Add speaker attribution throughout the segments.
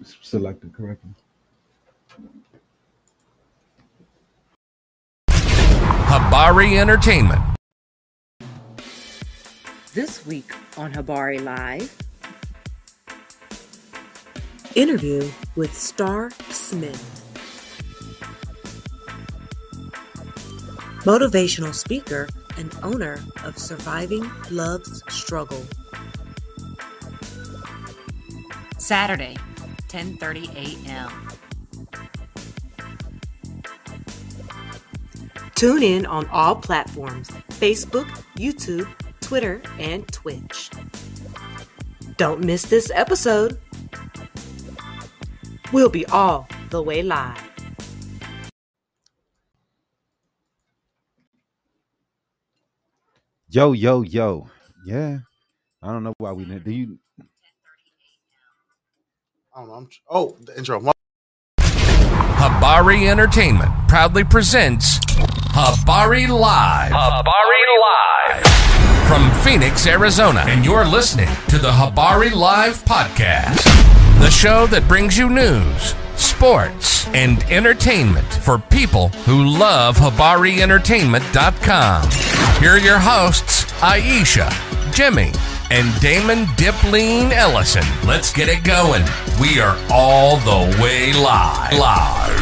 Speaker 1: it's selected correctly.
Speaker 2: Habari Entertainment.
Speaker 3: This week on Habari Live,
Speaker 4: Interview with Star Smith. Motivational speaker and owner of Surviving Love's Struggle.
Speaker 3: Saturday, 10:30 a.m.
Speaker 4: Tune in on all platforms Facebook, YouTube, Twitter, and Twitch. Don't miss this episode. We'll be all the way live.
Speaker 1: Yo, yo, yo. Yeah. I don't know why we didn't. Do you?
Speaker 5: I don't know. I'm, oh, the intro. One-
Speaker 2: Habari Entertainment proudly presents Habari Live. Habari Live. From Phoenix, Arizona. And you're listening to the Habari Live Podcast, the show that brings you news, sports, and entertainment for people who love HabariEntertainment.com. Here are your hosts, Aisha, Jimmy, and Damon Dipleen Ellison. Let's get it going. We are all the way live. Live.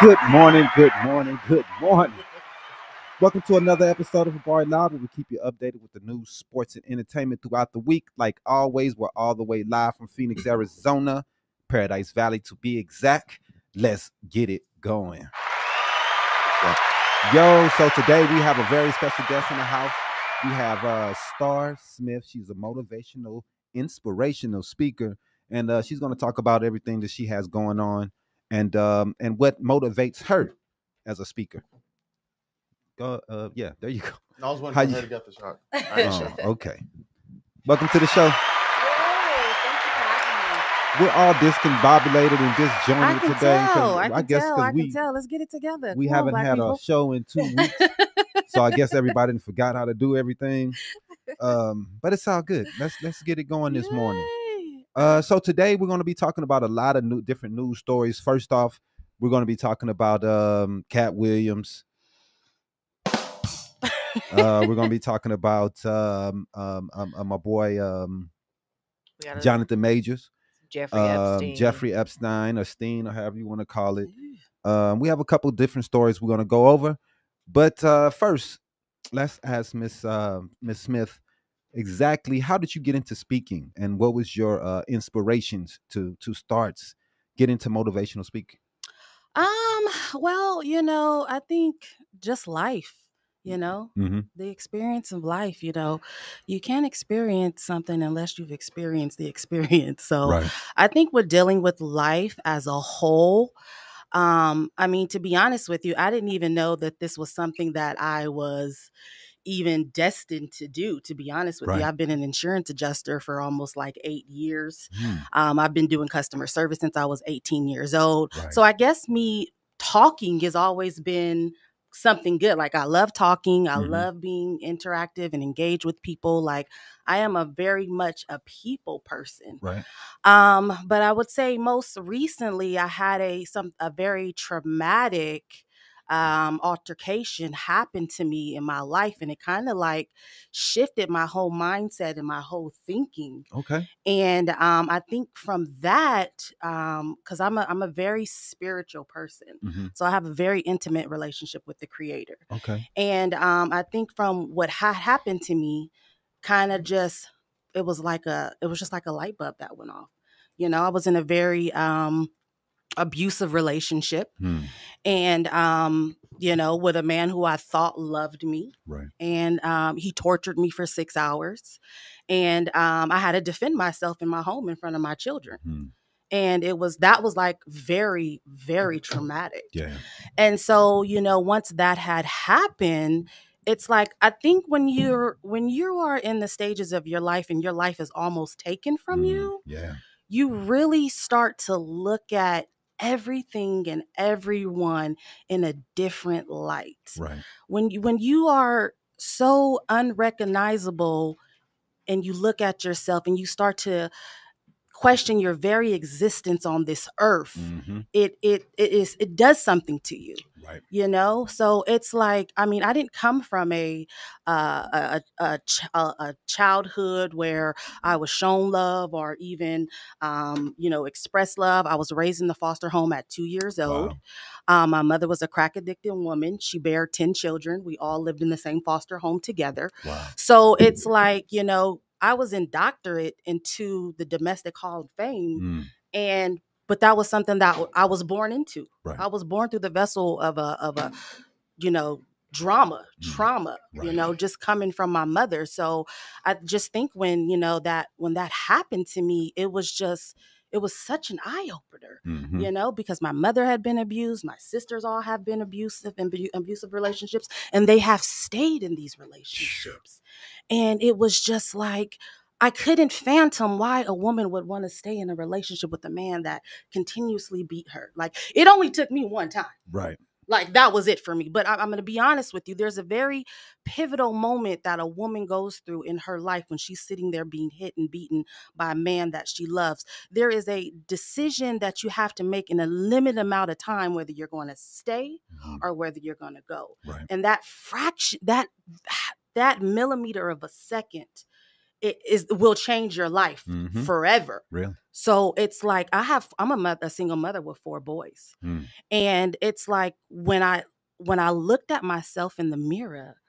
Speaker 1: Good morning, good morning, good morning. Welcome to another episode of Bar Live, where we keep you updated with the news, sports, and entertainment throughout the week. Like always, we're all the way live from Phoenix, Arizona, Paradise Valley to be exact. Let's get it going. Yo, so today we have a very special guest in the house. We have uh, Star Smith. She's a motivational, inspirational speaker, and uh, she's going to talk about everything that she has going on and um, and what motivates her as a speaker. Go, uh, yeah, there you go.
Speaker 5: no, I was waiting
Speaker 1: How
Speaker 5: for
Speaker 1: you-
Speaker 5: her to get the shot. I ain't
Speaker 1: Oh,
Speaker 5: shot.
Speaker 1: okay. Welcome to the show. We're all discombobulated and
Speaker 6: I
Speaker 1: disjointed
Speaker 6: can
Speaker 1: today. 'cause
Speaker 6: tell. I can
Speaker 1: guess
Speaker 6: tell.
Speaker 1: 'cause
Speaker 6: I can
Speaker 1: we
Speaker 6: tell. Let's get it together.
Speaker 1: we
Speaker 6: Come on,
Speaker 1: haven't
Speaker 6: black
Speaker 1: had
Speaker 6: people.
Speaker 1: a show in two weeks, so I guess everybody done forgot how to do everything. Um, but it's all good. Let's let's get it going this morning.
Speaker 6: Yay.
Speaker 1: Uh, so today we're going to be talking about a lot of new different news stories. First off, we're going to be talking about um, Cat Williams. uh, we're going to be talking about um, um, um, uh, my boy um,
Speaker 6: We gotta-
Speaker 1: Jonathan Majors,
Speaker 6: Jeffrey
Speaker 1: um,
Speaker 6: Epstein.
Speaker 1: Jeffrey Epstein, or Steen, or however you want to call it. Um, we have a couple different stories we're going to go over, but uh, first, let's ask Miss uh, Miss Smith exactly how did you get into speaking, and what was your uh, inspirations to to start get into motivational speaking?
Speaker 6: Um. Well, you know, I think just life. You know,
Speaker 1: Mhm.
Speaker 6: the experience of life. You know, you can't experience something unless you've experienced the experience. So
Speaker 1: Right.
Speaker 6: I think we're dealing with life as a whole. Um, I mean, to be honest with you, I didn't even know that this was something that I was even destined to do. To be honest with
Speaker 1: Right.
Speaker 6: you, I've been an insurance adjuster for almost like eight years.
Speaker 1: Hmm.
Speaker 6: Um, I've been doing customer service since I was 18 years old.
Speaker 1: Right.
Speaker 6: So I guess me talking has always been something good. Like I love talking, I
Speaker 1: Mhm.
Speaker 6: love being interactive and engaged with people. Like I am a very much a people person.
Speaker 1: Right.
Speaker 6: Um, but I would say most recently I had a some a very traumatic um altercation happened to me in my life and it kind of like shifted my whole mindset and my whole thinking
Speaker 1: Okay.
Speaker 6: and um, I think from that, because I'm a I'm a very spiritual person,
Speaker 1: Mhm.
Speaker 6: so I have a very intimate relationship with the Creator,
Speaker 1: Okay.
Speaker 6: and um, I think from what ha- happened to me, kind of just it was like a it was just like a light bulb that went off. You know, I was in a very um, abusive relationship,
Speaker 1: Hmm.
Speaker 6: and um, you know, with a man who I thought loved me,
Speaker 1: Right.
Speaker 6: and um, he tortured me for six hours and um, i had to defend myself in my home in front of my children
Speaker 1: Hmm.
Speaker 6: and it was that was like very very traumatic
Speaker 1: Yeah.
Speaker 6: and so you know once that had happened it's like i think when you're when you are in the stages of your life and your life is almost taken from
Speaker 1: Hmm.
Speaker 6: you
Speaker 1: Yeah.
Speaker 6: you really start to look at everything and everyone in a different light
Speaker 1: Right.
Speaker 6: when you when you are so unrecognizable and you look at yourself and you start to question your very existence on this earth
Speaker 1: Mm-hmm.
Speaker 6: it it it is it does something to you
Speaker 1: Right.
Speaker 6: you know so it's like i mean i didn't come from a uh, a, a, a, ch- a a childhood where i was shown love or even um, you know expressed love i was raised in the foster home at two years old
Speaker 1: Wow.
Speaker 6: um, my mother was a crack addicted woman she bare 10 children we all lived in the same foster home together
Speaker 1: Wow.
Speaker 6: so it's like you know i was in doctorate into the domestic hall of fame
Speaker 1: Mm.
Speaker 6: and but that was something that w- I was born into.
Speaker 1: Right.
Speaker 6: I was born through the vessel of a of a you know drama,
Speaker 1: Mm.
Speaker 6: trauma, you
Speaker 1: Right.
Speaker 6: know, just coming from my mother. So I just think when, you know, that when that happened to me, it was just it was such an eye opener
Speaker 1: Mhm.
Speaker 6: you know, because my mother had been abused, my sisters all have been abusive and abu- abusive relationships, and they have stayed in these relationships. And it was just like, I couldn't phantom why a woman would want to stay in a relationship with a man that continuously beat her. Like, it only took me one time.
Speaker 1: Right.
Speaker 6: Like, that was it for me. But I- I'm going to be honest with you. There's a very pivotal moment that a woman goes through in her life when she's sitting there being hit and beaten by a man that she loves there is a decision that you have to make in a limited amount of time whether you're going to stay
Speaker 1: Mhm.
Speaker 6: or whether you're going to go
Speaker 1: Right.
Speaker 6: and that fraction that that millimeter of a second it is will change your life
Speaker 1: Mhm.
Speaker 6: forever
Speaker 1: Really.
Speaker 6: so it's like I have I'm a mother, a single mother with four boys.
Speaker 1: Mm.
Speaker 6: And it's like when I when I looked at myself in the mirror,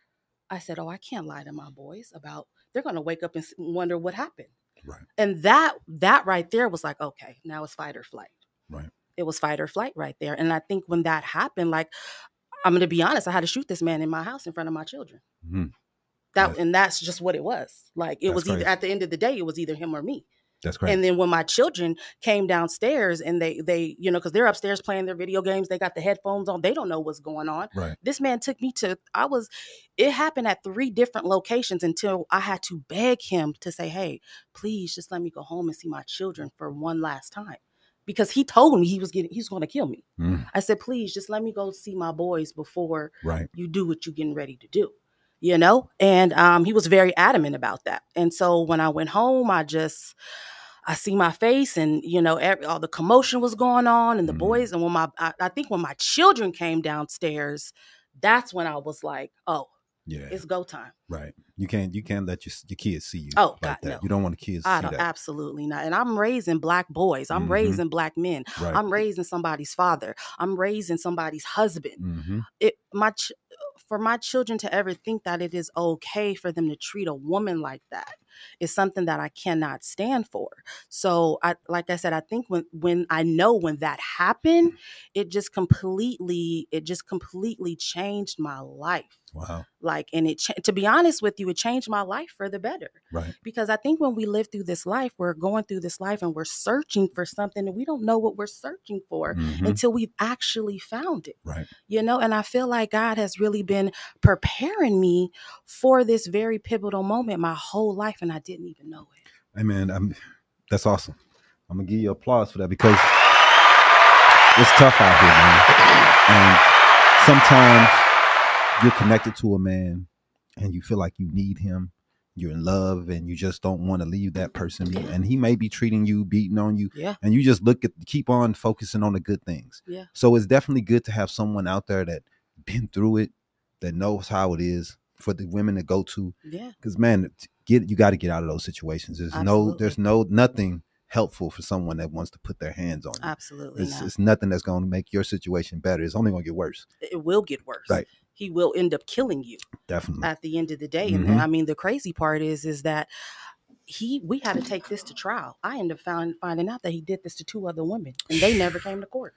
Speaker 6: I said, "Oh, I can't lie to my boys about they're going to wake up and s- wonder what happened."
Speaker 1: Right.
Speaker 6: And that that right there was like, "Okay, now it's fight or flight."
Speaker 1: Right.
Speaker 6: It was fight or flight right there. And I think when that happened, like I'm going to be honest, I had to shoot this man in my house in front of my children.
Speaker 1: Mhm.
Speaker 6: That
Speaker 1: Yes.
Speaker 6: and that's just what it was. Like it
Speaker 1: That's
Speaker 6: was
Speaker 1: crazy.
Speaker 6: either at the end of the day, it was either him or me.
Speaker 1: That's crazy.
Speaker 6: And then when my children came downstairs and they they you know because they're upstairs playing their video games, they got the headphones on, they don't know what's going on.
Speaker 1: Right.
Speaker 6: This man took me to I was it happened at three different locations until I had to beg him to say, "Hey, please just let me go home and see my children for one last time." Because he told me he was getting he's going to kill me.
Speaker 1: Mm.
Speaker 6: I said, "Please just let me go see my boys before
Speaker 1: Right.
Speaker 6: you do what you're getting ready to do you know and um, he was very adamant about that and so when i went home i just i see my face and you know every, all the commotion was going on and the
Speaker 1: Mhm.
Speaker 6: boys and when my I, I think when my children came downstairs that's when i was like oh
Speaker 1: Yeah.
Speaker 6: it's go time
Speaker 1: Right. You can't. You can't let your s- your kids see you.
Speaker 6: Oh,
Speaker 1: like
Speaker 6: God,
Speaker 1: that.
Speaker 6: no.
Speaker 1: You don't want the kids to
Speaker 6: i
Speaker 1: see
Speaker 6: don't
Speaker 1: that.
Speaker 6: absolutely not and i'm raising black boys i'm
Speaker 1: Mhm.
Speaker 6: raising black men
Speaker 1: Right.
Speaker 6: i'm raising somebody's father i'm raising somebody's husband
Speaker 1: mm-hmm.
Speaker 6: it my ch- for my children to ever think that it is okay for them to treat a woman like that is something that I cannot stand for. So I like I said I think when when I know when that happened, it just completely it just completely changed my life.
Speaker 1: Wow.
Speaker 6: Like and it cha- to be honest with you it changed my life for the better
Speaker 1: Right.
Speaker 6: because I think when we live through this life we're going through this life and we're searching for something and we don't know what we're searching for
Speaker 1: Mhm.
Speaker 6: until we've actually found it.
Speaker 1: Right.
Speaker 6: You know, and I feel like God has really been preparing me for this very pivotal moment my whole life, and I didn't even know it.
Speaker 1: Hey man, I'm, that's awesome. I'm gonna give you applause for that because it's tough out here, man. And sometimes you're connected to a man and you feel like you need him. You're in love and you just don't want to leave that person. And he may be treating you, beating on you,
Speaker 6: Yeah.
Speaker 1: and you just look at keep on focusing on the good things.
Speaker 6: Yeah.
Speaker 1: So it's definitely good to have someone out there that been through it, that knows how it is for the women to go to
Speaker 6: Yeah.
Speaker 1: because man t- get you got to get out of those situations there's no
Speaker 6: Absolutely.
Speaker 1: there's no nothing helpful for someone that wants to put their hands on you
Speaker 6: Absolutely.
Speaker 1: it's,
Speaker 6: not.
Speaker 1: it's nothing that's going to make your situation better it's only going to get worse
Speaker 6: it will get worse.
Speaker 1: Right. Mm.
Speaker 6: He will end up killing you
Speaker 1: definitely
Speaker 6: at the end of the day. And
Speaker 1: Mhm.
Speaker 6: I mean, the crazy part is, is that he we had to take this to trial. I ended up found, finding out that he did this to two other women, and they never came to court.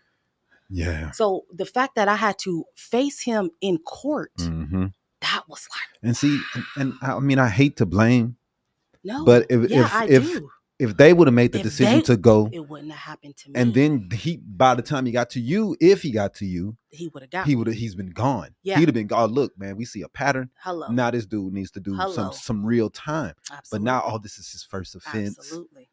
Speaker 1: yeah
Speaker 6: So the fact that I had to face him in court,
Speaker 1: hmm
Speaker 6: that was like
Speaker 1: and see and, and i I mean i hate to blame
Speaker 6: no.
Speaker 1: But if-
Speaker 6: yeah,
Speaker 1: if-
Speaker 6: I
Speaker 1: if-
Speaker 6: do.
Speaker 1: if they would have made the
Speaker 6: If
Speaker 1: decision
Speaker 6: they-
Speaker 1: to go
Speaker 6: it wouldn't have happened to me.
Speaker 1: and then he by the time he got to you if he got to you
Speaker 6: he would have got
Speaker 1: he
Speaker 6: me.
Speaker 1: would have he's been gone
Speaker 6: Yeah.
Speaker 1: he'd have been gone look man we see a pattern
Speaker 6: hello.
Speaker 1: now this dude needs to do some
Speaker 6: Hello.
Speaker 1: some real time but
Speaker 6: absolutely.
Speaker 1: now all this is his first offense
Speaker 6: absolutely,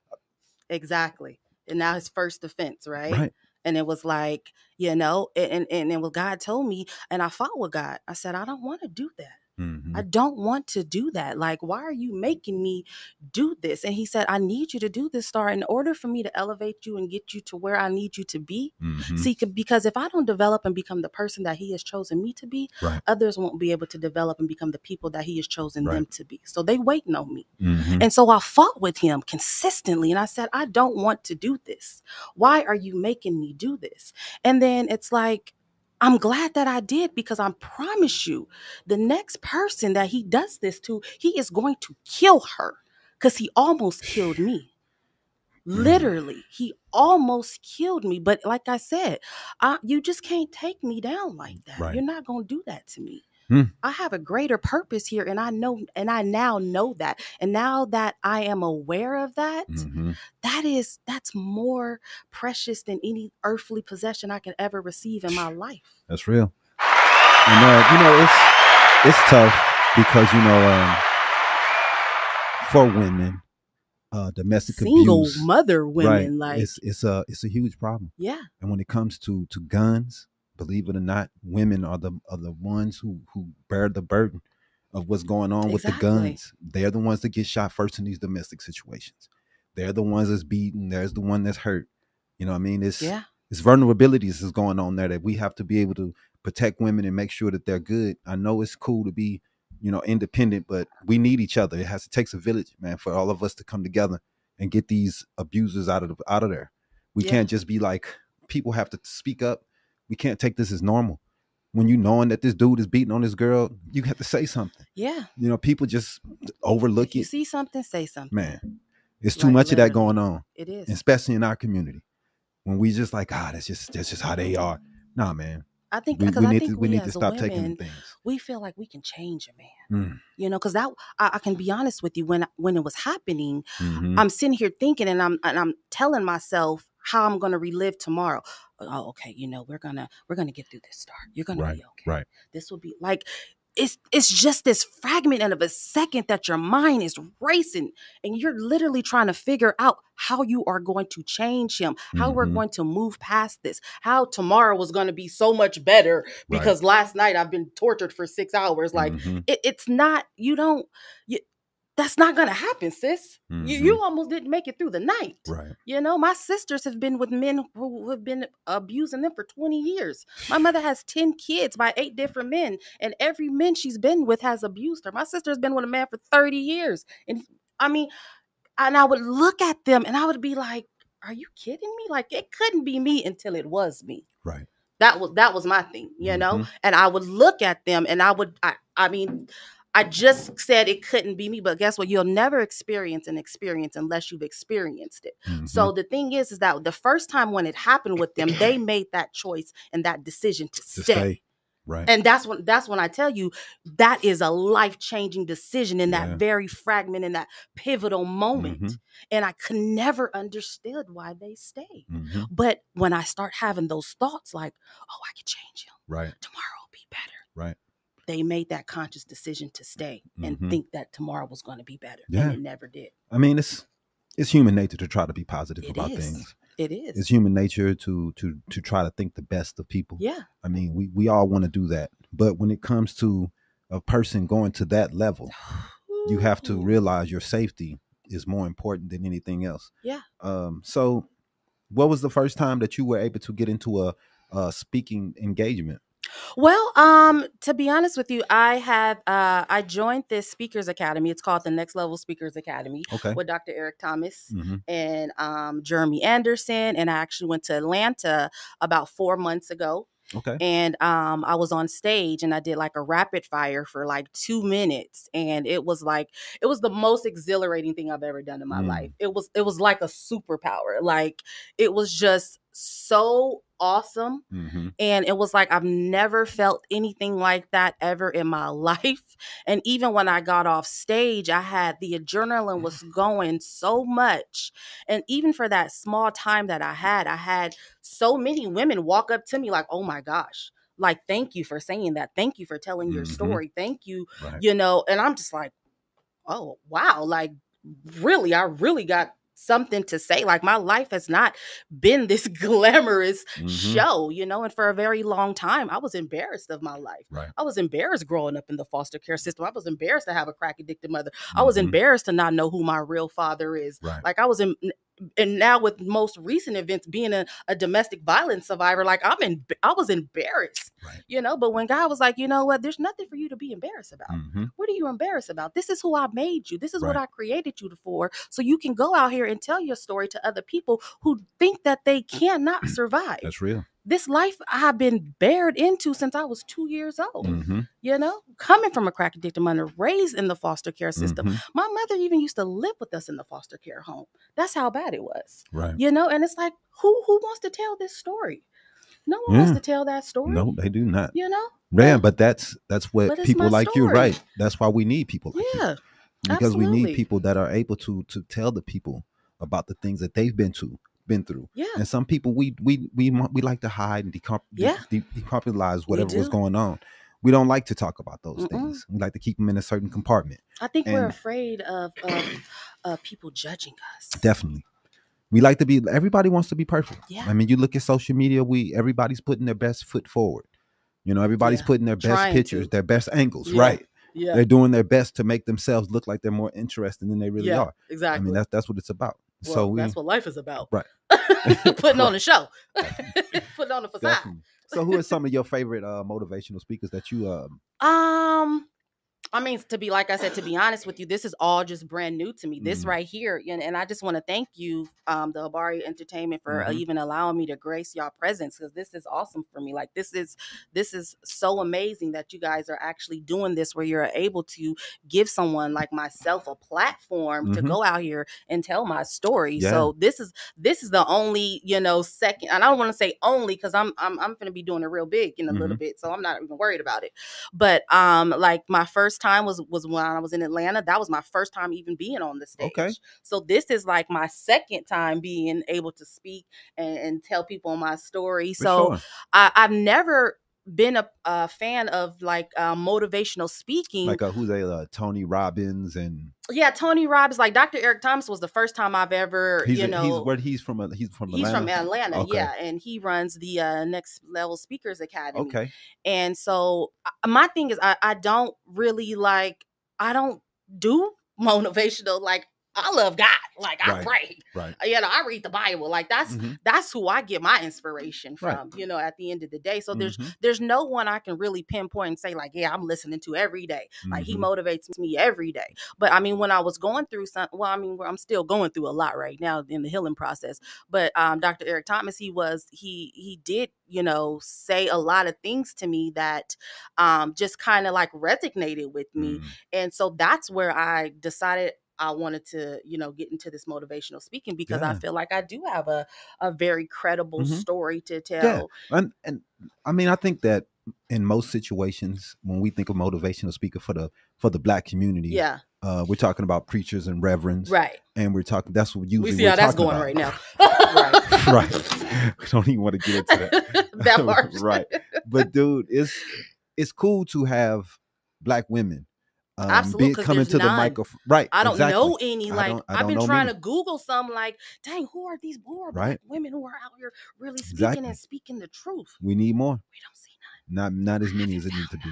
Speaker 6: exactly. And now his first offense, right?
Speaker 1: right
Speaker 6: And it was like, you know, a- and and and what God told me, and I fought with God. I said, I don't want to do that.
Speaker 1: Mhm.
Speaker 6: I don't want to do that. Like, why are you making me do this? And he said, I need you to do this, Star, in order for me to elevate you and get you to where I need you to be.
Speaker 1: Mhm.
Speaker 6: See, c- because if I don't develop and become the person that he has chosen me to be,
Speaker 1: Right.
Speaker 6: others won't be able to develop and become the people that he has chosen
Speaker 1: Right.
Speaker 6: them to be. So they waiting on me.
Speaker 1: Mhm.
Speaker 6: And so I fought with him consistently. And I said, I don't want to do this. Why are you making me do this? And then it's like, I'm glad that I did because I promise you, the next person that he does this to, he is going to kill her because he almost killed me. Literally, he almost killed me. But like I said, I, you just can't take me down like that.
Speaker 1: Right.
Speaker 6: You're not going to do that to me.
Speaker 1: Hmm.
Speaker 6: I have a greater purpose here, and I know, and I now know that. And now that I am aware of that,
Speaker 1: Mhm.
Speaker 6: that is that's more precious than any earthly possession I can ever receive in my life.
Speaker 1: That's real. And uh, you know, it's it's tough because you know, um, for women, uh, domestic
Speaker 6: Single
Speaker 1: abuse,
Speaker 6: mother
Speaker 1: right,
Speaker 6: women, like
Speaker 1: it's it's a it's a huge problem.
Speaker 6: yeah,
Speaker 1: And when it comes to to guns, believe it or not, women are the are the ones who who bear the burden of what's going on with the
Speaker 6: Exactly.
Speaker 1: guns. They're the ones that get shot first in these domestic situations. They're the ones that's beaten. There's the one that's hurt. You know what I mean? It's
Speaker 6: yeah,
Speaker 1: it's vulnerabilities that's going on there that we have to be able to protect women and make sure that they're good. I know it's cool to be, you know, independent, but we need each other. It has it takes a village, man, for all of us to come together and get these abusers out of the, out of there. We
Speaker 6: Yeah.
Speaker 1: can't just be like people have to speak up. We can't take this as normal. When you knowing that this dude is beating on this girl, you have to say something.
Speaker 6: yeah.
Speaker 1: You know, people just overlook
Speaker 6: If you
Speaker 1: it.
Speaker 6: see something, say something.
Speaker 1: Man, it's too
Speaker 6: Like,
Speaker 1: much of that
Speaker 6: literally.
Speaker 1: going on
Speaker 6: It is.
Speaker 1: especially in our community, when we just like, ah, that's just that's just how they are. Nah, man,
Speaker 6: I think
Speaker 1: we,
Speaker 6: because
Speaker 1: we
Speaker 6: I
Speaker 1: need
Speaker 6: think
Speaker 1: to we need to
Speaker 6: as
Speaker 1: stop
Speaker 6: women,
Speaker 1: taking things.
Speaker 6: we feel like we can change a man.
Speaker 1: Mm,
Speaker 6: You know, because that I, I can be honest with you. When when it was happening,
Speaker 1: mhm.
Speaker 6: I'm sitting here thinking and I'm and I'm telling myself how I'm gonna relive tomorrow. Oh, okay, you know, we're gonna we're gonna get through this star. You're gonna
Speaker 1: Right,
Speaker 6: be okay.
Speaker 1: right.
Speaker 6: This will be like it's it's just this fragment of a second that your mind is racing and you're literally trying to figure out how you are going to change him, how we're
Speaker 1: Mhm.
Speaker 6: going to move past this, how tomorrow is gonna be so much better
Speaker 1: Right.
Speaker 6: because last night I've been tortured for six hours. Like
Speaker 1: Mhm,
Speaker 6: it, it's not you don't you, that's not gonna happen sis you, you almost didn't make it through the night
Speaker 1: right,
Speaker 6: you know my sisters have been with men who who have been abusing them for 20 years my mother has 10 kids by eight different men and every man she's been with has abused her my sister's been with a man for 30 years and i mean and i would look at them and i would be like are you kidding me like it couldn't be me until it was me
Speaker 1: right.
Speaker 6: that was that was my thing you know
Speaker 1: Mhm.
Speaker 6: and i would look at them and i would i i mean i just said it couldn't be me but guess what you'll never experience an experience unless you've experienced it
Speaker 1: Mm-hmm,
Speaker 6: so the thing is is that the first time when it happened with them they made that choice and that decision to,
Speaker 1: To
Speaker 6: stay.
Speaker 1: stay, right,
Speaker 6: and that's when that's when i tell you that is a life-changing decision in that
Speaker 1: Yeah.
Speaker 6: very fragment in that pivotal moment
Speaker 1: Mhm.
Speaker 6: and i could never understood why they stayed
Speaker 1: Mhm,
Speaker 6: but when i start having those thoughts like oh i could change him
Speaker 1: right,
Speaker 6: tomorrow will be better.
Speaker 1: Right.
Speaker 6: They made that conscious decision to stay
Speaker 1: Mhm.
Speaker 6: and think that tomorrow was going to be better.
Speaker 1: Yeah.
Speaker 6: And it never did.
Speaker 1: I mean, it's it's human nature to try to be positive
Speaker 6: It
Speaker 1: about
Speaker 6: is.
Speaker 1: things.
Speaker 6: It is.
Speaker 1: It's human nature to to to try to think the best of people.
Speaker 6: yeah.
Speaker 1: I mean, we we all want to do that, but when it comes to a person going to that level, you have to
Speaker 6: Ooh.
Speaker 1: realize your safety is more important than anything else.
Speaker 6: Yeah.
Speaker 1: Um, so what was the first time that you were able to get into a, a speaking engagement?
Speaker 6: Well, um, to be honest with you, I have uh, I joined this speakers academy. It's called the Next Level Speakers Academy
Speaker 1: Okay.
Speaker 6: with Dr. Eric Thomas.
Speaker 1: Mhm.
Speaker 6: And um, Jeremy Anderson, and I actually went to Atlanta about four months ago.
Speaker 1: Okay.
Speaker 6: and um I was on stage and I did like a rapid fire for like 2 minutes and it was like it was the most exhilarating thing I've ever done in my
Speaker 1: Mm.
Speaker 6: life. It was it was like a superpower. Like it was just so awesome
Speaker 1: hmm
Speaker 6: and it was like I've never felt anything like that ever in my life. And even when I got off stage, I had the adrenaline was going so much. And even for that small time that I had, I had so many women walk up to me like, "Oh my gosh, like thank you for saying that. Thank you for telling your
Speaker 1: Mhm.
Speaker 6: story. Thank you,
Speaker 1: Right.
Speaker 6: you know." And I'm just like, "Oh, wow, like really I really got something to say. Like my life has not been this glamorous
Speaker 1: Mhm.
Speaker 2: Mm-hmm.
Speaker 6: show, you know, and for a very long time, I was embarrassed of my life.
Speaker 2: Right.
Speaker 6: I was embarrassed growing up in the foster care system. I was embarrassed to have a crack addicted mother. I was
Speaker 2: Mhm.
Speaker 6: embarrassed to not know who my real father is.
Speaker 2: Right.
Speaker 6: Like I was in, and now with most recent events being a, a domestic violence survivor, like I'm in, I was embarrassed,
Speaker 2: Right.
Speaker 6: you know. But when God was like, you know what, there's nothing for you to be embarrassed about.
Speaker 1: Mhm.
Speaker 6: What are you embarrassed about? This is who I made you. This is what
Speaker 2: Mm-hmm. Right.
Speaker 6: I created you for. So you can go out here and tell your story to other people who think that they cannot survive.
Speaker 1: That's real.
Speaker 6: this life I've been bared into since I was two years old.
Speaker 1: Mhm.
Speaker 6: You know, coming from a crack addicted mother, raised in the foster care system.
Speaker 1: Mhm.
Speaker 6: My mother even used to live with us in the foster care home. That's how bad it was.
Speaker 2: Right.
Speaker 6: You know, and it's like, who who wants to tell this story? No one
Speaker 1: Yeah.
Speaker 6: wants to tell that story.
Speaker 1: No, they do not.
Speaker 6: You know?
Speaker 1: Man, but that's that's what
Speaker 6: But it's
Speaker 1: people
Speaker 6: my
Speaker 1: like you,
Speaker 6: story.
Speaker 1: right? That's why we need people like you.
Speaker 6: Yeah.
Speaker 1: because we
Speaker 6: absolutely.
Speaker 1: need people that are able to to tell the people about the things that they've been to been through
Speaker 6: Yeah.
Speaker 1: and some people we we we want- we like to hide and decomp- de-
Speaker 6: Yeah.
Speaker 1: de- decompartmentalize whatever was
Speaker 6: do.
Speaker 1: going on we don't like to talk about those
Speaker 6: Mm-mm.
Speaker 1: things we like to keep them in a certain compartment
Speaker 6: I think we're
Speaker 1: and-
Speaker 6: afraid of of uh, people judging us.
Speaker 1: definitely we like to be everybody wants to be perfect
Speaker 6: Yeah.
Speaker 1: i mean you look at social media we everybody's putting their best foot forward you know everybody's
Speaker 6: Yeah.
Speaker 1: putting their best
Speaker 6: Trying to.
Speaker 1: pictures their best angles
Speaker 6: Yeah.
Speaker 1: right
Speaker 6: Yeah,
Speaker 1: they're doing their best to make themselves look like they're more interesting than they really
Speaker 6: Yeah,
Speaker 1: are
Speaker 6: exactly.
Speaker 1: i mean that's that's what it's about
Speaker 6: Well,
Speaker 1: so we,
Speaker 6: that's what life is about.
Speaker 1: Right.
Speaker 6: Putting on a show. Putting on a facade.
Speaker 1: Definitely. So, who are some of your favorite uh, motivational speakers that you um?
Speaker 6: Um, I mean, to be like I said, to be honest with you, this is all just brand new to me. This
Speaker 1: Mhm.
Speaker 6: right here, and, and I just want to thank you, um, the Habari Entertainment, for uh
Speaker 1: Mhm.
Speaker 6: even allowing me to grace y'all presence because this is awesome for me. Like this is this is so amazing that you guys are actually doing this, where you're able to give someone like myself a platform to
Speaker 1: Mhm.
Speaker 6: go out here and tell my story.
Speaker 1: Yeah.
Speaker 6: So this is this is the only you know second, and I don't want to say only because I'm I'm I'm gonna be doing it real big in a little bit, so I'm not even worried about it but um like my first time was was when i was in atlanta that was my first time even being on the stage
Speaker 1: Okay.
Speaker 6: so this is like my second time being able to speak and, and tell people my story
Speaker 1: for
Speaker 6: so
Speaker 1: sure.
Speaker 6: I, i've never been a, a fan of like uh, motivational speaking
Speaker 1: like uh, who's a uh, Tony Robbins and
Speaker 6: yeah tony robbins like dr eric thomas was the first time i've ever
Speaker 1: he's
Speaker 6: you
Speaker 1: a-
Speaker 6: know
Speaker 1: he's where he's from uh, he's from
Speaker 6: he's from
Speaker 1: Atlanta.
Speaker 6: atlanta
Speaker 1: Okay.
Speaker 6: yeah and he runs the uh, next level speakers academy
Speaker 1: okay
Speaker 6: And so I- my thing is I, I don't really like I don't do motivational like I love God. Like I
Speaker 1: Right.
Speaker 6: pray.
Speaker 1: right
Speaker 6: You know, I read the Bible. Like that's
Speaker 1: Mhm.
Speaker 6: that's who I get my inspiration
Speaker 1: Right.
Speaker 6: from, you know, at the end of the day. So there's
Speaker 1: Mhm.
Speaker 6: there's no one I can really pinpoint and say like, yeah, I'm listening to every day. Like he
Speaker 1: Mhm.
Speaker 6: motivates me every day. But I mean, when I was going through some, well, I mean, I'm still going through a lot right now in the healing process. But um, Dr. Eric Thomas, he was he he did you know say a lot of things to me that um, just kind of like resonated with me.
Speaker 1: Mm.
Speaker 6: And so that's where I decided I wanted to, you know, get into this motivational speaking because I
Speaker 1: Yeah.
Speaker 6: feel like I do have a a very credible
Speaker 1: Mhm.
Speaker 6: story to tell.
Speaker 1: and and I mean I think that in most situations when we think of motivational speaker for the for the black community
Speaker 6: Yeah,
Speaker 1: uh, we're talking about preachers and reverends
Speaker 6: right.
Speaker 1: and we're talking that's what usually
Speaker 6: We see
Speaker 1: we're
Speaker 6: how that's
Speaker 1: talking
Speaker 6: going
Speaker 1: about.
Speaker 6: right now.
Speaker 1: right we don't even want to get into that
Speaker 6: that part.
Speaker 1: Right. but dude, it's it's cool to have black women um,
Speaker 6: Absolute,
Speaker 1: be-
Speaker 6: 'cause
Speaker 1: coming
Speaker 6: there's
Speaker 1: to the
Speaker 6: none.
Speaker 1: microphone. Right.
Speaker 6: I don't
Speaker 1: exactly.
Speaker 6: know any.
Speaker 1: I
Speaker 6: Like
Speaker 1: don't- I
Speaker 6: have
Speaker 1: don't
Speaker 6: been
Speaker 1: know
Speaker 6: trying
Speaker 1: many.
Speaker 6: to Google some. Like, dang, who are these poor
Speaker 1: Right.
Speaker 6: black women who are out here really speaking
Speaker 1: Exactly.
Speaker 6: and speaking the truth?
Speaker 1: We need more.
Speaker 6: We don't see none.
Speaker 1: Not not as many as it needs to be.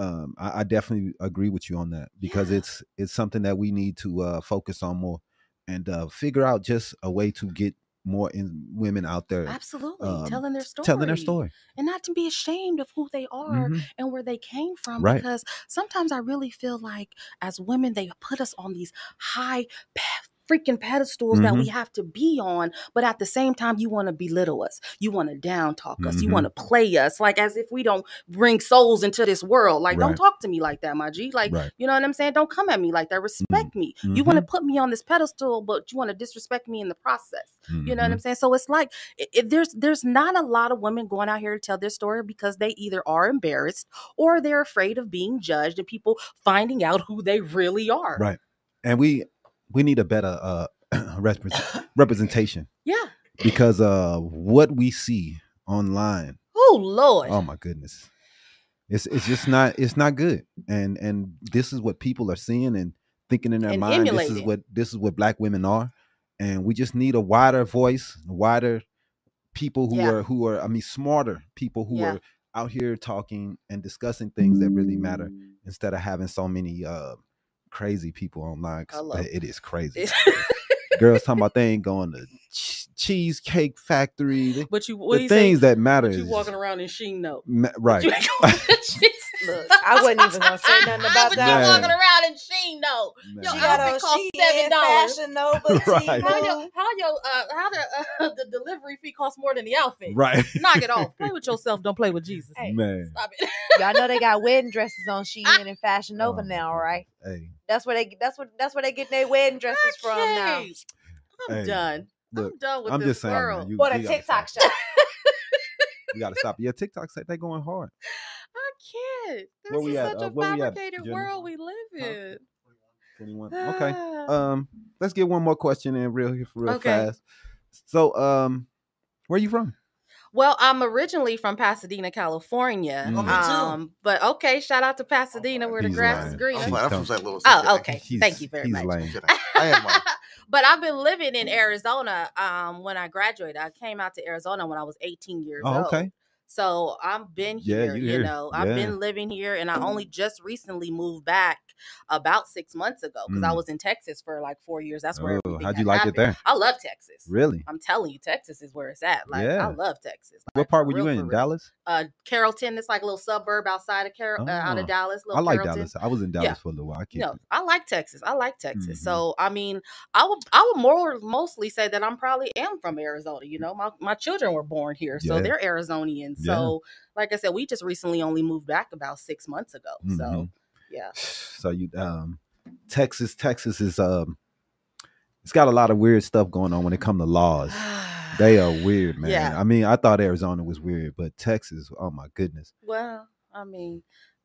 Speaker 1: Um, I, I definitely agree with you on that because
Speaker 6: Yeah.
Speaker 1: it's it's something that we need to uh, focus on more and uh, figure out just a way to get more in women out there
Speaker 6: Absolutely,
Speaker 1: um,
Speaker 6: telling their story,
Speaker 1: telling their story.
Speaker 6: and not to be ashamed of who they are
Speaker 1: Mhm.
Speaker 6: and where they came from.
Speaker 1: Right.
Speaker 6: Because sometimes I really feel like as women, they put us on these high pe- freaking pedestals that
Speaker 1: Mm-hmm.
Speaker 6: we have to be on. But at the same time, you want to belittle us. You want to down talk us. You
Speaker 1: Mhm.
Speaker 6: want to play us like as if we don't bring souls into this world. Like, don't
Speaker 1: Right.
Speaker 6: talk to me like that, my G. Like,
Speaker 1: Right. Mm-hmm.
Speaker 6: you know what I'm saying? Don't come at me like that. Respect me. You want to put me on this pedestal, but you want to disrespect me in the process. You
Speaker 1: Mm-hmm.
Speaker 6: know what I'm saying? So it's like it, it- there's there's not a lot of women going out here to tell their story because they either are embarrassed or they're afraid of being judged and people finding out who they really are.
Speaker 1: Right. And we we need a better uh, represent, representation
Speaker 6: Yeah.
Speaker 1: because uh what we see online
Speaker 6: Oh Lord.
Speaker 1: oh my goodness it's it's just not it's not good and and this is what people are seeing and thinking in their
Speaker 6: And
Speaker 1: mind this is
Speaker 6: emulating.
Speaker 1: what this is what black women are and we just need a wider voice, wider people who
Speaker 6: Yeah.
Speaker 1: are who are I mean smarter people who
Speaker 6: Yeah.
Speaker 1: are out here talking and discussing things that really matter instead of having so many uh crazy people online 'cause
Speaker 6: Hello.
Speaker 1: it is crazy. Girls talking about they ain't going to ch- cheesecake factory. The,
Speaker 6: but you
Speaker 1: the
Speaker 6: what do you
Speaker 1: things
Speaker 6: say?
Speaker 1: that matter
Speaker 6: But
Speaker 1: is
Speaker 6: you
Speaker 1: just
Speaker 6: walking around in sheen note.
Speaker 1: ma- right.
Speaker 6: You ain't gonna-
Speaker 7: Look, I wasn't even gonna say nothing about
Speaker 1: But
Speaker 7: that.
Speaker 1: you walking
Speaker 7: around in sheen though.
Speaker 1: Nah.
Speaker 7: She Your got outfit on cost she $7. fashion Nova.
Speaker 1: Right.
Speaker 7: How
Speaker 1: How
Speaker 7: your how your uh, how the uh, the delivery fee costs more than the outfit?
Speaker 1: Right.
Speaker 6: Knock it off. Play with yourself. Don't play with Jesus.
Speaker 7: Hey.
Speaker 1: Man.
Speaker 7: Stop it. Y'all know they got wedding dresses on Shein and Fashion Nova
Speaker 1: Oh,
Speaker 7: now,
Speaker 1: man.
Speaker 7: right?
Speaker 1: Hey,
Speaker 7: That's where they that's what that's where they get their wedding dresses from now.
Speaker 6: Okay. I'm
Speaker 1: Hey,
Speaker 6: done. I'm
Speaker 1: look,
Speaker 6: done with
Speaker 1: I'm
Speaker 6: this
Speaker 1: just saying,
Speaker 6: world.
Speaker 1: man, you,
Speaker 7: What
Speaker 1: you
Speaker 7: a
Speaker 1: gotta
Speaker 7: TikTok
Speaker 1: stop.
Speaker 7: shop.
Speaker 1: You gotta stop. Yeah, TikTok said they going hard.
Speaker 6: I can't. This
Speaker 1: Where we
Speaker 6: is
Speaker 1: at?
Speaker 6: such
Speaker 1: Uh,
Speaker 6: a
Speaker 1: where we at,
Speaker 6: fabricated
Speaker 1: Jenny?
Speaker 6: world we live
Speaker 1: Huh?
Speaker 6: in.
Speaker 1: 21. Okay.
Speaker 6: Ah.
Speaker 1: Um, let's get one more question in real here for real
Speaker 6: Okay.
Speaker 1: fast. So, um, where you from?
Speaker 6: Well, I'm originally from Pasadena, California.
Speaker 1: Mm. Oh, me too. Oh,
Speaker 6: Um, but okay, shout out to Pasadena
Speaker 5: I'm
Speaker 6: where the
Speaker 1: He's
Speaker 6: grass is
Speaker 1: lying.
Speaker 6: greener.
Speaker 5: I'm, like, I'm from St. Louis.
Speaker 6: Oh,
Speaker 5: I'm kidding.
Speaker 6: okay. Thank you very
Speaker 1: he's
Speaker 6: much.
Speaker 5: I'm
Speaker 1: Lame.
Speaker 5: kidding. I am. lying.
Speaker 6: but I've been living in Arizona um, when I graduated. I came out to Arizona when I was 18 years
Speaker 1: Oh,
Speaker 6: old.
Speaker 1: okay.
Speaker 6: So I've been
Speaker 1: Yeah, Mm.
Speaker 6: here,
Speaker 1: you
Speaker 6: you
Speaker 1: here.
Speaker 6: know, I've been living here and I only just recently moved back about six months ago because I
Speaker 1: Mm.
Speaker 6: was in Texas for like four years. That's where
Speaker 1: Oh,
Speaker 6: everything
Speaker 1: how'd you
Speaker 6: had
Speaker 1: like it
Speaker 6: happened.
Speaker 1: there?
Speaker 6: I love Texas.
Speaker 1: Really?
Speaker 6: I'm telling you, Texas is where it's at. Like
Speaker 1: Yeah.
Speaker 6: I love Texas.
Speaker 1: What
Speaker 6: Like,
Speaker 1: part
Speaker 6: for
Speaker 1: were you
Speaker 6: real,
Speaker 1: in?
Speaker 6: for real.
Speaker 1: Dallas?
Speaker 6: Uh, Carrollton. It's like a little suburb outside of Carroll, uh, out
Speaker 1: Oh,
Speaker 6: of Dallas.
Speaker 1: I
Speaker 6: Little
Speaker 1: like
Speaker 6: Carrollton.
Speaker 1: Dallas. I was in Dallas for a little while. I can't.
Speaker 6: No, I like Texas. I like Texas.
Speaker 1: Mhm.
Speaker 6: So I mean, I would I would more mostly say that I'm probably am from Arizona. You know, my my children were born here, so
Speaker 1: Yeah.
Speaker 6: they're Arizonians.
Speaker 1: Yeah.
Speaker 6: So like I said, we just recently only moved back about six months ago. So
Speaker 1: Mhm.
Speaker 6: yeah,
Speaker 1: So you, um, Texas, Texas is um, it's got a lot of weird stuff going on when it comes to laws. They are weird, man.
Speaker 6: Yeah.
Speaker 1: I mean, I thought Arizona was weird, but Texas, oh my goodness.
Speaker 6: well, I mean,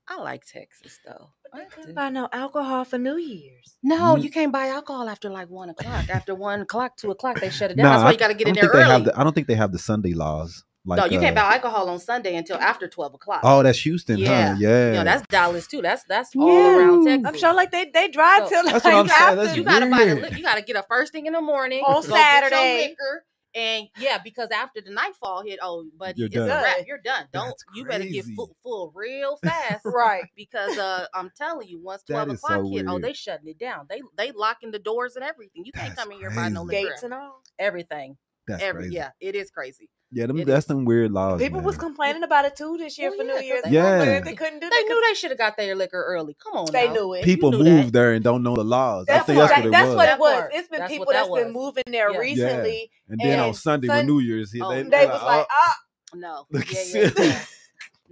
Speaker 6: I like Texas though. I
Speaker 7: I
Speaker 6: do.
Speaker 7: couldn't buy no alcohol for New Year's.
Speaker 6: No,
Speaker 1: Mm.
Speaker 6: you can't buy alcohol after like one o'clock. After one o'clock, two o'clock, they shut it down.
Speaker 1: Nah,
Speaker 6: That's why
Speaker 1: I-
Speaker 6: you got to get
Speaker 1: I
Speaker 6: in
Speaker 1: don't think
Speaker 6: there
Speaker 1: they
Speaker 6: early.
Speaker 1: have the, I don't think they have the Sunday laws. Like,
Speaker 6: no, you can't
Speaker 1: uh,
Speaker 6: buy alcohol on Sunday until after twelve o'clock.
Speaker 1: Oh, that's Houston,
Speaker 6: Yeah.
Speaker 1: huh? Yeah.
Speaker 6: You know, that's Dallas too. That's that's all around
Speaker 1: Yeah.
Speaker 6: Texas.
Speaker 7: I'm sure like they they drive
Speaker 6: So-
Speaker 7: till
Speaker 1: That's
Speaker 7: like
Speaker 1: what I'm saying.
Speaker 7: after-
Speaker 1: That's
Speaker 6: you gotta buy the
Speaker 1: weird.
Speaker 6: li- you gotta get up first thing in the morning
Speaker 7: On
Speaker 6: go get your
Speaker 7: Saturday.
Speaker 6: liquor, and yeah, because after the nightfall hit, oh buddy,
Speaker 1: You're
Speaker 6: it's
Speaker 1: done.
Speaker 6: a wrap. You're done. Don't
Speaker 1: That's
Speaker 6: you better get
Speaker 1: crazy.
Speaker 6: full, full real fast,
Speaker 7: right.
Speaker 6: Because uh, I'm telling you, once
Speaker 1: That
Speaker 6: twelve
Speaker 1: is
Speaker 6: o'clock
Speaker 1: so
Speaker 6: hit, oh
Speaker 1: weird.
Speaker 6: they shutting it down. They they locking the doors and everything. You can't
Speaker 1: That's
Speaker 6: come in here buy no
Speaker 1: crazy.
Speaker 6: liquor.
Speaker 7: Gates and all.
Speaker 6: Everything.
Speaker 1: That's
Speaker 6: every
Speaker 1: crazy.
Speaker 6: yeah, it is crazy.
Speaker 1: Yeah, them,
Speaker 6: It
Speaker 1: that's some weird laws.
Speaker 7: People
Speaker 1: Oh, man.
Speaker 7: was complaining about it too this year
Speaker 6: Well,
Speaker 7: for
Speaker 6: Oh, yeah,
Speaker 7: New Year's.
Speaker 6: 'cause
Speaker 1: they
Speaker 7: They,
Speaker 1: Yeah.
Speaker 7: knew they couldn't do
Speaker 6: They
Speaker 7: that.
Speaker 6: knew they should have got their liquor early. Come on,
Speaker 7: They
Speaker 6: now.
Speaker 7: knew it.
Speaker 1: people
Speaker 6: knew that.
Speaker 1: move there and don't know the laws. I
Speaker 7: That's,
Speaker 1: think
Speaker 7: what,
Speaker 1: that's what it
Speaker 7: that's
Speaker 1: was.
Speaker 7: what it
Speaker 6: That
Speaker 7: was.
Speaker 6: part.
Speaker 7: It's been
Speaker 6: That's
Speaker 7: people
Speaker 6: what that
Speaker 7: that's been
Speaker 6: was.
Speaker 7: moving there
Speaker 6: Yeah.
Speaker 7: recently.
Speaker 1: and then on
Speaker 7: and
Speaker 1: Sunday
Speaker 7: Sun-
Speaker 1: when New Year's hit,
Speaker 6: Oh,
Speaker 1: they,
Speaker 6: And
Speaker 7: They was like, ah,
Speaker 6: No.
Speaker 1: Look
Speaker 6: yeah,
Speaker 1: at
Speaker 6: yeah,
Speaker 1: Sarah.
Speaker 6: yeah.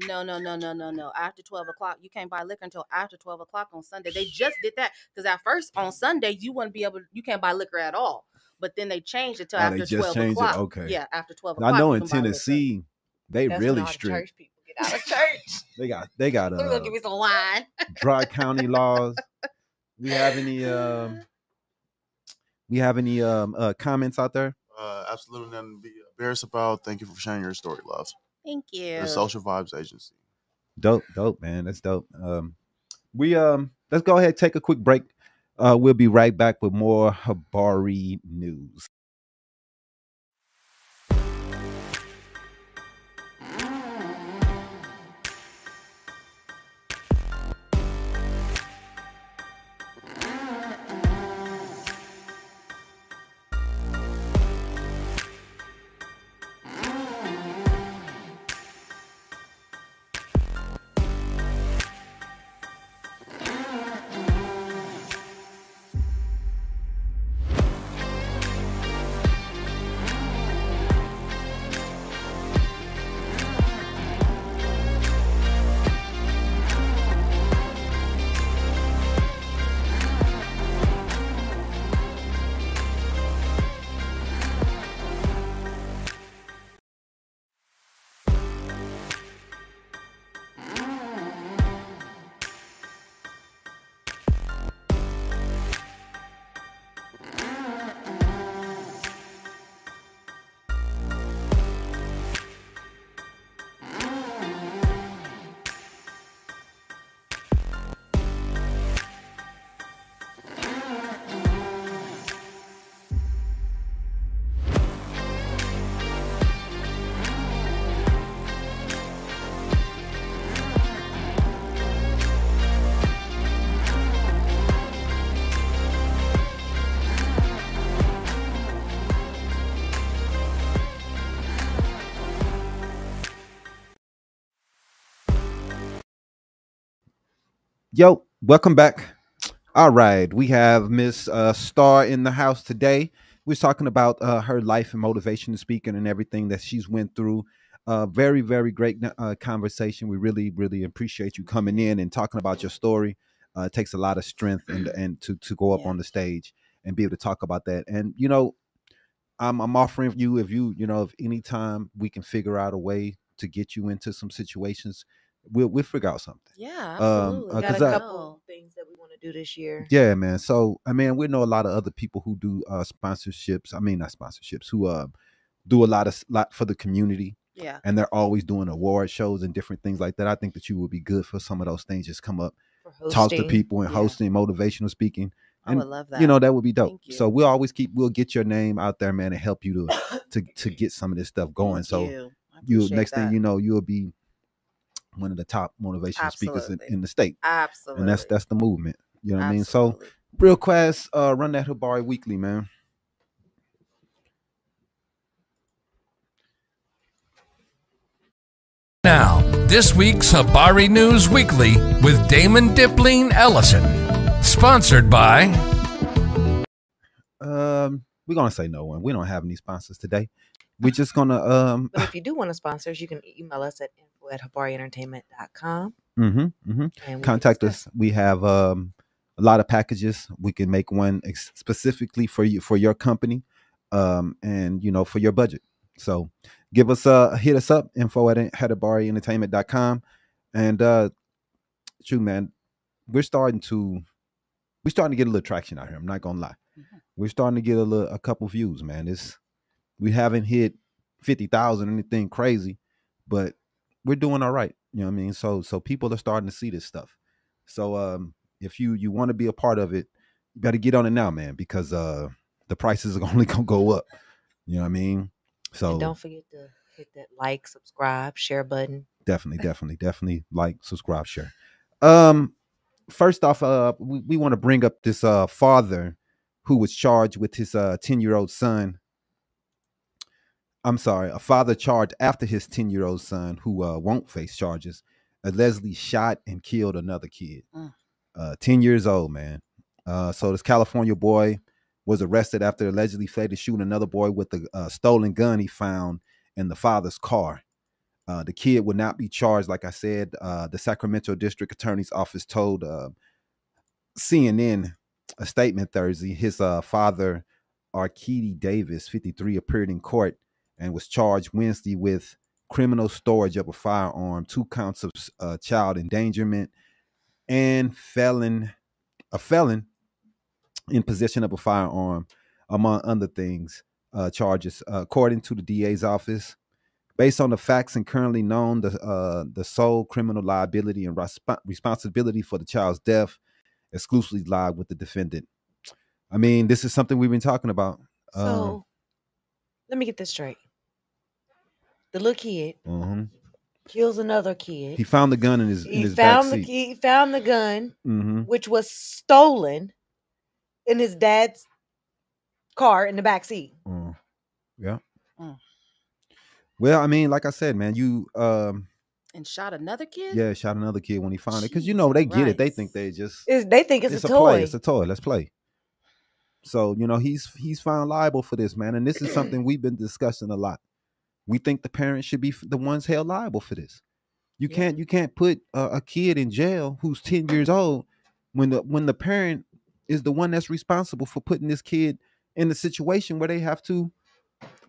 Speaker 6: No, no, no, no, no, no. After 12 o'clock, you can't buy liquor until after 12 o'clock on Sunday. They just did that because at first on Sunday, you wouldn't be able, you can't buy liquor at all. But then they changed it to
Speaker 1: Oh,
Speaker 6: after
Speaker 1: they just
Speaker 6: 12
Speaker 1: changed it?
Speaker 6: o'clock.
Speaker 1: Okay.
Speaker 6: Yeah, after 12
Speaker 1: "Oh, I
Speaker 6: o'clock.
Speaker 1: know
Speaker 6: you
Speaker 1: in
Speaker 6: can buy liquor.
Speaker 1: Tennessee
Speaker 7: That's
Speaker 1: they
Speaker 7: when all
Speaker 1: really
Speaker 7: the
Speaker 1: strict.
Speaker 7: Church people get out of church.
Speaker 1: They got they got
Speaker 6: We're
Speaker 1: uh,
Speaker 6: going to give you some wine.
Speaker 1: dry county laws. We have any um we have any um uh, comments out there?
Speaker 5: Uh, absolutely nothing to be embarrassed about. Thank you for sharing your story, love.
Speaker 6: Thank you.
Speaker 5: The Social Vibes Agency.
Speaker 1: Dope, dope, man. That's dope. Um, we um, let's go ahead take a quick break. Uh, we'll be right back with more Habari news. Yo, welcome back. All right, we have Miss uh, Star in the house today. We're talking about uh, her life and motivation and speaking and everything that she's went through. Uh, very, very great uh, conversation. We really, really appreciate you coming in and talking about your story. Uh, it takes a lot of strength and and to to go up
Speaker 6: Yeah.
Speaker 1: on the stage and be able to talk about that. And you know, I'm I'm offering you if you you know if any time we can figure out a way to get you into some situations, we'll we'll figure out something.
Speaker 6: Yeah,
Speaker 1: absolutely. uh,
Speaker 6: absolutely.
Speaker 4: got a
Speaker 1: 'cause I-
Speaker 4: couple of things that we want to do this year.
Speaker 1: Yeah, man. So I mean, we know a lot of other people who do uh sponsorships. I mean, not sponsorships, who uh do a lot of s- lot for the community,
Speaker 6: yeah.
Speaker 1: and they're always doing award shows and different things like that. I think that you would be good for some of those things. Just come up,
Speaker 4: For hosting.
Speaker 1: talk to people, and
Speaker 6: Yeah.
Speaker 1: hosting, motivational speaking.
Speaker 6: I would love that.
Speaker 1: You know, that would be dope.
Speaker 6: Thank you.
Speaker 1: So we'll always keep we'll get your name out there, man, and help you to to to get some of this stuff going.
Speaker 6: Thank
Speaker 1: So
Speaker 6: you, I
Speaker 1: you
Speaker 6: appreciate
Speaker 1: next
Speaker 6: that.
Speaker 1: thing you know, you'll be one of the top motivational speakers in,
Speaker 6: Absolutely.
Speaker 1: in the state.
Speaker 6: absolutely,
Speaker 1: And that's that's the movement. You know what I mean? So
Speaker 6: Absolutely.
Speaker 1: Real Quest, uh, run that Hibari weekly, man.
Speaker 2: Now, this week's Habari News Weekly with Damon Dipling Ellison. Sponsored by
Speaker 1: Um, we're gonna say no one. We don't have any sponsors today. We're just gonna um
Speaker 4: But if you do want to sponsor us, you can email us at info at habaryentertainment.com.
Speaker 1: mhm, mhm.
Speaker 4: And we can
Speaker 1: contact
Speaker 4: discuss.
Speaker 1: us. We have um a lot of packages. We can make one ex- specifically for you for your company, um, and you know for your budget. So give us a hit us up info at hadabaryentertainment.com. and uh, shoot, man, we're starting to we're starting to get a little traction out here. I'm not gonna lie, we're starting to get a little a couple views, man. It's we haven't hit fifty thousand or anything crazy, but we're doing all right. You know what I mean? So so people are starting to see this stuff. So um if you you want to be a part of it, you better get on it now, man, because uh the prices are only gonna go up. You know what I mean? So
Speaker 4: And don't forget to hit that like, subscribe, share button.
Speaker 1: definitely definitely definitely like subscribe share um first off uh we, we want to bring up this uh father who was charged with his uh 10 year old son i'm sorry a father charged after his 10 year old son who uh won't face charges allegedly shot and killed another kid
Speaker 6: Mm.
Speaker 1: uh 10 years old man uh so this california boy was arrested after allegedly fled to shoot another boy with a uh, stolen gun he found in the father's car uh, the kid would not be charged, like I said. Uh, the Sacramento District Attorney's Office told uh, CNN a statement Thursday. His uh, father, Arkady Davis, 53, appeared in court and was charged Wednesday with criminal storage of a firearm, two counts of uh, child endangerment, and felon, a felon in possession of a firearm, among other things. Uh, charges, uh, according to the DA's office. Based on the facts and currently known, the uh, the sole criminal liability and resp- responsibility for the child's death exclusively lie with the defendant. I mean, this is something we've been talking about.
Speaker 4: So let me get this straight. The little kid
Speaker 1: Um, mhm.
Speaker 4: kills another kid.
Speaker 1: He found the gun in his in
Speaker 4: He
Speaker 1: his
Speaker 4: found
Speaker 1: back
Speaker 4: the
Speaker 1: seat.
Speaker 4: key, he found the gun,
Speaker 1: hmm
Speaker 4: which was stolen in his dad's car in the back seat.
Speaker 1: Uh, yeah.
Speaker 6: Mm.
Speaker 1: Well, I mean, like I said, man, you um,
Speaker 6: and shot another kid.
Speaker 1: yeah, shot another kid when he found it because you know they get it. They think
Speaker 6: Christ.
Speaker 1: they just
Speaker 4: It's, they think it's,
Speaker 1: it's,
Speaker 4: a,
Speaker 1: a,
Speaker 4: toy.
Speaker 1: play. It's a toy. Let's play. So you know he's he's found liable for this, man, and this is something we've been discussing a lot. We think the parents should be f- the ones held liable for this. You
Speaker 6: Yeah.
Speaker 1: can't you can't put a, a kid in jail who's ten years old when the when the parent is the one that's responsible for putting this kid in a situation where they have to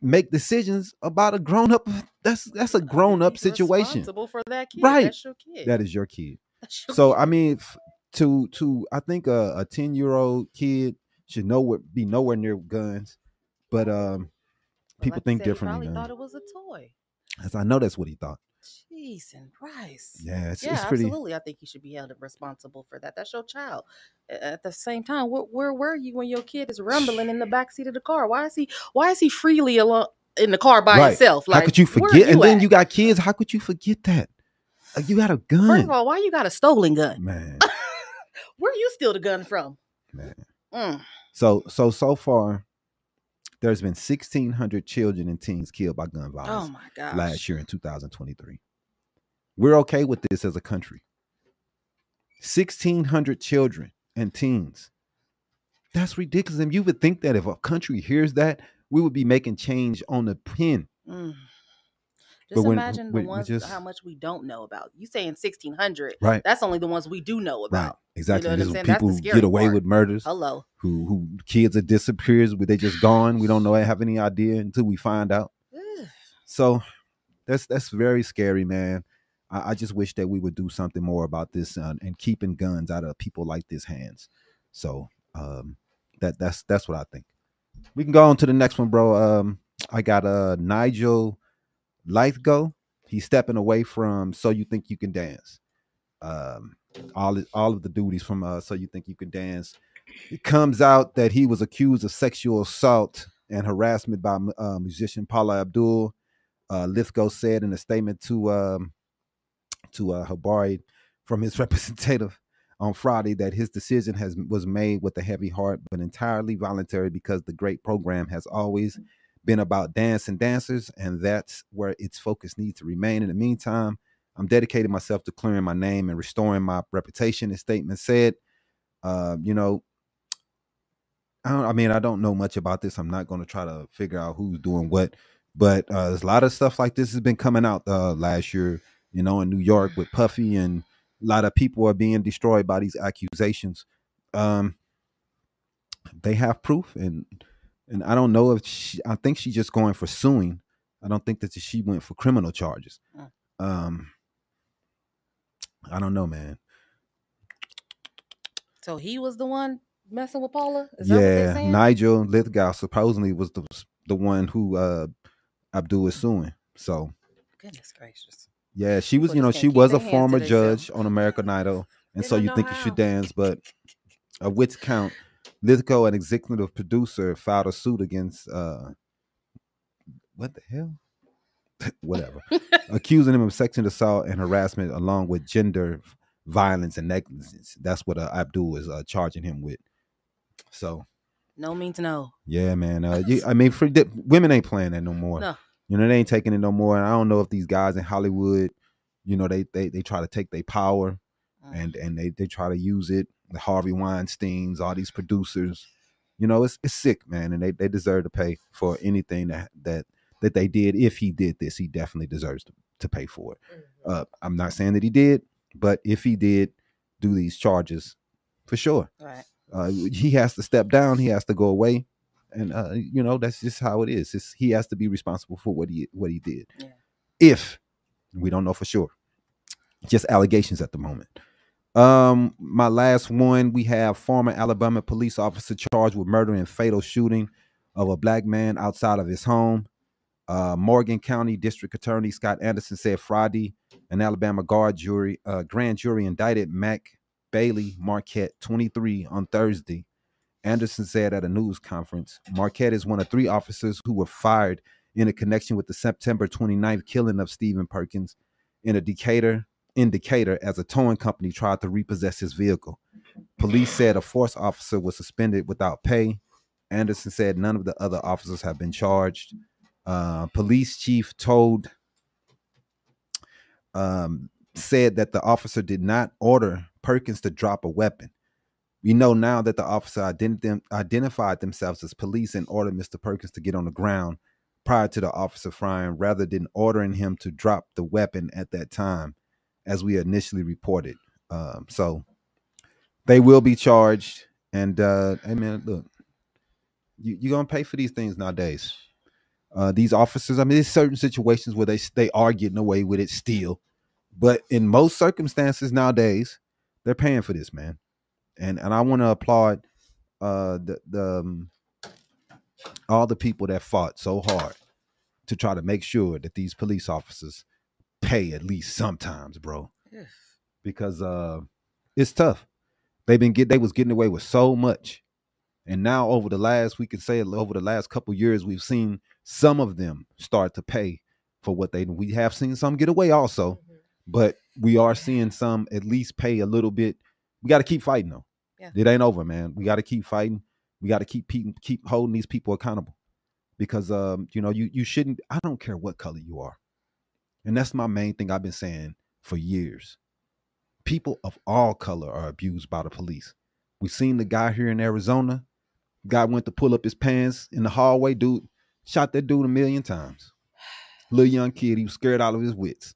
Speaker 1: make decisions about a grown up. That's that's a grown up
Speaker 6: He's
Speaker 1: situation.
Speaker 6: Responsible for that kid.
Speaker 1: Right.
Speaker 6: That's your kid.
Speaker 1: That is your kid.
Speaker 6: That's your
Speaker 1: So
Speaker 6: kid.
Speaker 1: I mean, f- to to I think a a ten year old kid should nowhere be nowhere near guns, but um,
Speaker 6: But
Speaker 1: people
Speaker 6: like you
Speaker 1: think
Speaker 6: said, he
Speaker 1: differently.
Speaker 6: Probably
Speaker 1: man.
Speaker 6: thought it was a toy.
Speaker 1: As I know that's what he thought.
Speaker 6: Jeez and Christ.
Speaker 1: Yeah, it's,
Speaker 6: yeah,
Speaker 1: it's pretty.
Speaker 6: absolutely. I think you should be held responsible for that. That's your child. A- At the same time, where, where were you when your kid is rumbling in the back seat of the car? Why is he? Why is he freely alone in the car by
Speaker 1: Right.
Speaker 6: himself?
Speaker 1: how could you
Speaker 6: where are
Speaker 1: forget? and then
Speaker 6: at?
Speaker 1: you got kids. How could you forget that? Uh, You got a
Speaker 6: First
Speaker 1: gun,
Speaker 6: of all, why you got a stolen gun?
Speaker 1: man.
Speaker 6: Where you steal the gun from?
Speaker 1: Man.
Speaker 6: Mm.
Speaker 1: So so so far, there's been 1,600 children and teens killed by gun
Speaker 6: Oh
Speaker 1: violence
Speaker 6: my gosh.
Speaker 1: last year in 2023. We're okay with this as a country. 1,600 children and teens. That's ridiculous. And you would think that if a country hears that, we would be making change on the pin.
Speaker 6: Mm.
Speaker 1: But
Speaker 6: Just
Speaker 1: when-
Speaker 6: imagine
Speaker 1: when
Speaker 6: the
Speaker 1: we
Speaker 6: ones
Speaker 1: just-
Speaker 6: how much we don't know about. You saying sixteen hundred?
Speaker 1: Right.
Speaker 6: That's only the ones we do know
Speaker 1: Right.
Speaker 6: about.
Speaker 1: Exactly.
Speaker 6: what
Speaker 1: This
Speaker 6: I'm
Speaker 1: is
Speaker 6: saying? That's the
Speaker 1: people who
Speaker 6: scary
Speaker 1: get away
Speaker 6: part.
Speaker 1: with murders,
Speaker 6: Hello.
Speaker 1: who who kids are disappears, where they just gone. We don't know have any idea until we find out.
Speaker 6: Ugh.
Speaker 1: So that's that's very scary, man. I, I just wish that we would do something more about this uh, and keeping guns out of people like this hands. So um, that that's that's what I think. We can go on to the next one, bro. Um, I got uh Nigel Lithgo. He's stepping away from So You Think You Can Dance. Um, all all of the duties from uh, So You Think You Can Dance. It comes out that he was accused of sexual assault and harassment by uh, musician Paula Abdul uh, Lithgow said in a statement to um, to uh, Habari from his representative on Friday that his decision has was made with a heavy heart, but entirely voluntary because the great program has always been about dance and dancers, and that's where its focus needs to remain. In the meantime, I'm dedicating myself to clearing my name and restoring my reputation. His statement said, uh, you know. I, don't, I mean, I don't know much about this. I'm not going to try to figure out who's doing what but uh, there's a lot of stuff like this has been coming out uh, last year, you know, in New York with Puffy, and a lot of people are being destroyed by these accusations. Um, they have proof, and and I don't know if she, I think she's just going for suing. I don't think that she went for criminal charges.
Speaker 6: Mm.
Speaker 1: Um, I don't know, man.
Speaker 7: So he was the one messing with Paula. Is that what they're
Speaker 1: yeah,
Speaker 7: saying?
Speaker 1: Nigel Lithgow supposedly was the the one who uh, Abdul is suing. So.
Speaker 7: Goodness gracious.
Speaker 1: Yeah, she was,
Speaker 7: People
Speaker 1: you know,
Speaker 7: just
Speaker 1: she
Speaker 7: can't keep
Speaker 1: was
Speaker 7: their
Speaker 1: a
Speaker 7: hands to
Speaker 1: former
Speaker 7: themselves.
Speaker 1: judge on American Idol, and
Speaker 7: They
Speaker 1: so
Speaker 7: don't
Speaker 1: you
Speaker 7: know
Speaker 1: think you should
Speaker 7: how.
Speaker 1: dance, but of which count, Lithgow, an executive producer, filed a suit against uh what the hell? Whatever. Accusing him of sexual assault and harassment along with gender violence and negligence. That's what uh, Abdul is uh, charging him with. So
Speaker 6: No means no.
Speaker 1: yeah, man. Uh, you, I mean, for di- women ain't playing that no more.
Speaker 6: No.
Speaker 1: You know, they ain't taking it no more. And I don't know if these guys in Hollywood, you know, they they, they try to take their power
Speaker 6: Mm.
Speaker 1: and and they, they try to use it. The Harvey Weinstein's, all these producers, you know, it's it's sick, man, and they, they deserve to pay for anything that that that they did. If he did this, he definitely deserves to, to pay for it.
Speaker 6: Mm-hmm.
Speaker 1: Uh, I'm not saying that he did, but if he did do these charges, for sure
Speaker 6: Right.
Speaker 1: uh, he has to step down. He has to go away, and uh, you know that's just how it is. It's, he has to be responsible for what he what he did.
Speaker 6: Yeah.
Speaker 1: If we don't know for sure, just allegations at the moment. Um, my last one, we have former Alabama police officer charged with murder and fatal shooting of a black man outside of his home. Uh, Morgan County District Attorney Scott Anderson said Friday an Alabama guard jury, uh, grand jury indicted Mac Bailey Marquette, 23, on Thursday. Anderson said at a news conference Marquette is one of three officers who were fired in a connection with the September 29th killing of Stephen Perkins in a Decatur indicator as a towing company tried to repossess his vehicle. Police said a force officer was suspended without pay. Anderson said none of the other officers have been charged. Uh, police chief told um, said that the officer did not order Perkins to drop a weapon. We know now that the officer ident- them- identified themselves as police and ordered Mr. Perkins to get on the ground prior to the officer firing rather than ordering him to drop the weapon at that time, as we initially reported. Um, so they will be charged. And, uh, hey, man, look, you, you're going to pay for these things nowadays. Uh, these officers, I mean, there's certain situations where they, they are getting away with it still. But in most circumstances nowadays, they're paying for this, man. And and I want to applaud uh the the um, all the people that fought so hard to try to make sure that these police officers pay at least sometimes, bro.
Speaker 6: Yes.
Speaker 1: Because uh it's tough. They've been get they was getting away with so much. And now over the last we can say over the last couple years we've seen some of them start to pay for what they we have seen some get away also but we are seeing some at least pay a little bit. We got to keep fighting though.
Speaker 7: Yeah.
Speaker 1: It ain't over, man. We got to keep fighting. We got to keep pe- keep holding these people accountable because um you know you you shouldn't. I don't care what color you are, and that's my main thing I've been saying for years. people of all color are abused by the police. We seen the guy here in Arizona. Guy went to pull up his pants in the hallway. Dude shot that dude a million times. Little young kid, he was scared out of his wits.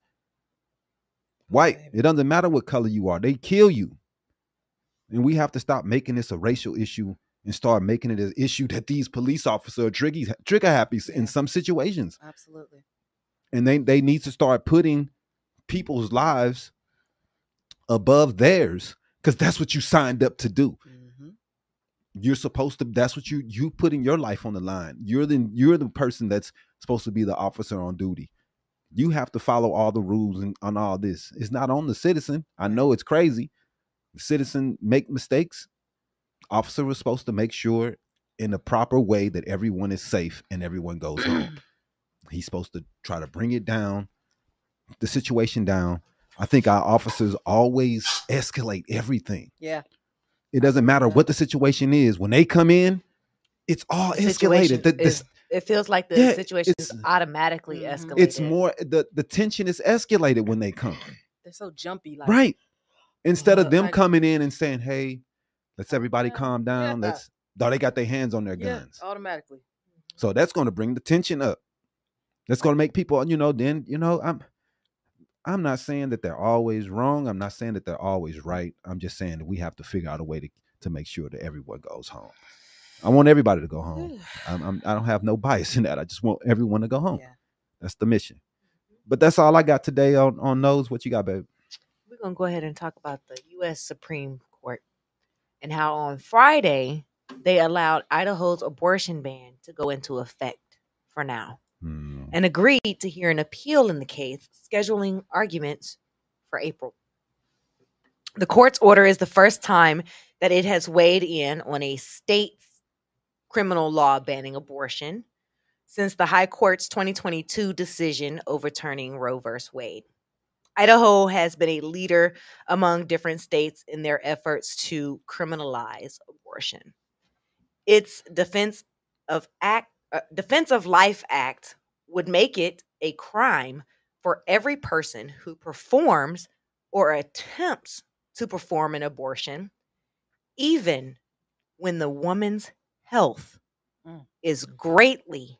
Speaker 1: White, it doesn't matter what color you are, they kill you. And we have to stop making this a racial issue and start making it an issue that these police officers are triggy, trigger happy in some situations
Speaker 6: Absolutely.
Speaker 1: and they they need to start putting people's lives above theirs because that's what you signed up to do
Speaker 6: Mm-hmm.
Speaker 1: you're supposed to that's what you you putting your life on the line you're the you're the person that's supposed to be the officer on duty you have to follow all the rules and on all this it's not on the citizen i know it's crazy the citizen make mistakes officer was supposed to make sure in the proper way that everyone is safe and everyone goes home he's supposed to try to bring it down the situation down i think our officers always escalate everything
Speaker 6: Yeah.
Speaker 1: it doesn't matter what the situation is. When they come in, it's all
Speaker 8: Situation
Speaker 1: escalated. The- the-
Speaker 8: is- It feels like the
Speaker 1: Yeah,
Speaker 8: situation is
Speaker 1: it's-
Speaker 8: automatically
Speaker 6: Mhm.
Speaker 8: escalated.
Speaker 1: it's more the, the tension is escalated when they come.
Speaker 6: They're so jumpy. Like,
Speaker 1: Right. Instead of
Speaker 6: Look,
Speaker 1: them
Speaker 6: I-
Speaker 1: coming in and saying, Hey, let's everybody
Speaker 6: Yeah,
Speaker 1: calm down.
Speaker 6: yeah.
Speaker 1: Let's no, they got their hands on their
Speaker 6: Yeah, Oh.
Speaker 1: guns.
Speaker 6: automatically.
Speaker 1: So that's gonna bring the tension up. That's gonna make people, you know, then, you know, I'm I'm not saying that they're always wrong. I'm not saying that they're always right. I'm just saying that we have to figure out a way to, to make sure that everyone goes home. I want everybody to go home. I'm, I'm, I don't have no bias in that. I just want everyone to go home.
Speaker 6: Yeah.
Speaker 1: That's the mission.
Speaker 8: Mm-hmm.
Speaker 1: But that's all I got today on on those. What you got, babe?
Speaker 8: We're gonna go ahead and talk about the U.S. Supreme Court and how on Friday they allowed Idaho's abortion ban to go into effect for now,
Speaker 1: Hmm.
Speaker 8: and agreed to hear an appeal in the case, scheduling arguments for April. The court's order is the first time that it has weighed in on a state's criminal law banning abortion since the High Court's 2022 decision overturning Roe v. Wade. Idaho has been a leader among different states in their efforts to criminalize abortion. Its Defense of Act uh, Defense of Life Act would make it a crime for every person who performs or attempts to perform an abortion even when the woman's health
Speaker 6: Mm.
Speaker 8: is greatly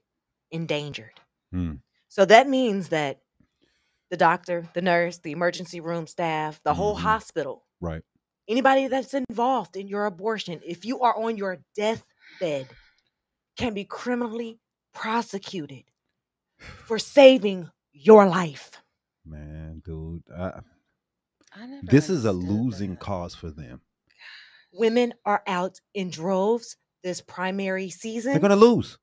Speaker 8: endangered.
Speaker 1: Mm.
Speaker 8: So that means that the doctor, the nurse, the emergency room staff, the whole
Speaker 1: Mhm.
Speaker 8: hospital,
Speaker 1: Right.
Speaker 8: anybody that's involved in your abortion, if you are on your deathbed, can be criminally prosecuted for saving your life.
Speaker 1: Man, dude, I,
Speaker 7: I never
Speaker 1: this is a
Speaker 7: understood
Speaker 1: losing
Speaker 7: that.
Speaker 1: cause for them.
Speaker 8: Women are out in droves this primary season.
Speaker 1: They're gonna lose.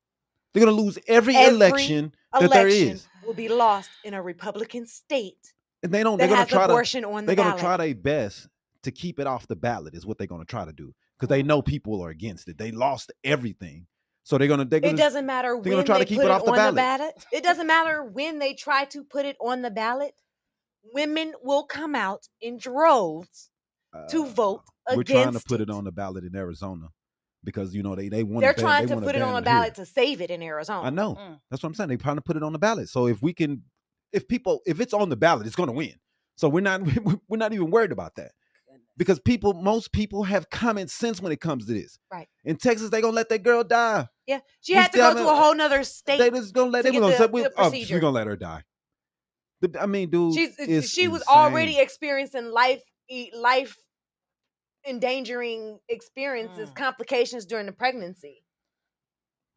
Speaker 1: They're gonna lose every,
Speaker 8: Every
Speaker 1: election that there is,
Speaker 8: will be lost in a Republican state
Speaker 1: and they don't.
Speaker 8: that
Speaker 1: They're gonna
Speaker 8: has
Speaker 1: try to.
Speaker 8: abortion on the
Speaker 1: They're gonna
Speaker 8: ballot.
Speaker 1: try their best to keep it off the ballot. Is what they're gonna try to do because they know people are against it. They lost everything, so they're gonna. They're
Speaker 8: it
Speaker 1: gonna
Speaker 8: doesn't matter
Speaker 1: gonna
Speaker 8: when
Speaker 1: try
Speaker 8: they
Speaker 1: to keep
Speaker 8: put
Speaker 1: it
Speaker 8: it
Speaker 1: off the
Speaker 8: on
Speaker 1: ballot.
Speaker 8: the ballot. It doesn't matter when they try to put it on the ballot. Women will come out in droves to
Speaker 1: uh,
Speaker 8: vote against.
Speaker 1: We're trying to put it on the ballot in Arizona because you know they they want.
Speaker 8: They're trying to put it on the ballot to save it in Arizona.
Speaker 1: I know.
Speaker 6: Mm.
Speaker 1: That's what I'm saying. They're trying to put it on the ballot. So if we can, if people, if it's on the ballot, it's going to win. So we're not we're not even worried about that because people, most people have common sense when it comes to this.
Speaker 8: Right.
Speaker 1: In Texas, they're gonna let that girl die.
Speaker 8: Yeah, she
Speaker 1: We
Speaker 8: had to
Speaker 1: still
Speaker 8: go to
Speaker 1: haven't-
Speaker 8: a whole nother state.
Speaker 1: they just gonna let
Speaker 8: to
Speaker 1: it. We're gonna,
Speaker 8: get the-
Speaker 1: say we,
Speaker 8: the
Speaker 1: oh, we're
Speaker 8: procedure.
Speaker 1: gonna let her die. The- I mean, dude,
Speaker 8: She's, uh,
Speaker 1: it's
Speaker 8: she was
Speaker 1: insane.
Speaker 8: already experiencing life e- life endangering experiences,
Speaker 6: Mm.
Speaker 8: complications during the pregnancy,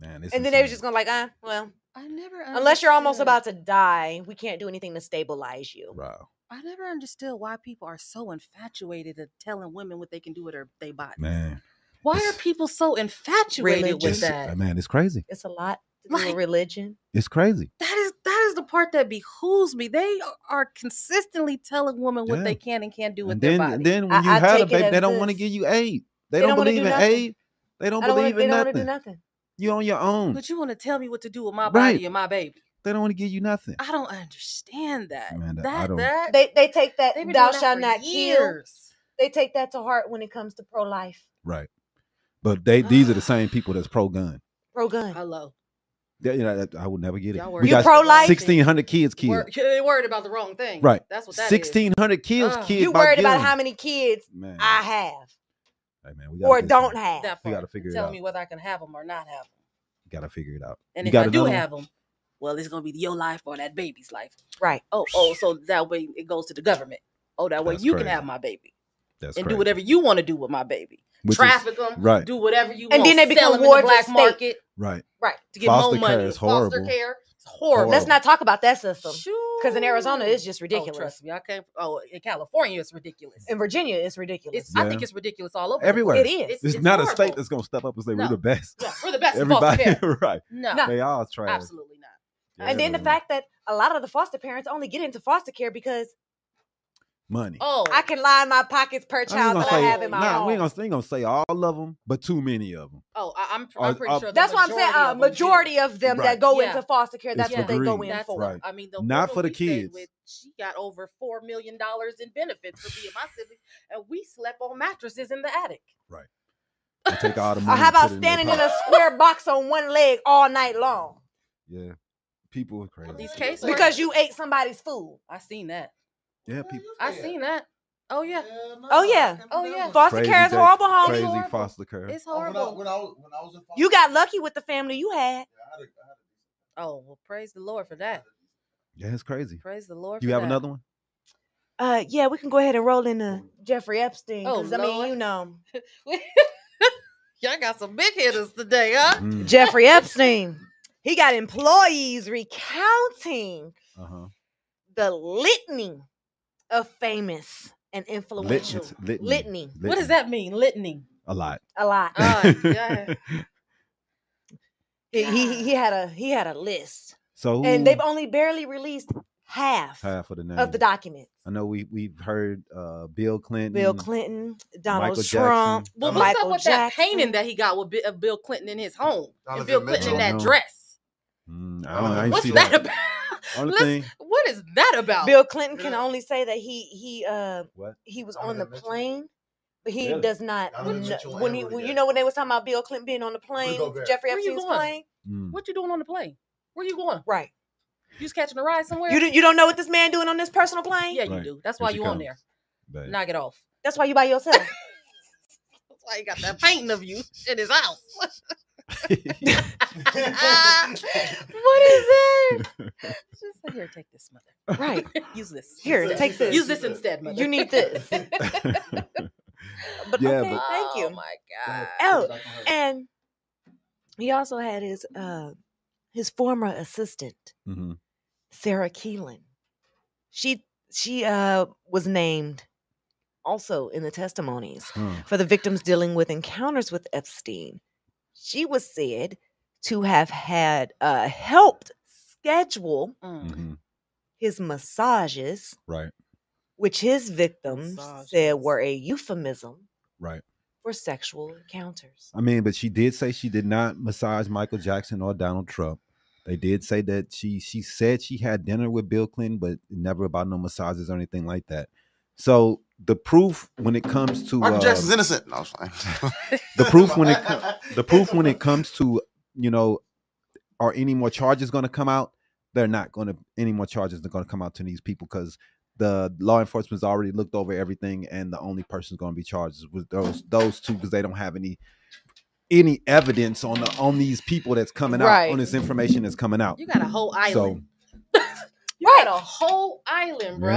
Speaker 1: Man, it's
Speaker 8: and then they was
Speaker 1: insane.
Speaker 8: just gonna like, ah, well,
Speaker 7: I never
Speaker 8: unless you're almost
Speaker 7: understood-
Speaker 8: about to die, we can't do anything to stabilize you.
Speaker 1: Wow,
Speaker 6: I never understood why people are so infatuated of telling women what they can do with their they body.
Speaker 1: man,
Speaker 6: Why are
Speaker 1: It's-
Speaker 6: people so infatuated with
Speaker 1: it's,
Speaker 8: Religious.
Speaker 6: that?
Speaker 1: man, it's crazy.
Speaker 8: It's a lot to do with
Speaker 6: Like-
Speaker 8: religion.
Speaker 1: It's crazy.
Speaker 6: That is that is the part that behooves me. They are consistently telling women what
Speaker 1: Yeah.
Speaker 6: they can and can't do with
Speaker 1: and
Speaker 6: their
Speaker 1: then,
Speaker 6: body.
Speaker 1: and then when
Speaker 8: I-
Speaker 1: you
Speaker 8: I
Speaker 1: had a
Speaker 8: take it
Speaker 1: baby, they
Speaker 8: as
Speaker 1: don't want to
Speaker 8: this.
Speaker 1: give you aid. They,
Speaker 8: They
Speaker 1: don't,
Speaker 8: don't wanna
Speaker 1: believe
Speaker 8: do
Speaker 1: in
Speaker 8: nothing.
Speaker 1: aid. They don't
Speaker 8: I don't wanna-
Speaker 1: believe
Speaker 8: they
Speaker 1: in
Speaker 8: don't want to do
Speaker 1: nothing.
Speaker 8: nothing.
Speaker 1: You on your own.
Speaker 6: but you want to tell me what to do with my
Speaker 1: Right.
Speaker 6: body and my baby.
Speaker 1: They don't want to give you nothing.
Speaker 6: I don't understand that.
Speaker 1: Amanda, I
Speaker 6: that
Speaker 1: don't-
Speaker 6: that
Speaker 8: They they take that
Speaker 6: they've been
Speaker 8: thou
Speaker 6: doing that
Speaker 8: shalt
Speaker 6: for
Speaker 8: not kill.
Speaker 6: years.
Speaker 8: They take that to heart when it comes to pro life,
Speaker 1: Right. But they these are the same people that's pro gun.
Speaker 8: pro gun.
Speaker 6: Hello.
Speaker 1: That- you know, that- I would never get it.
Speaker 6: Y'all
Speaker 1: We
Speaker 6: worried
Speaker 8: You
Speaker 1: got
Speaker 6: about the wrong
Speaker 8: pro-life?
Speaker 6: thing.
Speaker 1: 1,600 kids killed.
Speaker 6: Wor- they worried about the wrong thing.
Speaker 1: Right.
Speaker 6: That's what that is.
Speaker 1: 1,600 kills
Speaker 6: Ugh.
Speaker 1: killed.
Speaker 8: Uh-uh. You
Speaker 1: by
Speaker 8: worried about how
Speaker 1: gun.
Speaker 8: many kids
Speaker 1: Man,
Speaker 8: I have
Speaker 1: hey, man, we gotta
Speaker 8: or
Speaker 1: fix
Speaker 8: don't
Speaker 1: that.
Speaker 8: have.
Speaker 6: That
Speaker 1: We
Speaker 6: part.
Speaker 1: gotta figure it
Speaker 6: Tell
Speaker 1: out.
Speaker 6: me whether I can have them or not have them.
Speaker 1: You gotta figure it out.
Speaker 6: And
Speaker 1: You
Speaker 6: if I
Speaker 1: got
Speaker 6: do
Speaker 1: another one?
Speaker 6: have them, well, it's gonna be your life or that baby's life.
Speaker 8: Right.
Speaker 6: Oh, oh, so that way it goes to the government. Oh, that way
Speaker 1: That's
Speaker 6: you can
Speaker 1: crazy.
Speaker 6: have my baby
Speaker 1: That's
Speaker 6: and
Speaker 1: crazy.
Speaker 6: do whatever you want to do with my baby.
Speaker 1: Which is-
Speaker 6: Traffic them.
Speaker 1: right.
Speaker 6: Do whatever you
Speaker 8: And
Speaker 6: want.
Speaker 8: then they become
Speaker 6: Sell 'em in
Speaker 8: wards
Speaker 6: the
Speaker 8: of
Speaker 6: black
Speaker 8: state.
Speaker 6: market.
Speaker 1: Right.
Speaker 8: Right.
Speaker 6: to get
Speaker 1: Foster
Speaker 6: more
Speaker 1: care
Speaker 6: money.
Speaker 1: is horrible.
Speaker 6: Foster care is
Speaker 1: Horrible.
Speaker 6: horrible.
Speaker 8: Let's not talk about that system because
Speaker 6: Because
Speaker 8: in Arizona it's just
Speaker 6: Oh,
Speaker 8: ridiculous.
Speaker 6: trust me, I can't. Oh, in California it's ridiculous.
Speaker 8: in Virginia it's ridiculous.
Speaker 6: It's, I think
Speaker 1: Yeah.
Speaker 6: it's ridiculous all over. the
Speaker 1: Everywhere.
Speaker 6: place.
Speaker 8: It is.
Speaker 1: It's, not a state
Speaker 6: horrible.
Speaker 1: that's gonna step up and say we're
Speaker 6: No.
Speaker 1: the best.
Speaker 6: No, we're the best. in foster
Speaker 1: Everybody,
Speaker 6: care.
Speaker 1: right?
Speaker 6: No,
Speaker 8: No.
Speaker 1: They all trash.
Speaker 6: absolutely not.
Speaker 8: and then the
Speaker 1: Everyone.
Speaker 8: fact that a lot of the foster parents only get into foster care because
Speaker 1: money.
Speaker 6: Oh,
Speaker 8: I can line my pockets per
Speaker 1: I ain't
Speaker 8: child
Speaker 1: gonna
Speaker 8: that
Speaker 1: say,
Speaker 8: I have in my
Speaker 1: nah,
Speaker 8: home.
Speaker 1: we ain't gonna, we ain't gonna say all of them, but too many of them.
Speaker 6: oh, I, I'm,
Speaker 1: Are-
Speaker 6: I'm pretty
Speaker 1: are-
Speaker 6: sure. the
Speaker 8: That's why I'm saying
Speaker 6: majority
Speaker 8: uh,
Speaker 6: of them do.
Speaker 8: majority of them
Speaker 1: Right.
Speaker 8: that go
Speaker 6: Yeah.
Speaker 8: into foster care,
Speaker 1: It's
Speaker 8: that's
Speaker 6: for
Speaker 8: what they go
Speaker 1: greed.
Speaker 8: in
Speaker 6: That's
Speaker 8: for.
Speaker 1: Right.
Speaker 6: I mean, the
Speaker 1: Not
Speaker 6: woman
Speaker 1: for the
Speaker 6: we stayed
Speaker 1: kids.
Speaker 6: With, she got over four million dollars in benefits for being my sibling, and we slept on mattresses in the attic.
Speaker 1: They take all the
Speaker 8: Or
Speaker 1: money.
Speaker 8: how
Speaker 1: and put
Speaker 8: about
Speaker 1: it
Speaker 8: standing
Speaker 1: their
Speaker 8: in a
Speaker 1: pocket.
Speaker 8: square box on one leg all night long
Speaker 1: Yeah, people are crazy.
Speaker 6: These case workers-
Speaker 8: because you ate somebody's food?
Speaker 6: I seen that.
Speaker 1: yeah, people
Speaker 6: I seen that. Oh yeah,
Speaker 8: Oh yeah,
Speaker 6: Oh, yeah.
Speaker 8: Foster
Speaker 1: Crazy
Speaker 8: care is
Speaker 1: that-
Speaker 8: horrible, homie.
Speaker 1: crazy
Speaker 6: horrible.
Speaker 1: foster care.
Speaker 6: it's
Speaker 5: Oh, when, I,
Speaker 6: horrible.
Speaker 5: when, I, was- when I was in
Speaker 8: You got lucky with the family you had.
Speaker 5: foster care, I had
Speaker 6: Oh well, praise the Lord for that.
Speaker 1: yeah, it's crazy.
Speaker 6: Praise the Lord.
Speaker 1: You
Speaker 6: for
Speaker 1: have
Speaker 6: that.
Speaker 1: another one?
Speaker 8: Uh, yeah, we can go ahead and roll into Jeffrey Epstein.
Speaker 6: Oh,
Speaker 8: 'cause, I mean,
Speaker 6: Lord.
Speaker 8: you know,
Speaker 6: Y'all got some big hitters today, huh?
Speaker 1: Mm,
Speaker 8: Jeffrey Epstein. He got employees recounting
Speaker 1: uh-huh.
Speaker 8: the litany of famous and
Speaker 1: Lit-
Speaker 8: influential.
Speaker 1: it's litany.
Speaker 8: Litany.
Speaker 6: What
Speaker 1: Litany.
Speaker 6: does that mean? Litany.
Speaker 1: A lot.
Speaker 8: A lot.
Speaker 1: Oh,
Speaker 6: Ah, yeah.
Speaker 8: He, he he had a he had a list,
Speaker 1: so
Speaker 8: and they've
Speaker 1: who-
Speaker 8: only barely released half,
Speaker 1: half of the name
Speaker 8: of the documents.
Speaker 1: I know we we've heard uh, Bill Clinton,
Speaker 8: Bill Clinton, Donald
Speaker 1: Michael
Speaker 8: Trump. uh,
Speaker 1: Jackson.
Speaker 6: Well, what's
Speaker 8: Michael
Speaker 6: up with that painting
Speaker 8: Jackson.
Speaker 6: that he got with Bi- of Bill Clinton in his home
Speaker 5: Donovan
Speaker 6: and Bill Clinton in
Speaker 1: Mitchell.
Speaker 6: that
Speaker 1: No.
Speaker 6: dress?
Speaker 1: Mm, I don't know. I ain't
Speaker 6: What's
Speaker 1: see
Speaker 6: that,
Speaker 1: that.
Speaker 6: about?
Speaker 1: Only
Speaker 6: Let's-
Speaker 1: thing.
Speaker 6: What is that about?
Speaker 8: Bill Clinton can
Speaker 5: Yeah.
Speaker 8: only say that he he uh
Speaker 1: What?
Speaker 8: he was
Speaker 5: Donovan
Speaker 8: on the
Speaker 5: Mitchell.
Speaker 8: plane, but he
Speaker 1: Really?
Speaker 8: does not.
Speaker 5: Donovan
Speaker 8: kn-
Speaker 5: Mitchell
Speaker 8: when
Speaker 5: and
Speaker 8: he
Speaker 5: Rudy
Speaker 8: when, you
Speaker 5: Gay.
Speaker 8: know when they was talking about Bill Clinton being on the plane,
Speaker 5: go there.
Speaker 8: Jeffrey
Speaker 6: Where you
Speaker 8: Epstein's
Speaker 6: going?
Speaker 8: plane.
Speaker 1: Mm.
Speaker 6: what you doing on the plane? Where you going?
Speaker 8: Right.
Speaker 6: You just catching a ride somewhere?
Speaker 8: You do, you don't know what this man doing on this personal plane.
Speaker 6: yeah, you
Speaker 1: Right.
Speaker 6: do. That's
Speaker 1: Here
Speaker 6: why
Speaker 1: she
Speaker 6: you on
Speaker 1: comes.
Speaker 6: there.
Speaker 1: Babe.
Speaker 6: Knock it off.
Speaker 8: That's why you by yourself.
Speaker 6: That's why you got that painting of you in his house. what is
Speaker 5: these-
Speaker 6: that? Just like, here, take this, mother.
Speaker 8: right.
Speaker 6: Use this.
Speaker 8: Here,
Speaker 6: instead.
Speaker 8: take this.
Speaker 6: Use this instead, mother.
Speaker 8: You need this. But
Speaker 1: Yeah,
Speaker 8: okay,
Speaker 1: but-
Speaker 8: thank you.
Speaker 6: Oh my God.
Speaker 8: Oh, and he also had his uh his former assistant
Speaker 1: hmm
Speaker 8: Sarah Keelan. She she uh was named also in the testimonies
Speaker 1: mm-hmm,
Speaker 8: for the victims dealing with encounters with Epstein. She was said to have had uh helped schedule
Speaker 6: Mm.
Speaker 1: hmm
Speaker 8: his massages,
Speaker 1: Right,
Speaker 8: which his victims said
Speaker 6: Massages.
Speaker 8: were a euphemism
Speaker 1: right.
Speaker 8: for sexual encounters.
Speaker 1: I mean, but she did say she did not massage Michael Jackson or Donald Trump. They did say that she she said she had dinner with Bill Clinton, but never about no massages or anything like that. So the proof when it comes to
Speaker 5: Michael
Speaker 1: uh,
Speaker 5: Jackson's innocent. No, I was fine.
Speaker 1: the proof when it com- the proof when it comes to you know are any more charges going to come out they're not going to any more charges are going to come out to these people because the law enforcement's already looked over everything and the only person's going to be charged is with those those two because they don't have any any evidence on the on these people that's coming out
Speaker 8: Right.
Speaker 1: on this information that's coming out
Speaker 6: You got a whole
Speaker 1: so
Speaker 6: island. you got a whole island, bruh.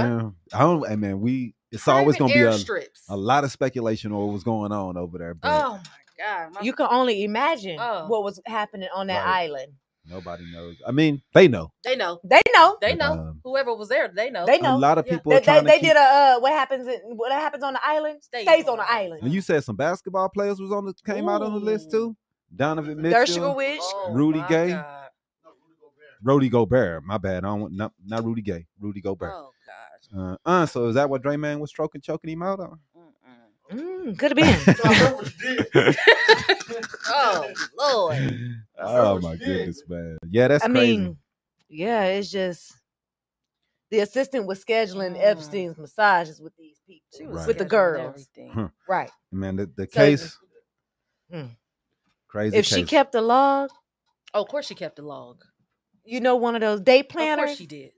Speaker 1: yeah i don't hey, man we it's always going to be a,
Speaker 6: airstrips.
Speaker 1: a lot of speculation on what's going on over there but
Speaker 6: oh my God. My
Speaker 8: You can only imagine
Speaker 6: Oh.
Speaker 8: what was happening on that
Speaker 1: Right.
Speaker 8: island.
Speaker 1: nobody knows i mean they know
Speaker 6: they know.
Speaker 8: They know.
Speaker 6: They know.
Speaker 1: Um,
Speaker 6: Whoever was there, they know.
Speaker 8: They know.
Speaker 1: a lot of
Speaker 6: Yeah.
Speaker 1: people
Speaker 8: They,
Speaker 1: are
Speaker 8: they,
Speaker 1: trying to
Speaker 8: they
Speaker 1: keep
Speaker 8: did a uh, what happens in, what happens on the island stays,
Speaker 6: Stays
Speaker 8: on
Speaker 6: on
Speaker 8: the
Speaker 6: the
Speaker 8: island.
Speaker 1: And you said some basketball players was on the came out on the list
Speaker 6: Ooh.
Speaker 1: too. Donovan
Speaker 8: Dershowitz,
Speaker 1: Mitchell,
Speaker 6: Oh
Speaker 1: Rudy
Speaker 6: my
Speaker 1: Gay.
Speaker 6: God.
Speaker 1: Rudy Gobert. My bad. I don't want not, not Rudy Gay. Rudy Gobert.
Speaker 6: Oh God.
Speaker 1: Uh, uh, so is that what Draymond was stroking, choking him out on?
Speaker 6: Mm-mm.
Speaker 8: Mm, could have been.
Speaker 6: Oh Lord.
Speaker 1: oh my goodness, man. Yeah, that's
Speaker 8: I
Speaker 1: crazy.
Speaker 8: mean, yeah, it's just the assistant was scheduling
Speaker 6: Mm.
Speaker 8: Epstein's massages with these people,
Speaker 6: She was
Speaker 1: Right. Hmm.
Speaker 8: with the
Speaker 6: scheduling
Speaker 8: girls,
Speaker 6: everything.
Speaker 1: Huh.
Speaker 8: right?
Speaker 1: man, the, the
Speaker 8: So-
Speaker 1: case.
Speaker 8: Mm.
Speaker 1: Crazy.
Speaker 8: If she
Speaker 1: case.
Speaker 8: kept a log,
Speaker 7: Oh, of course she kept a log.
Speaker 8: You know, one of those day
Speaker 7: Of
Speaker 8: planners.
Speaker 7: course she did.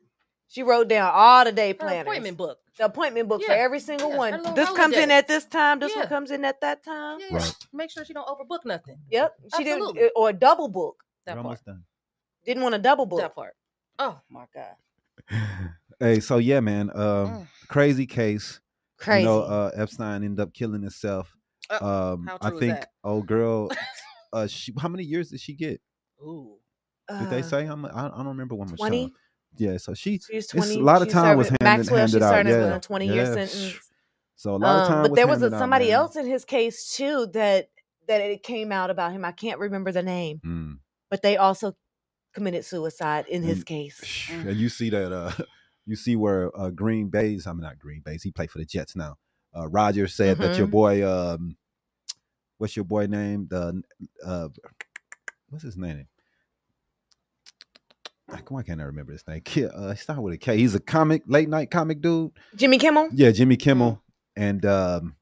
Speaker 8: She wrote down all the day
Speaker 7: Her
Speaker 8: planners.
Speaker 7: appointment book.
Speaker 8: The appointment book for
Speaker 7: Yeah,
Speaker 8: every single
Speaker 7: yeah, her
Speaker 8: one.
Speaker 7: little
Speaker 8: This comes in
Speaker 7: holiday.
Speaker 8: at this time. This one
Speaker 7: Yeah.
Speaker 8: comes in at that time.
Speaker 7: Yeah,
Speaker 1: Right.
Speaker 7: Make sure she don't overbook nothing.
Speaker 8: Yep. She
Speaker 7: Absolutely.
Speaker 8: didn't, eh, or a double book.
Speaker 7: That
Speaker 1: We're
Speaker 7: part.
Speaker 1: almost done.
Speaker 8: Didn't want a double book.
Speaker 7: That part. Oh my god.
Speaker 1: Hey, so yeah, man. Um,
Speaker 7: Mm.
Speaker 1: crazy case.
Speaker 8: Crazy.
Speaker 1: You know, uh, Epstein ended up killing himself.
Speaker 7: Uh,
Speaker 1: um,
Speaker 7: how
Speaker 1: I
Speaker 7: true is
Speaker 1: think
Speaker 7: that?
Speaker 1: old girl. uh, she, how many years did she get?
Speaker 7: Ooh.
Speaker 1: Did they
Speaker 8: Uh,
Speaker 1: say? I'm, I, I don't remember when. Michelle-
Speaker 8: 20?
Speaker 1: Yeah, so she.
Speaker 8: She was
Speaker 1: It's a
Speaker 8: 20.
Speaker 1: lot of
Speaker 8: she
Speaker 1: time was
Speaker 8: serving-
Speaker 1: handed-
Speaker 8: Maxwell,
Speaker 1: handed
Speaker 8: she
Speaker 1: out,
Speaker 8: served as
Speaker 1: yeah.
Speaker 8: a 20 year
Speaker 1: Yeah,
Speaker 8: sentence.
Speaker 1: So a lot of
Speaker 8: Um,
Speaker 1: time.
Speaker 8: but
Speaker 1: was
Speaker 8: there was a,
Speaker 1: handed out,
Speaker 8: somebody
Speaker 1: man.
Speaker 8: else in his case too that that it came out about him. I can't remember the name,
Speaker 1: Mm.
Speaker 8: but they also committed suicide in his
Speaker 1: Mm.
Speaker 8: case.
Speaker 7: Mm.
Speaker 1: And you see that uh you see where uh Green Bay's I'm not Green Bay's, he played for the Jets now. Uh Roger said that your
Speaker 8: Mhm.
Speaker 1: boy um what's your boy name? The uh what's his name? Ah, Why can't I remember his name? Ki- Uh, he started with a K. He's a comic, late night comic dude.
Speaker 8: Jimmy Kimmel.
Speaker 1: Yeah, Jimmy Kimmel and um,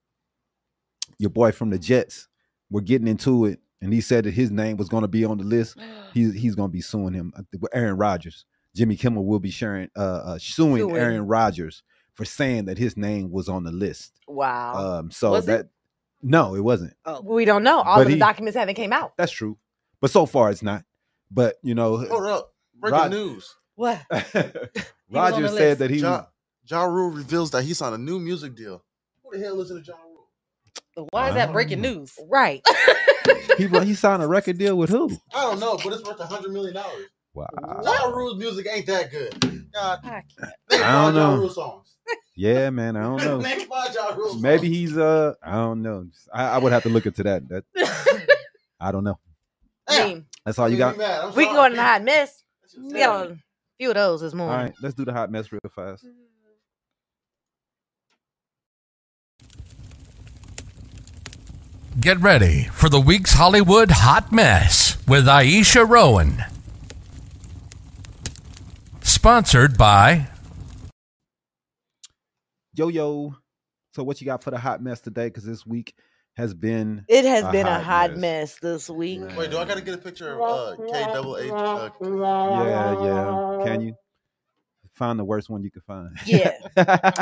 Speaker 1: your boy from the Jets were getting into it, and he said that his name was going to be on the list. He's he's going to be suing him. I think- Aaron Rodgers, Jimmy Kimmel will be sharing uh, uh suing,
Speaker 8: Suing.
Speaker 1: Aaron Rodgers for saying that his name was on the list.
Speaker 8: Wow.
Speaker 1: Um, so
Speaker 7: Oh. Was it?
Speaker 1: that no, it wasn't.
Speaker 7: Oh.
Speaker 8: we don't know. All
Speaker 1: uh, but
Speaker 8: of the
Speaker 1: he-
Speaker 8: documents haven't came out.
Speaker 1: That's true, but so far it's not. But you know,
Speaker 5: Hold up. Breaking
Speaker 1: Rod-
Speaker 5: news.
Speaker 7: What?
Speaker 1: Rodgers
Speaker 7: the
Speaker 1: said
Speaker 7: list.
Speaker 1: that he
Speaker 5: Ja,
Speaker 1: was,
Speaker 5: ja Rule reveals that he signed a new music deal. Who the hell listen to Ja Rule?
Speaker 7: Why is that breaking
Speaker 1: Wow.
Speaker 7: news?
Speaker 8: Right.
Speaker 1: he he signed a record deal with who?
Speaker 5: I don't know, but it's worth a hundred million dollars.
Speaker 1: Wow.
Speaker 5: Ja Rule's music ain't that good. God,
Speaker 7: I can't.
Speaker 5: name
Speaker 1: Uh, I
Speaker 5: five
Speaker 1: don't
Speaker 5: Ja
Speaker 1: know.
Speaker 5: Rule songs.
Speaker 1: Yeah, man, I don't know.
Speaker 5: name five Ja Rule songs.
Speaker 1: Maybe he's uh I don't know. I, I would have to look into that. That I don't know.
Speaker 8: I
Speaker 5: Damn,
Speaker 8: mean,
Speaker 1: That's all you
Speaker 5: made
Speaker 1: got.
Speaker 5: me mad. I'm
Speaker 8: we can go
Speaker 5: sorry.
Speaker 8: on a hot mess.
Speaker 5: That shit's
Speaker 8: We
Speaker 5: terrible.
Speaker 8: got a few of those this
Speaker 1: All
Speaker 8: morning.
Speaker 1: right, let's do the hot mess real fast.
Speaker 2: Get ready for the week's Hollywood Hot Mess with Aisha Rowan. Sponsored by
Speaker 1: Yo yo. So what you got for the hot mess today? Because this week has been
Speaker 8: It has
Speaker 1: A
Speaker 8: been a
Speaker 1: hot
Speaker 8: hot
Speaker 1: mess.
Speaker 8: mess this week.
Speaker 1: Yeah.
Speaker 5: Wait, do I gotta get a picture of uh, K double H? Uh,
Speaker 1: yeah yeah. Can you find the worst one you can find?
Speaker 8: Yeah.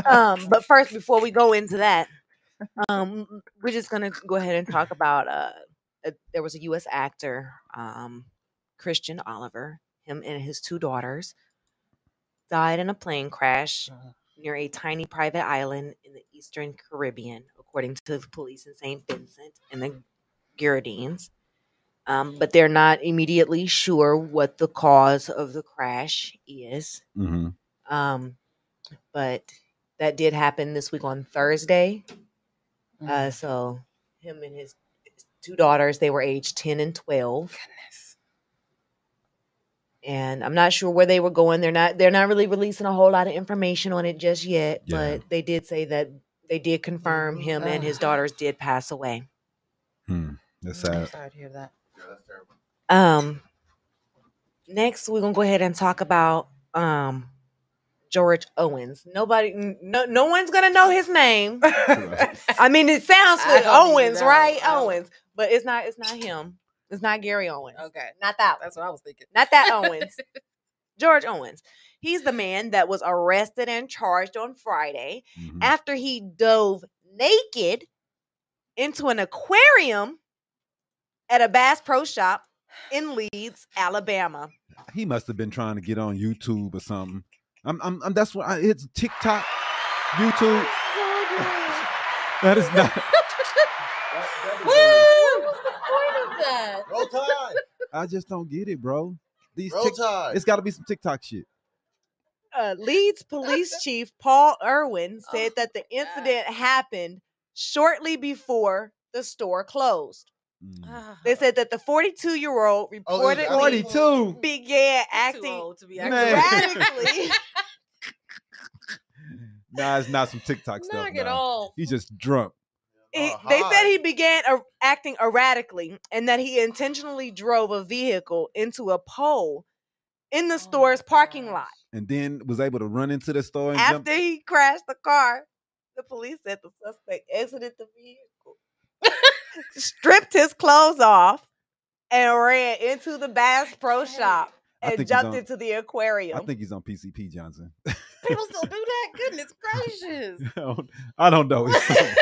Speaker 8: um, but first, before we go into that, um, we're just gonna go ahead and talk about uh, uh, there was a U.S. actor, um, Christian Oliver, him and his two daughters died in a plane
Speaker 7: Uh,
Speaker 8: crash near a tiny private island in the eastern Caribbean, according to the police in St. Vincent and the Girondins. Um, but they're not immediately sure what the cause of the crash is.
Speaker 1: Mhm.
Speaker 8: Um, but that did happen this week on Thursday.
Speaker 7: mm.
Speaker 8: Uh, so him and his two daughters, they were aged 10 and 12.
Speaker 7: Goodness.
Speaker 8: And I'm not sure where they were going. They're not they're not really releasing a whole lot of information on it just yet,
Speaker 1: Yeah.
Speaker 8: but they did say that they did confirm him and
Speaker 7: Mm-hmm.
Speaker 8: his
Speaker 7: Ugh.
Speaker 8: daughters did pass away.
Speaker 1: Hmm, That's
Speaker 6: mm-hmm.
Speaker 7: Mm, I'm
Speaker 1: sad.
Speaker 7: sorry to hear that.
Speaker 8: Um next we're gonna go ahead and talk about um George Owens. Nobody n- no no one's gonna know his name. I mean, it sounds
Speaker 7: I
Speaker 8: like
Speaker 7: don't even
Speaker 8: Owens,
Speaker 7: know.
Speaker 8: right?
Speaker 7: I don't-
Speaker 8: Owens, but it's not. It's not him. It's not Gary Owens.
Speaker 7: Okay.
Speaker 8: Not that. one.
Speaker 7: That's what I was thinking.
Speaker 8: Not that Owens. George Owens. He's the man that was arrested and charged on Friday
Speaker 1: Mhm.
Speaker 7: Mm.
Speaker 8: after he dove naked into an aquarium at a Bass Pro Shop in Leeds, Alabama.
Speaker 1: He must have been trying to get on YouTube or something. I'm I'm, I'm that's what I, it's TikTok, YouTube. That is not.
Speaker 7: Woo! What was the point of that?
Speaker 5: Roll Tide.
Speaker 1: I just don't get it, bro. These
Speaker 5: Roll
Speaker 1: Tik-
Speaker 5: Tide.
Speaker 1: it's got to be some TikTok shit.
Speaker 8: uh, Leeds Police Chief Paul Irwin
Speaker 7: Oh
Speaker 8: said that the incident happened shortly before the store closed.
Speaker 6: Ah,
Speaker 1: Mm.
Speaker 8: They said that the 42 year old
Speaker 5: Oh, it was
Speaker 8: reportedly
Speaker 5: after-
Speaker 1: 42.
Speaker 8: began
Speaker 7: Too
Speaker 8: acting
Speaker 7: old to be
Speaker 1: Man.
Speaker 7: acting.
Speaker 8: radically.
Speaker 1: Nah, it's not some TikTok stuff.
Speaker 7: Knock it
Speaker 1: nah.
Speaker 7: off.
Speaker 1: He's just drunk.
Speaker 8: He-
Speaker 5: Oh,
Speaker 8: they said
Speaker 5: hi.
Speaker 8: he began er- acting erratically and that he intentionally drove a vehicle into a pole in the
Speaker 7: Oh my
Speaker 8: store's parking
Speaker 7: gosh.
Speaker 8: lot.
Speaker 1: and then was able to run into the store and jump.
Speaker 8: After he crashed the car, the police said the suspect exited the vehicle, stripped his clothes off, and ran into the Bass Pro Shop
Speaker 1: I
Speaker 8: and
Speaker 1: think he's
Speaker 8: jumped
Speaker 1: on-
Speaker 8: into the aquarium.
Speaker 1: I think he's on PCP Johnson.
Speaker 6: People still do that? Goodness gracious.
Speaker 1: I don't- I don't know. It's something.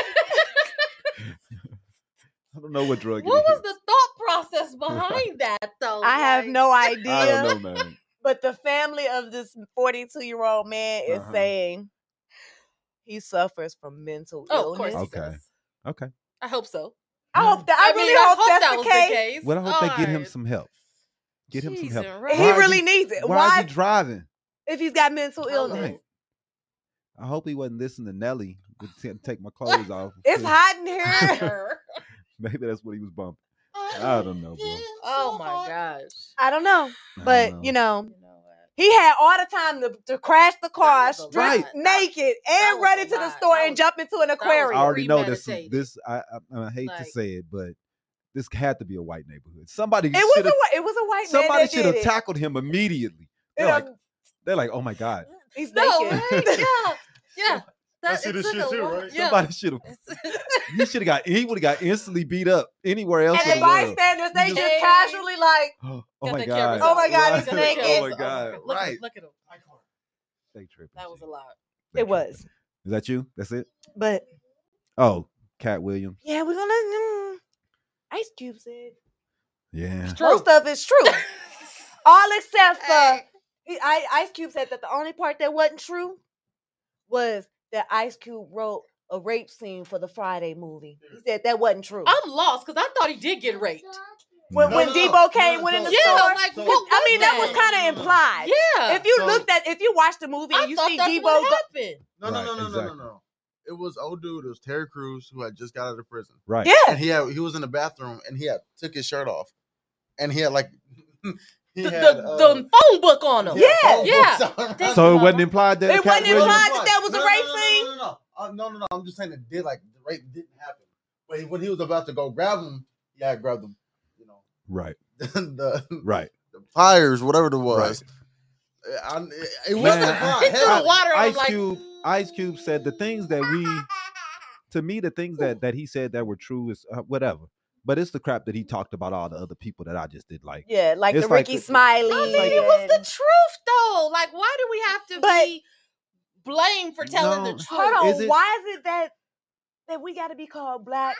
Speaker 1: I don't know what drug. it
Speaker 6: what was
Speaker 1: is.
Speaker 6: the thought process behind that though?
Speaker 7: Oh
Speaker 8: I have
Speaker 6: Like,
Speaker 8: no idea.
Speaker 1: I don't know, man.
Speaker 8: But the family of this 42 year old man is
Speaker 1: Uh-huh.
Speaker 8: saying he suffers from mental
Speaker 6: Oh, of course.
Speaker 8: illness.
Speaker 6: he
Speaker 1: Okay.
Speaker 6: does.
Speaker 1: Okay.
Speaker 6: I hope so.
Speaker 8: I hope that I, really
Speaker 6: mean,
Speaker 8: hope, that's
Speaker 6: that
Speaker 8: the
Speaker 6: was
Speaker 8: case.
Speaker 1: Well, I hope they get him
Speaker 6: Alright.
Speaker 1: some help. Get him some
Speaker 6: Jeez
Speaker 1: help.
Speaker 6: and
Speaker 1: Why
Speaker 8: He
Speaker 1: is
Speaker 6: right.
Speaker 8: really
Speaker 1: he-
Speaker 8: needs it.
Speaker 1: Why,
Speaker 8: Why,
Speaker 1: is he driving?
Speaker 8: if he's got mental illness?
Speaker 1: Right. I hope he wasn't listening to Nelly. Would t- take my clothes off.
Speaker 8: It's
Speaker 1: Shit.
Speaker 8: hot in here.
Speaker 1: Maybe that's what he was bumping. I don't know, bro.
Speaker 6: Oh my gosh.
Speaker 8: I don't know, but you know,
Speaker 6: You know what?
Speaker 8: he had all the time to, to crash the car,
Speaker 6: was a
Speaker 8: strip
Speaker 1: Right.
Speaker 6: lot.
Speaker 8: naked,
Speaker 6: That
Speaker 8: and
Speaker 6: was
Speaker 8: run
Speaker 6: a
Speaker 8: into the
Speaker 6: lot.
Speaker 8: store
Speaker 6: That
Speaker 8: and
Speaker 6: was-
Speaker 8: jump into
Speaker 6: that
Speaker 8: an
Speaker 6: was
Speaker 1: I
Speaker 8: aquarium.
Speaker 1: already know this. is-
Speaker 6: premeditated.
Speaker 1: This I, I, I hate to
Speaker 6: Like-
Speaker 1: say it, but this had to be a white neighborhood. Somebody
Speaker 8: It was a
Speaker 1: should have.
Speaker 8: whi- it was a white man
Speaker 1: Somebody
Speaker 8: that
Speaker 1: should
Speaker 8: did
Speaker 1: have
Speaker 8: it.
Speaker 1: tackled him immediately.
Speaker 8: You
Speaker 1: They're
Speaker 8: know,
Speaker 1: like, they're like, oh my god.
Speaker 8: he's
Speaker 6: No,
Speaker 8: naked.
Speaker 6: right? Yeah. Yeah.
Speaker 5: I
Speaker 6: That-
Speaker 5: see
Speaker 6: it
Speaker 5: this
Speaker 6: took
Speaker 5: shit
Speaker 6: a
Speaker 5: too,
Speaker 6: lot-
Speaker 5: right?
Speaker 6: Yeah.
Speaker 1: Somebody should have. He should have got. He would have got instantly beat up anywhere else
Speaker 8: and the
Speaker 1: in the world.
Speaker 8: bystanders, they
Speaker 1: You
Speaker 8: just
Speaker 6: just-
Speaker 8: casually like,
Speaker 1: Oh
Speaker 6: Got
Speaker 1: my
Speaker 6: that
Speaker 1: god.
Speaker 6: camera
Speaker 8: Oh my God,
Speaker 6: zone.
Speaker 8: he's
Speaker 1: Right.
Speaker 6: Got that
Speaker 1: Oh
Speaker 8: naked.
Speaker 6: camera
Speaker 1: my god.
Speaker 6: zone. Look at him,
Speaker 1: Right.
Speaker 6: Look at him.
Speaker 1: They tripping.
Speaker 6: That was a lot.
Speaker 1: They
Speaker 8: it
Speaker 1: tripping.
Speaker 8: was.
Speaker 1: Is that you? That's it.
Speaker 8: But
Speaker 1: Oh, Cat Williams.
Speaker 8: yeah, we're gonna mm, ice cubes it.
Speaker 1: Yeah.
Speaker 8: Most of it's true. All except for
Speaker 6: Eh.
Speaker 8: I- I, Ice Cube said that the only part that wasn't true was that Ice Cube wrote a rape scene for the Friday movie. He said that wasn't true.
Speaker 6: I'm lost because I thought he did get raped.
Speaker 8: when
Speaker 5: No,
Speaker 8: when
Speaker 5: no,
Speaker 8: Debo came,
Speaker 5: no,
Speaker 8: went in
Speaker 5: no.
Speaker 8: the
Speaker 6: Yeah,
Speaker 8: store.
Speaker 6: like
Speaker 5: So- It's-
Speaker 6: what was
Speaker 8: I mean, that was
Speaker 5: that?
Speaker 8: kind of implied.
Speaker 6: Yeah.
Speaker 8: If you
Speaker 5: So-
Speaker 8: look that, if you watch the movie
Speaker 6: I
Speaker 8: and you
Speaker 6: thought
Speaker 8: see
Speaker 6: that's
Speaker 8: Debo
Speaker 6: what
Speaker 8: go,
Speaker 6: happened.
Speaker 5: No, no,
Speaker 1: Right,
Speaker 5: no, no, no,
Speaker 1: exactly.
Speaker 5: no, no. It was old dude. It was Terry Crews who had just got out of prison.
Speaker 1: Right.
Speaker 8: yeah,
Speaker 5: And he had he was in the bathroom and he had took his shirt off, and he had like he
Speaker 6: The,
Speaker 5: had
Speaker 6: the,
Speaker 5: uh, oh,
Speaker 6: the phone book on him.
Speaker 5: he had phone
Speaker 8: Yeah,
Speaker 6: yeah.
Speaker 5: books on him.
Speaker 6: That's
Speaker 1: So it
Speaker 6: what
Speaker 1: wasn't
Speaker 6: I-
Speaker 1: implied that
Speaker 8: It
Speaker 1: Cat
Speaker 8: wasn't
Speaker 1: Williams-
Speaker 8: implied. that that was a
Speaker 5: No,
Speaker 8: rape
Speaker 5: no, no,
Speaker 8: scene?
Speaker 5: No, no, no, no. Uh, no, no, no. I'm just saying it did like the rape didn't happen. But he, when he was about to go grab him, yeah, I grabbed him. You know,
Speaker 1: Right.
Speaker 5: the,
Speaker 1: Right.
Speaker 5: the pliers, whatever it was.
Speaker 1: Right.
Speaker 5: I, it, it
Speaker 1: Man,
Speaker 5: wasn't
Speaker 6: He threw the
Speaker 5: hell,
Speaker 6: water. I'm
Speaker 1: Ice
Speaker 6: like,
Speaker 1: Cube. Ice Cube said the things that we, to me, the things that that he said that were true is uh, whatever. But it's the crap that he talked about all the other people that I just did like.
Speaker 8: yeah, like
Speaker 1: It's
Speaker 8: the
Speaker 1: like
Speaker 8: Ricky
Speaker 1: the-
Speaker 8: Smiley.
Speaker 6: I mean, it was the
Speaker 8: and-
Speaker 6: truth though. Like, why do we have to
Speaker 8: But-
Speaker 6: be blamed for telling
Speaker 1: No.
Speaker 6: the truth?
Speaker 8: Hold on,
Speaker 1: Is it-
Speaker 8: why is it that that we got to be called black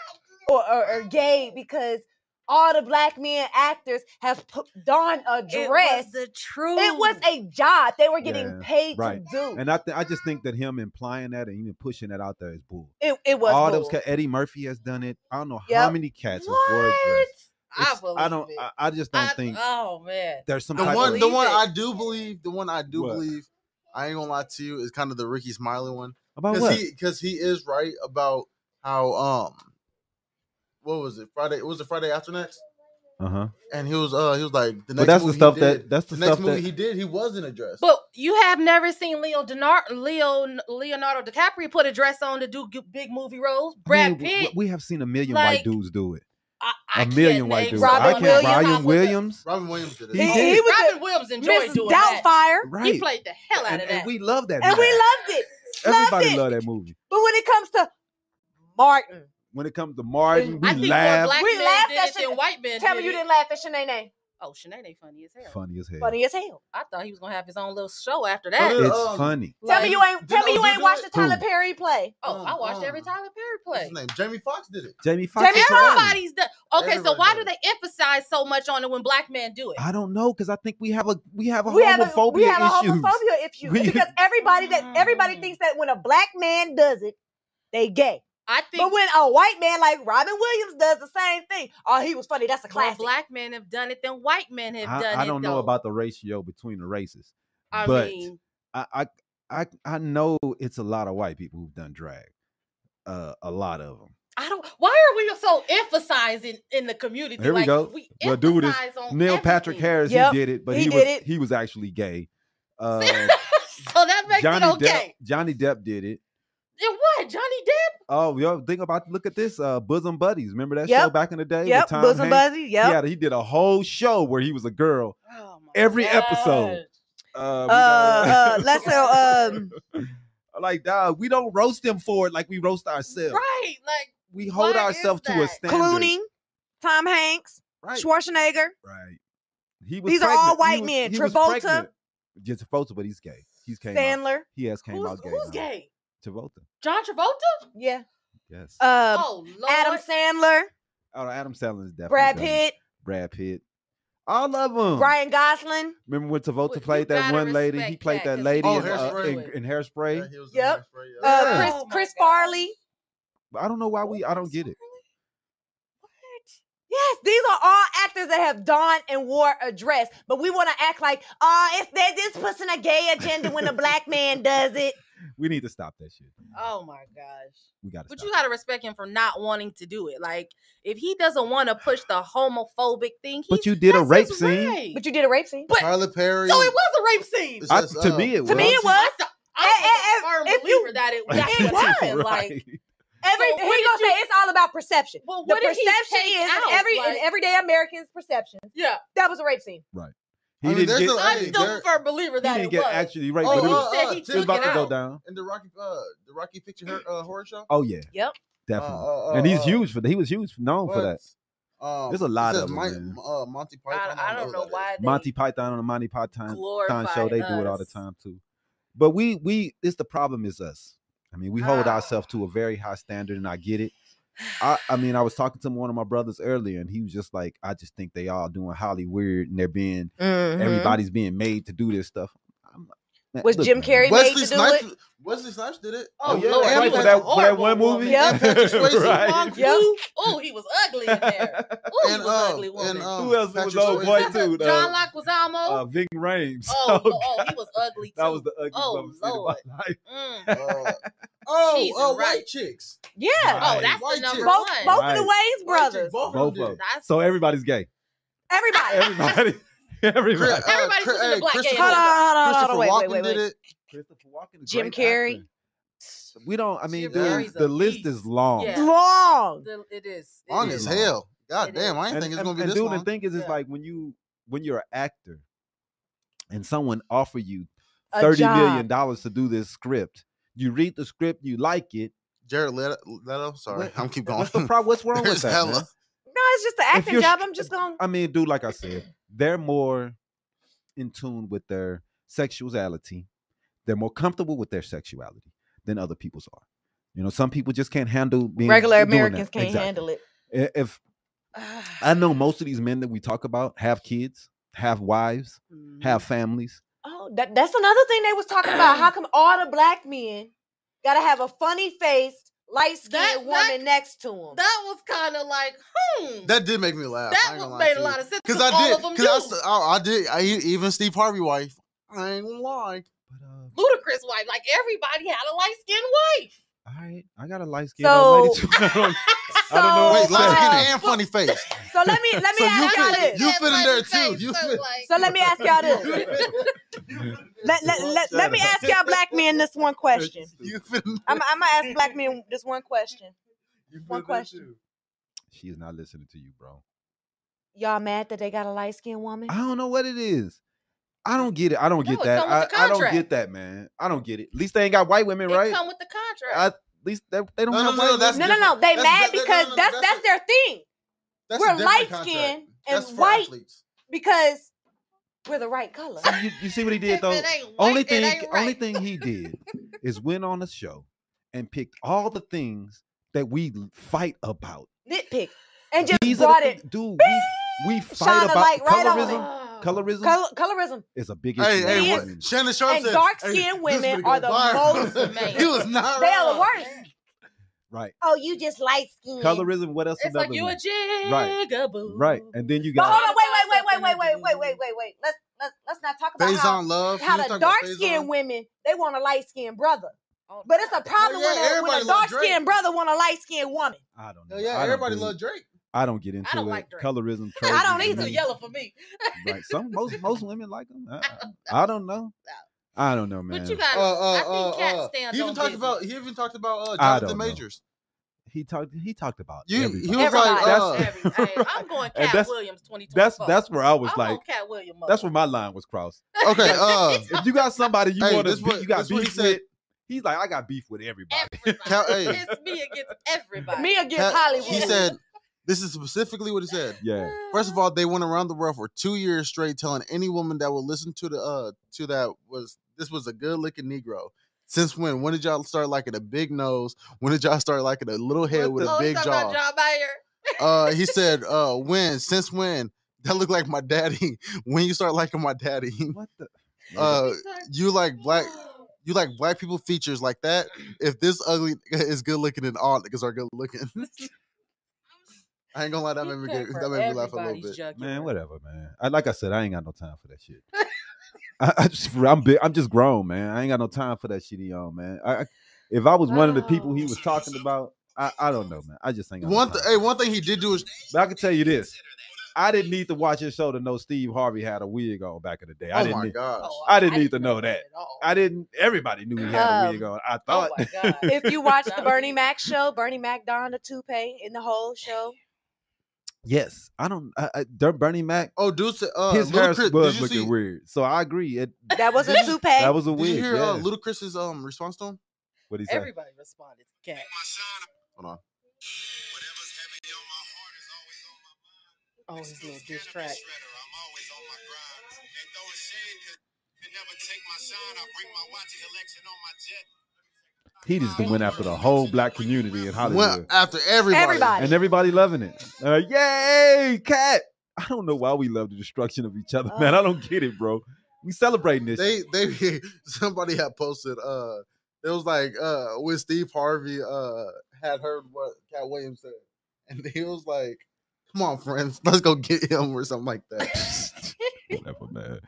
Speaker 8: or, or, or gay because all the black men actors have put, donned a
Speaker 9: It
Speaker 8: dress?
Speaker 9: was the truth.
Speaker 8: It was a job they were getting
Speaker 1: Yeah,
Speaker 8: paid
Speaker 1: right.
Speaker 8: to do.
Speaker 1: And I th- I just think that him implying that and even pushing that out there is bull.
Speaker 8: it, it was
Speaker 1: all
Speaker 8: bull.
Speaker 1: those cat Eddie Murphy has done it. I don't know how
Speaker 8: Yep.
Speaker 1: many cats have wore a
Speaker 6: What?
Speaker 1: dress.
Speaker 6: I
Speaker 1: It's-
Speaker 6: believe
Speaker 1: I don't.
Speaker 6: it.
Speaker 1: I, I just don't
Speaker 6: I-
Speaker 1: think
Speaker 6: Oh man.
Speaker 1: there's some
Speaker 5: The
Speaker 1: type
Speaker 5: one,
Speaker 1: of
Speaker 5: the
Speaker 6: believe
Speaker 5: one
Speaker 6: it.
Speaker 5: I do believe, the one I do
Speaker 1: What?
Speaker 5: believe, I ain't gonna lie to you, is kind of the Ricky Smiley one.
Speaker 1: about
Speaker 5: because
Speaker 1: Oh, what?
Speaker 5: he because he is right about how um what was it Friday it was it Friday after next
Speaker 1: Uh huh.
Speaker 5: and he was uh he was like the
Speaker 1: But
Speaker 5: next
Speaker 1: that's the
Speaker 5: movie he
Speaker 1: stuff that
Speaker 5: did-
Speaker 1: that's the,
Speaker 5: the
Speaker 1: stuff
Speaker 5: next movie
Speaker 1: that
Speaker 5: he did he was in a dress
Speaker 6: But you have never seen Leo Dinar- Leo Leonardo DiCaprio put a dress on to do g- big movie roles.
Speaker 1: I
Speaker 6: Brad
Speaker 1: mean, w-
Speaker 6: Pitt,
Speaker 1: we have seen a million white
Speaker 6: like,
Speaker 1: dudes do it.
Speaker 6: I, I
Speaker 1: A million
Speaker 6: can't
Speaker 1: white
Speaker 6: name
Speaker 1: dudes.
Speaker 8: Robin
Speaker 1: I can't.
Speaker 8: Williams.
Speaker 1: Robin Williams.
Speaker 5: Robin Williams did it
Speaker 1: He
Speaker 8: And
Speaker 1: did.
Speaker 8: was
Speaker 6: Robin
Speaker 8: a-
Speaker 6: Williams enjoyed
Speaker 8: Mrs.
Speaker 6: doing that.
Speaker 8: Doubtfire,
Speaker 1: Right.
Speaker 6: He played the hell out
Speaker 1: and,
Speaker 6: of
Speaker 1: and
Speaker 6: that.
Speaker 1: we love that.
Speaker 8: and we
Speaker 1: movie.
Speaker 8: loved it.
Speaker 1: Everybody
Speaker 8: loved it.
Speaker 1: loved that movie.
Speaker 8: But when it comes to Martin,
Speaker 1: When it comes to Martin,
Speaker 8: And
Speaker 1: we
Speaker 6: I think
Speaker 1: laugh.
Speaker 6: more black
Speaker 8: We
Speaker 6: men
Speaker 8: laughed
Speaker 6: did
Speaker 8: at
Speaker 6: it than
Speaker 8: Shanae.
Speaker 6: white men.
Speaker 8: tell
Speaker 6: did
Speaker 8: me you
Speaker 6: it.
Speaker 8: didn't laugh at Shanae.
Speaker 6: Oh, Shanae, they funny as hell.
Speaker 1: funny as hell.
Speaker 8: Funny as hell.
Speaker 6: I thought he was gonna have his own little show after
Speaker 5: Oh,
Speaker 6: that.
Speaker 5: yeah.
Speaker 1: It's
Speaker 5: Um,
Speaker 1: funny.
Speaker 8: Tell me
Speaker 6: Like,
Speaker 8: you ain't. Tell me
Speaker 5: didn't
Speaker 8: you
Speaker 5: Ozu
Speaker 8: ain't
Speaker 5: do
Speaker 8: watched
Speaker 5: it?
Speaker 8: the Tyler
Speaker 1: Who?
Speaker 8: Perry play.
Speaker 1: Uh,
Speaker 6: Oh, I watched
Speaker 5: Um,
Speaker 6: every
Speaker 5: um,
Speaker 6: Tyler
Speaker 5: what's
Speaker 6: Perry
Speaker 5: his
Speaker 6: play.
Speaker 5: name Jamie Foxx did it
Speaker 1: Jamie Foxx.
Speaker 8: Jamie
Speaker 1: is around.
Speaker 6: Everybody's done. Okay, so
Speaker 5: Everybody
Speaker 6: why
Speaker 5: did
Speaker 6: do
Speaker 5: it.
Speaker 6: they emphasize so much on it when black men do it?
Speaker 1: I don't know because I think we have a we have a
Speaker 8: we have a,
Speaker 1: homophobia
Speaker 8: we have a
Speaker 1: issues.
Speaker 8: homophobia issue
Speaker 1: We-
Speaker 8: because everybody that everybody
Speaker 6: Mm.
Speaker 8: thinks that when a black man does it, they gay.
Speaker 6: I
Speaker 8: But
Speaker 6: think
Speaker 8: when a white man like Robin Williams does the same thing, oh, he was funny. That's a
Speaker 6: more
Speaker 8: classic.
Speaker 6: black men have done it than white men have done
Speaker 1: I,
Speaker 6: it.
Speaker 1: I don't know
Speaker 6: though.
Speaker 1: about the ratio between the races.
Speaker 6: I
Speaker 1: but
Speaker 6: mean,
Speaker 1: I, I I I know it's a lot of white people who've done drag. Uh, a lot of them.
Speaker 6: I don't. Why are we so emphasizing in the community?
Speaker 1: Here we
Speaker 6: like,
Speaker 1: go.
Speaker 6: We
Speaker 1: Well, dude, it's
Speaker 6: emphasize on
Speaker 1: Neil Patrick
Speaker 6: E, everything.
Speaker 1: Harris,
Speaker 8: Yep,
Speaker 1: he did it, but
Speaker 8: he
Speaker 1: he,
Speaker 8: did
Speaker 1: was
Speaker 8: it.
Speaker 1: he was actually gay. Uh,
Speaker 6: so that makes
Speaker 1: Johnny
Speaker 6: it okay.
Speaker 1: Depp. Johnny Depp did it.
Speaker 6: And what Johnny Depp?
Speaker 1: Oh, yo, think about look at this. Uh, bosom buddies. Remember that show
Speaker 8: Yep.
Speaker 1: back in the day? with
Speaker 8: Yep,
Speaker 1: Tom
Speaker 8: bosom
Speaker 1: Hanks?
Speaker 8: buzzy. Yep.
Speaker 1: Yeah, he did a whole show where he was a girl.
Speaker 6: Oh my
Speaker 1: Every episode.
Speaker 6: God.
Speaker 1: Uh,
Speaker 8: Uh,
Speaker 1: we
Speaker 8: uh,
Speaker 1: don't-
Speaker 8: let's uh, um,
Speaker 1: like, dog, we don't roast them for it like we roast ourselves.
Speaker 6: Right, like
Speaker 1: We hold
Speaker 6: Why is
Speaker 1: ourselves to a
Speaker 6: that?
Speaker 1: standard.
Speaker 8: Clooney, Tom Hanks,
Speaker 1: Right.
Speaker 8: Schwarzenegger.
Speaker 1: Right. He
Speaker 8: These are
Speaker 1: pregnant. He
Speaker 8: all white
Speaker 1: was-
Speaker 8: men.
Speaker 1: he was
Speaker 8: Travolta.
Speaker 1: pregnant. Yeah, Travolta, but he's gay. He's came out.
Speaker 8: Sandler.
Speaker 1: He has came
Speaker 6: who's
Speaker 1: out gay.
Speaker 6: who's
Speaker 1: now.
Speaker 6: gay?
Speaker 1: Travolta.
Speaker 6: John Travolta?
Speaker 8: Yeah.
Speaker 1: Yes.
Speaker 8: Uh,
Speaker 6: oh, Lord.
Speaker 8: Adam Sandler.
Speaker 1: oh, Adam Sandler is definitely
Speaker 8: Brad
Speaker 1: gay.
Speaker 8: Pitt.
Speaker 1: Brad Pitt. All of them.
Speaker 8: Ryan Gosling.
Speaker 1: Remember when Travolta
Speaker 6: You
Speaker 1: played that
Speaker 6: gotta
Speaker 1: one lady? He
Speaker 6: respect
Speaker 1: played
Speaker 6: that,
Speaker 1: that,
Speaker 6: 'cause
Speaker 1: lady
Speaker 5: he
Speaker 1: in,
Speaker 5: was
Speaker 1: uh,
Speaker 5: doing
Speaker 1: in,
Speaker 6: it.
Speaker 1: in Hairspray.
Speaker 5: he was in
Speaker 8: Yep.
Speaker 5: Hairspray, yeah.
Speaker 8: Uh,
Speaker 1: Yeah.
Speaker 8: Chris,
Speaker 6: Oh my
Speaker 8: Chris
Speaker 6: God.
Speaker 8: Farley.
Speaker 1: I don't know why we. I don't get it.
Speaker 8: Yes, these are all actors that have donned and wore a dress, but we want to act like, oh, it's that this pushing a gay agenda when a black man does it.
Speaker 1: We need to stop that shit.
Speaker 6: Oh my gosh.
Speaker 1: We got to.
Speaker 6: But you gotta respect him for not wanting to do it. Like if he doesn't want to push the homophobic thing, he
Speaker 1: But you did a
Speaker 6: that's
Speaker 1: rape
Speaker 6: his
Speaker 1: scene.
Speaker 6: right.
Speaker 8: But you did a rape scene.
Speaker 6: But-
Speaker 5: Tyler Perry. uh,
Speaker 6: so it was a rape scene.
Speaker 5: It's
Speaker 1: I-
Speaker 5: just,
Speaker 1: to me, it
Speaker 8: To me,
Speaker 1: was.
Speaker 8: it was.
Speaker 6: I
Speaker 8: Eh, eh,
Speaker 6: am a
Speaker 8: eh,
Speaker 6: firm
Speaker 8: if you-
Speaker 6: believer that it that
Speaker 8: It
Speaker 6: was
Speaker 8: was, like-
Speaker 1: Right.
Speaker 8: Every
Speaker 6: So
Speaker 8: he
Speaker 6: what
Speaker 8: gonna
Speaker 6: did
Speaker 8: say
Speaker 6: you-
Speaker 8: it's all about perception.
Speaker 6: Well,
Speaker 8: The
Speaker 6: what did he
Speaker 8: perception
Speaker 6: take
Speaker 8: is
Speaker 6: out?
Speaker 8: in every
Speaker 6: Like,
Speaker 8: in everyday American's perception.
Speaker 6: yeah.
Speaker 8: That was a rape scene.
Speaker 1: He
Speaker 5: I mean,
Speaker 1: didn't
Speaker 5: there's
Speaker 1: get.
Speaker 5: a-
Speaker 6: I'm
Speaker 5: Hey,
Speaker 6: still
Speaker 5: there-
Speaker 6: a firm believer
Speaker 1: he
Speaker 6: that
Speaker 1: didn't
Speaker 6: it
Speaker 1: get
Speaker 6: was.
Speaker 1: actually raped,
Speaker 5: Oh,
Speaker 1: but it
Speaker 5: uh,
Speaker 1: was,
Speaker 6: he said he
Speaker 1: it
Speaker 5: it
Speaker 1: was
Speaker 6: took
Speaker 1: about
Speaker 6: it
Speaker 1: to
Speaker 6: out.
Speaker 1: go down.
Speaker 5: in the Rocky uh, the Rocky Picture Her- uh, Horror Show.
Speaker 1: Oh yeah,
Speaker 8: Yep.
Speaker 5: Uh,
Speaker 1: definitely.
Speaker 5: uh,
Speaker 1: and
Speaker 5: uh,
Speaker 1: he's
Speaker 5: uh,
Speaker 1: huge for that. He was huge, known for that.
Speaker 5: but, Um,
Speaker 1: There's a lot
Speaker 5: it says
Speaker 1: of 'em,
Speaker 5: Mon-
Speaker 1: man.
Speaker 5: uh, Monty
Speaker 6: I,
Speaker 5: Python.
Speaker 6: I don't
Speaker 5: who
Speaker 6: know
Speaker 5: that
Speaker 6: why
Speaker 5: is.
Speaker 6: they
Speaker 1: Monty Python on the Monty Python Python
Speaker 6: glorified
Speaker 1: show, they do it all the
Speaker 6: us.
Speaker 1: time too. But we we it's the problem is us. I mean, we hold
Speaker 6: Ah.
Speaker 1: ourselves to a very high standard, and I get it. I, I mean, I was talking to one of my brothers earlier, and he was just like, "I just think they all doing Holly weird, and they're being
Speaker 8: Mm-hmm.
Speaker 1: everybody's being made to do this stuff." I'm like, man,
Speaker 8: Was Jim
Speaker 1: man,
Speaker 8: Carrey- They made
Speaker 5: Wesley
Speaker 8: to do
Speaker 5: Snipes. Wesley Snipes did it.
Speaker 6: Oh,
Speaker 1: Oh, yeah,
Speaker 6: Lord,
Speaker 1: right,
Speaker 5: and
Speaker 1: for
Speaker 6: was
Speaker 1: that,
Speaker 6: a
Speaker 1: for that one
Speaker 6: horrible
Speaker 1: movie.
Speaker 6: woman.
Speaker 8: Yep.
Speaker 5: Patrick Swayze.
Speaker 1: right.
Speaker 6: Wong
Speaker 8: Yep.
Speaker 6: Fu. Oh, he was ugly in there.
Speaker 1: Uh,
Speaker 6: Oh, he
Speaker 5: And,
Speaker 6: was
Speaker 5: um,
Speaker 6: ugly woman.
Speaker 5: and, um,
Speaker 1: Who else was
Speaker 5: Patrick
Speaker 1: old boy
Speaker 5: Swayze.
Speaker 1: too? though?
Speaker 6: John Leguizamo.
Speaker 5: Um,
Speaker 1: uh, Ving Rhames.
Speaker 6: oh,
Speaker 1: Oh,
Speaker 6: oh, oh, he
Speaker 1: God.
Speaker 6: was ugly too.
Speaker 1: that was the ugliest
Speaker 6: Oh,
Speaker 1: I've seen in my
Speaker 6: Lord.
Speaker 1: life.
Speaker 6: Mm.
Speaker 5: Uh, oh,
Speaker 6: Jesus,
Speaker 5: uh, white
Speaker 6: right.
Speaker 5: chicks.
Speaker 8: Yeah.
Speaker 1: Right.
Speaker 6: Oh, that's
Speaker 5: White
Speaker 6: the number
Speaker 5: chick.
Speaker 8: Both
Speaker 6: one. Mm,
Speaker 8: both of the
Speaker 1: Right.
Speaker 8: Wayne's brothers.
Speaker 1: Both
Speaker 5: Both, of
Speaker 1: of
Speaker 5: them.
Speaker 1: 'em.
Speaker 6: That's
Speaker 1: So everybody's gay.
Speaker 8: Everybody. Hold
Speaker 1: Everybody.
Speaker 5: did it.
Speaker 1: Everybody.
Speaker 5: Cri-
Speaker 6: Everybody
Speaker 5: Cri-
Speaker 6: was in the
Speaker 5: hey,
Speaker 6: black
Speaker 5: Christopher-
Speaker 6: game.
Speaker 8: on, hold on, hold
Speaker 5: Christopher
Speaker 8: on. Wait, wait,
Speaker 5: Walken
Speaker 8: wait,
Speaker 5: did
Speaker 8: wait.
Speaker 5: it.
Speaker 1: Christopher Walken. a
Speaker 8: Jim
Speaker 1: great
Speaker 8: Carrey.
Speaker 1: actor. We don't. I mean,
Speaker 6: Jim
Speaker 1: dude,
Speaker 6: Carrey's
Speaker 1: the
Speaker 6: a
Speaker 1: list is
Speaker 6: beast.
Speaker 1: long.
Speaker 6: Yeah.
Speaker 8: Long.
Speaker 6: The- it is. It
Speaker 5: On
Speaker 1: is.
Speaker 5: as hell. God
Speaker 6: It
Speaker 5: damn, I
Speaker 1: And,
Speaker 5: didn't think it's
Speaker 1: and-
Speaker 5: gonna be
Speaker 1: and
Speaker 5: this
Speaker 1: dude,
Speaker 5: long.
Speaker 1: the thing is, it's
Speaker 6: Yeah.
Speaker 1: like when you when you're an actor, and someone offer you
Speaker 8: A
Speaker 1: thirty million
Speaker 8: job.
Speaker 1: dollars to do this script. You read the script, you like it.
Speaker 5: Jared Leto. Leto sorry,
Speaker 1: What-
Speaker 5: I'm keep going.
Speaker 1: What's the problem? What's wrong with
Speaker 5: There's
Speaker 1: that?
Speaker 5: hella-
Speaker 1: man?
Speaker 8: No, it's just the
Speaker 1: If
Speaker 8: acting
Speaker 1: you're-
Speaker 8: job. I'm just going.
Speaker 1: I mean, dude, like I said, they're more in tune with their sexuality. They're more comfortable with their sexuality than other people's are. You know, some people just can't handle being
Speaker 8: Regular
Speaker 1: doing that.
Speaker 8: Americans can't
Speaker 1: Exactly.
Speaker 8: handle it.
Speaker 1: I- If I know most of these men that we talk about have kids, have wives, have families.
Speaker 8: Oh, that, that's another thing they was talking about. How come all the black men gotta have a funny faced, light
Speaker 6: That-
Speaker 8: skinned woman
Speaker 6: that-
Speaker 8: next to them?
Speaker 6: That was kind of like, hmm. That,
Speaker 5: That did make me laugh.
Speaker 6: was made a lot of sense.
Speaker 5: Because
Speaker 6: all
Speaker 5: I
Speaker 6: of them
Speaker 5: did.
Speaker 6: do.
Speaker 5: Because I, I, I did. I even Steve Harvey wife. I ain't gonna lie.
Speaker 1: But uh,
Speaker 6: Ludicrous wife. Like everybody had a light skinned wife.
Speaker 1: all right, I got a light skinned old lady
Speaker 8: So-
Speaker 1: too. I don't-
Speaker 8: so,
Speaker 1: I don't know
Speaker 5: Wait,
Speaker 1: what
Speaker 5: light
Speaker 1: to
Speaker 8: uh,
Speaker 5: skin and funny face.
Speaker 8: so let me let me
Speaker 5: So you
Speaker 8: ask y'all
Speaker 5: fit-
Speaker 8: this.
Speaker 5: you fit in there
Speaker 6: Everybody's
Speaker 5: too. You
Speaker 6: face, so,
Speaker 5: fit-
Speaker 6: like-
Speaker 8: so let me ask y'all this. Let,
Speaker 5: let,
Speaker 8: let, let, let me ask y'all black men this one question.
Speaker 5: You fit in
Speaker 8: I'm, I'm gonna ask black men this one question.
Speaker 5: you fit
Speaker 8: One
Speaker 5: in there
Speaker 8: question.
Speaker 5: too.
Speaker 1: She is not listening to you, bro.
Speaker 8: Y'all mad that they got a light skinned woman?
Speaker 5: Ah,
Speaker 1: I don't know what it is. I don't get it. I don't
Speaker 6: No,
Speaker 1: get
Speaker 6: it
Speaker 1: that.
Speaker 6: come with the
Speaker 1: I, I don't
Speaker 6: contract.
Speaker 1: get that, man. I don't get it. At least they ain't got white women,
Speaker 6: It
Speaker 1: right?
Speaker 6: come with the
Speaker 1: I,
Speaker 6: contract.
Speaker 1: at least they, they don't
Speaker 5: No,
Speaker 1: have
Speaker 5: no, no,
Speaker 1: white women.
Speaker 5: that's
Speaker 8: No, no, no.
Speaker 5: different.
Speaker 8: They
Speaker 5: That's-
Speaker 8: mad
Speaker 5: that- that- no,
Speaker 8: because
Speaker 5: no, no,
Speaker 8: that's
Speaker 5: that's
Speaker 8: that's
Speaker 5: a-
Speaker 8: their thing
Speaker 5: That's
Speaker 8: We're
Speaker 5: a different
Speaker 8: light-skinned
Speaker 5: contract. That's
Speaker 8: and
Speaker 5: for
Speaker 8: white.
Speaker 5: athletes.
Speaker 8: because we're the right color.
Speaker 1: See, you, you see what he did
Speaker 6: If
Speaker 1: though.
Speaker 6: it ain't
Speaker 1: Only
Speaker 6: white, it
Speaker 1: thing,
Speaker 6: ain't
Speaker 1: only
Speaker 6: right.
Speaker 1: thing he did is went on a show and picked all the things that we l- fight about.
Speaker 8: Nitpick and just
Speaker 1: These are
Speaker 8: brought
Speaker 1: the
Speaker 8: it.
Speaker 1: thi- dude. We, we fight
Speaker 8: Shine a
Speaker 1: about
Speaker 8: light right on
Speaker 1: colorism.
Speaker 6: Oh.
Speaker 1: Colorism
Speaker 8: Color, colorism.
Speaker 1: is a big issue.
Speaker 5: Hey,
Speaker 1: right
Speaker 5: hey,
Speaker 1: now.
Speaker 5: what? Shannon Sharp
Speaker 8: And
Speaker 5: said,
Speaker 8: dark-skinned
Speaker 5: "Hey, this
Speaker 8: women
Speaker 5: finna
Speaker 8: are
Speaker 5: go
Speaker 8: the
Speaker 5: viral."
Speaker 6: most-
Speaker 5: he was not
Speaker 8: They are the
Speaker 5: wrong.
Speaker 8: worst.
Speaker 1: right?
Speaker 8: Oh, you just light skinned.
Speaker 1: Colorism. What else?
Speaker 6: It's
Speaker 1: another
Speaker 6: like you a
Speaker 1: one? Right.
Speaker 6: jigaboo.
Speaker 1: right, and then you
Speaker 8: But
Speaker 1: got
Speaker 8: hold on, wait, wait, wait, wait, wait, wait, wait, wait, wait, wait. Let's let's let's not talk about
Speaker 5: Phase
Speaker 8: how,
Speaker 5: on love.
Speaker 8: how
Speaker 5: You
Speaker 8: the
Speaker 5: talking about
Speaker 8: dark
Speaker 5: Phase
Speaker 8: skinned
Speaker 5: on?
Speaker 8: women they want a light skinned brother.
Speaker 6: Oh,
Speaker 8: But it's a problem
Speaker 5: yeah,
Speaker 8: when a, when
Speaker 5: everybody
Speaker 8: a
Speaker 5: love
Speaker 8: dark
Speaker 5: Drake.
Speaker 8: skinned brother want a light skinned woman.
Speaker 1: I don't know.
Speaker 5: Hell yeah,
Speaker 1: I don't
Speaker 5: everybody
Speaker 1: do-
Speaker 5: loves Drake.
Speaker 1: I don't get into
Speaker 6: don't
Speaker 1: it.
Speaker 6: like Drake.
Speaker 1: Colorism.
Speaker 8: I don't
Speaker 1: troubles
Speaker 8: either.
Speaker 1: me.
Speaker 6: Too yellow for me.
Speaker 1: Right. Some most most women like them. I, I- I don't know. I don't know, man.
Speaker 6: But you got.
Speaker 5: Uh, uh,
Speaker 6: I think cat
Speaker 5: uh, uh,
Speaker 6: stands
Speaker 5: he even
Speaker 6: on
Speaker 5: talked about
Speaker 6: business.
Speaker 5: he even talked about uh,
Speaker 1: I
Speaker 5: Jonathan
Speaker 1: don't know.
Speaker 5: Majors.
Speaker 1: he talked. He talked about.
Speaker 5: You- he
Speaker 1: everybody.
Speaker 5: was
Speaker 8: like, Everybody.
Speaker 1: that's,
Speaker 5: uh,
Speaker 6: Every- hey, I'm going
Speaker 1: and
Speaker 6: Cat
Speaker 1: that's-
Speaker 6: Williams 2024.
Speaker 1: That's that's where I was
Speaker 6: I'm on
Speaker 1: like.
Speaker 6: Cat Williams.
Speaker 1: That's
Speaker 6: mode.
Speaker 1: where my line was crossed.
Speaker 5: Okay, uh,
Speaker 1: If you got somebody you
Speaker 5: Hey,
Speaker 1: want
Speaker 5: this
Speaker 1: to,
Speaker 5: what-
Speaker 1: you got
Speaker 5: this what he
Speaker 1: beef
Speaker 5: said.
Speaker 1: with. He's like, I got beef with everybody.
Speaker 6: everybody.
Speaker 5: Cal- hey.
Speaker 6: It's me against everybody.
Speaker 8: Me against
Speaker 5: Cat-
Speaker 8: Hollywood.
Speaker 5: he said This is specifically what it said.
Speaker 1: Yeah.
Speaker 5: First of all, they went around the world for two years straight, telling any woman that would listen to the uh to that was this was a good looking Negro. Since when? When did y'all start liking a big nose? When did y'all start liking a little head with a
Speaker 7: oh,
Speaker 5: big
Speaker 7: he's talking
Speaker 5: jaw?
Speaker 7: about John Mayer.
Speaker 5: Uh, he said, uh, when? Since when? That looked like my daddy. When you start liking my daddy?
Speaker 1: What the?
Speaker 5: Uh, you like black? You like black people features like that? If this ugly is good looking, and all niggas are good looking. I ain't gonna lie, that made me
Speaker 7: He cut
Speaker 5: get,
Speaker 7: for
Speaker 5: that made me laugh a little
Speaker 7: everybody's
Speaker 5: bit.
Speaker 7: jugular.
Speaker 1: Man, whatever, man. I, like I said, I ain't got no time for that shit. I, I just, I'm big, I'm just grown, man. I ain't got no time for that shit, on, man. I, I- if I was one of the people he was talking about, I, I don't know, man. I just ain't got no
Speaker 5: One,
Speaker 1: time
Speaker 5: th-
Speaker 1: for
Speaker 5: hey,
Speaker 1: that.
Speaker 5: one thing he did do is
Speaker 1: But I can tell you this: I didn't need to watch his show to know Steve Harvey had a wig on back in the day. I
Speaker 5: oh
Speaker 1: didn't.
Speaker 5: my
Speaker 1: need-
Speaker 5: gosh.
Speaker 7: Oh,
Speaker 1: I didn't need to know
Speaker 7: know
Speaker 1: that.
Speaker 7: at all.
Speaker 1: I didn't. Everybody knew he had a wig on. I
Speaker 7: Oh
Speaker 1: thought.
Speaker 7: my God.
Speaker 8: If you watch the
Speaker 7: That
Speaker 8: Bernie
Speaker 7: was-
Speaker 8: Mac show, Bernie Mac donned a toupee in the whole show.
Speaker 1: yes, I don't. I, I, Dur- Bernie Mac.
Speaker 5: Oh, dude said uh,
Speaker 1: his hair
Speaker 5: Ludacris-
Speaker 1: was
Speaker 5: did you
Speaker 1: looking
Speaker 5: see,
Speaker 1: weird. So I agree. It,
Speaker 8: That was a
Speaker 5: Did you-
Speaker 8: toupee.
Speaker 1: that was a
Speaker 5: Did you
Speaker 1: wig.
Speaker 5: hear
Speaker 1: yeah.
Speaker 5: uh, Ludacris's um response to him?
Speaker 1: what he said.
Speaker 7: Everybody responded. Cat.
Speaker 5: Hold on.
Speaker 7: Oh, his little diss track.
Speaker 1: He just went after the whole black community in Hollywood,
Speaker 5: Went after everybody.
Speaker 8: Everybody.
Speaker 1: and everybody loving it. Uh, yay, cat! I don't know why we love the destruction of each other, man. I don't get it, bro. We celebrating this.
Speaker 5: They they somebody had posted uh it was like uh when Steve Harvey uh had heard what Cat Williams said and he was like, Come on, friends, let's go get him or something like that.
Speaker 1: Whatever, man.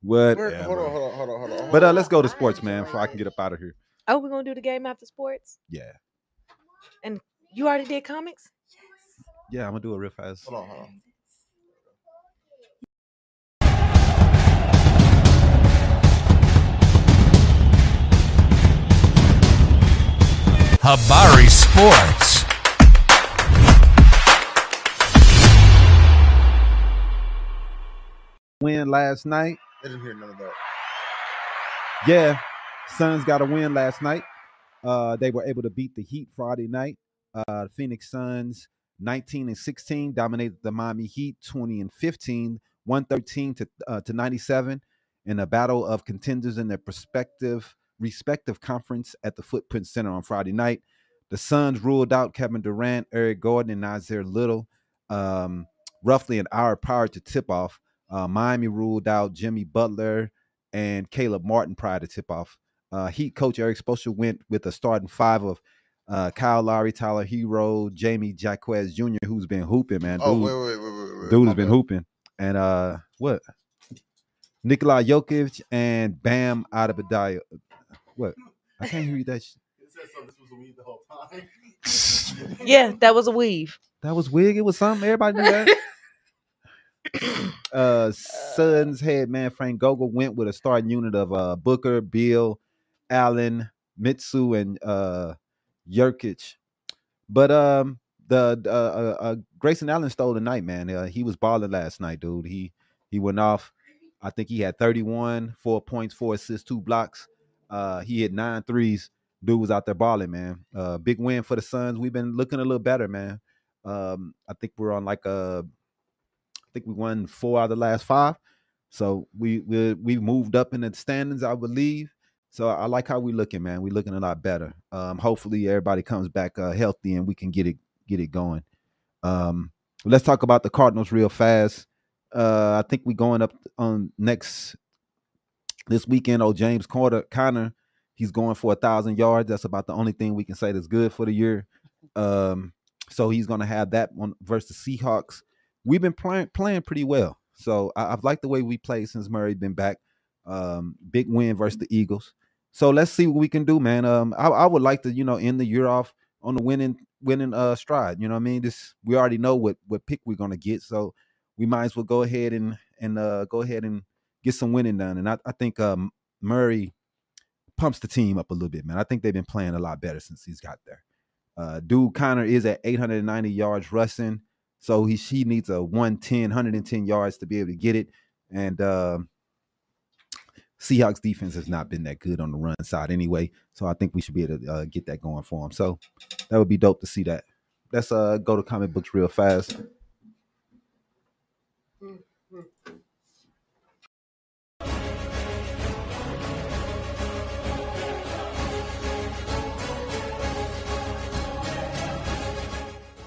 Speaker 1: What?
Speaker 5: Where- hold on, hold on, hold on, hold on. hold
Speaker 1: But
Speaker 5: on.
Speaker 1: uh, let's go to
Speaker 8: I
Speaker 1: sports,
Speaker 8: enjoy
Speaker 1: man, before I can
Speaker 8: it.
Speaker 1: get up out of here.
Speaker 8: Oh, we're gonna do the game after sports.
Speaker 1: Yeah,
Speaker 8: You already did comics.
Speaker 1: yeah, I'm gonna do it real fast.
Speaker 5: hold on, hold on.
Speaker 2: Habari Sports.
Speaker 1: Win last night.
Speaker 5: They didn't hear none of that.
Speaker 1: Yeah, Suns got a win last night. Uh, they were able to beat the Heat Friday night. Uh, Phoenix Suns 19 and 16 dominated the Miami Heat 20 and 15, 113 to uh, to 97 in a battle of contenders in their prospective respective conference at the Footprint Center on Friday night. The Suns ruled out Kevin Durant, Eric Gordon, and Nazir Little um, roughly an hour prior to tip off. Uh, Miami ruled out Jimmy Butler, and Caleb Martin prior to tip off. Uh, Heat coach Eric Spoelstra went with a starting five of uh, Kyle Lowry, Tyler Hero, Jamie Jaquez Jr., who's been hooping, man. Dude,
Speaker 5: Oh wait, wait, wait, wait, wait, wait.
Speaker 1: dude
Speaker 5: my
Speaker 1: has been
Speaker 5: bad.
Speaker 1: hooping. And uh, what? Nikolai Jokic and Bam Adebayo. What? I can't hear you. That sh-
Speaker 8: Yeah, that was a weave.
Speaker 1: that was wig. It was something. Everybody knew that. uh Suns head man Frank Gogol went with a starting unit of uh Booker, Bill, Allen, Mitsu, and uh Jokic. But um the uh, uh, uh Grayson Allen stole the night, man. Uh, he was balling last night, dude. He he went off. I think he had 31, four points, four assists, two blocks. Uh he hit nine threes. Dude was out there balling, man. Uh big win for the Suns. We've been looking a little better, man. Um I think we're on like a I think we won four out of the last five. So we we we've moved up in the standings, I believe. So I like how we looking, man. we looking a lot better. Um, hopefully everybody comes back uh, healthy and we can get it get it going. Um, let's talk about the Cardinals real fast. Uh, I think we going up on next this weekend. Oh, James Corner Connor, he's going for a thousand yards. That's about the only thing we can say that's good for the year. Um, so he's gonna have that one versus the Seahawks we've been playing playing pretty well. So I, I've liked the way we played since Murray been back. Um, big win versus the Eagles. So let's see what we can do, man. Um, I, I would like to, you know, end the year off on the winning winning uh stride. You know what I mean? This we already know what what pick we're gonna get, so we might as well go ahead and and uh go ahead and get some winning done. And I, I think um Murray pumps the team up a little bit, man. I think they've been playing a lot better since he's got there. Uh, dude Connor is at 890 yards rushing. So he she needs a 110, 110 yards to be able to get it. And um Seahawks defense has not been that good on the run side anyway. So I think we should be able to uh, get that going for him. So that would be dope to see that. Let's uh go to comic books real fast.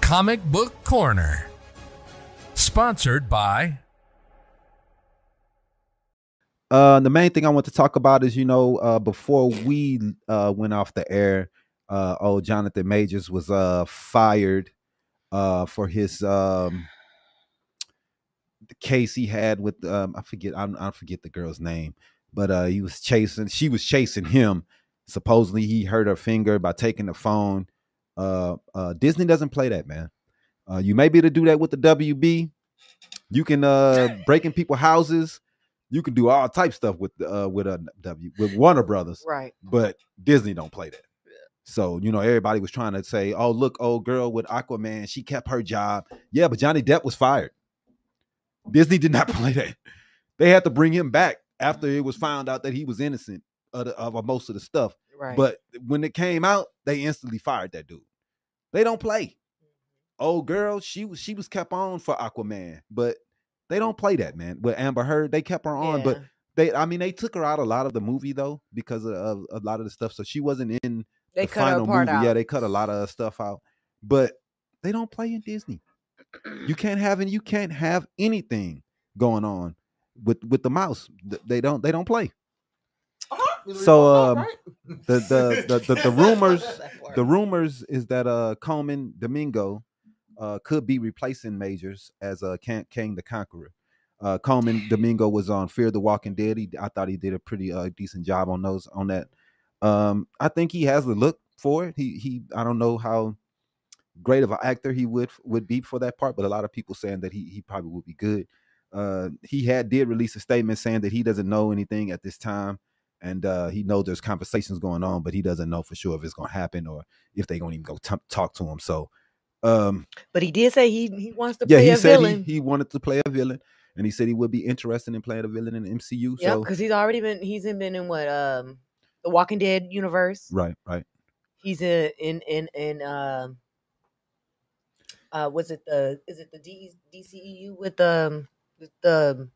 Speaker 2: Comic Book Corner. Sponsored by
Speaker 1: Uh, the main thing I want to talk about is, you know, uh, before we uh, went off the air, uh, old Jonathan Majors was uh, fired uh, for his um, the case he had with um, I forget I, I forget the girl's name, but uh, he was chasing. She was chasing him. Supposedly, he hurt her finger by taking the phone. Uh, uh, Disney doesn't play that, man. Uh, you may be able to do that with the WB. You can uh, break in people houses you can do all type stuff with uh with uh, W with Warner Brothers,
Speaker 8: Right.
Speaker 1: but Disney don't play that. So you know everybody was trying to say, "Oh look, old girl with Aquaman, she kept her job." Yeah, but Johnny Depp was fired. Disney did not play that. They had to bring him back after it was found out that he was innocent of, the, of most of the stuff.
Speaker 8: Right.
Speaker 1: But when it came out, they instantly fired that dude. They don't play. Old girl, she was she was kept on for Aquaman, but they don't play that man. With Amber Heard, they kept her on, but
Speaker 8: Yeah.
Speaker 1: they I mean they took her out a lot of the movie though because of, of a lot of the stuff. So she wasn't in
Speaker 8: they
Speaker 1: the
Speaker 8: cut her
Speaker 1: final
Speaker 8: apart
Speaker 1: movie.
Speaker 8: out.
Speaker 1: Yeah, they cut a lot of stuff out, but they don't play in Disney. You can't have and you can't have anything going on with with the mouse. Th- They don't they don't play.
Speaker 5: Uh-huh.
Speaker 1: So, um, the- the- the- the- the rumors- The rumors is that uh Coleman Domingo uh could be replacing Majors as uh King, King the Conqueror. Uh Coleman Domingo was on Fear the Walking Dead. He, I thought he did a pretty uh decent job on those on that. Um I think he has the look for it. He he I don't know how great of an actor he would would be for that part, but a lot of people saying that he he probably would be good. Uh he had did release a statement saying that he doesn't know anything at this time and uh, he knows there's conversations going on, but he doesn't know for sure if it's going to happen or if they're going to even go t- talk to him. So, um,
Speaker 8: But he did say he he wants to
Speaker 1: yeah,
Speaker 8: play
Speaker 1: he
Speaker 8: a
Speaker 1: said
Speaker 8: villain.
Speaker 1: he, he wanted to play a villain, and he said he would be interested in playing a villain in the MCU.
Speaker 8: yeah,
Speaker 1: So,
Speaker 8: because he's already been he's in- been in what um the Walking Dead universe.
Speaker 1: right, right.
Speaker 8: He's in in in in um uh was it the is it the D, DCEU with um with the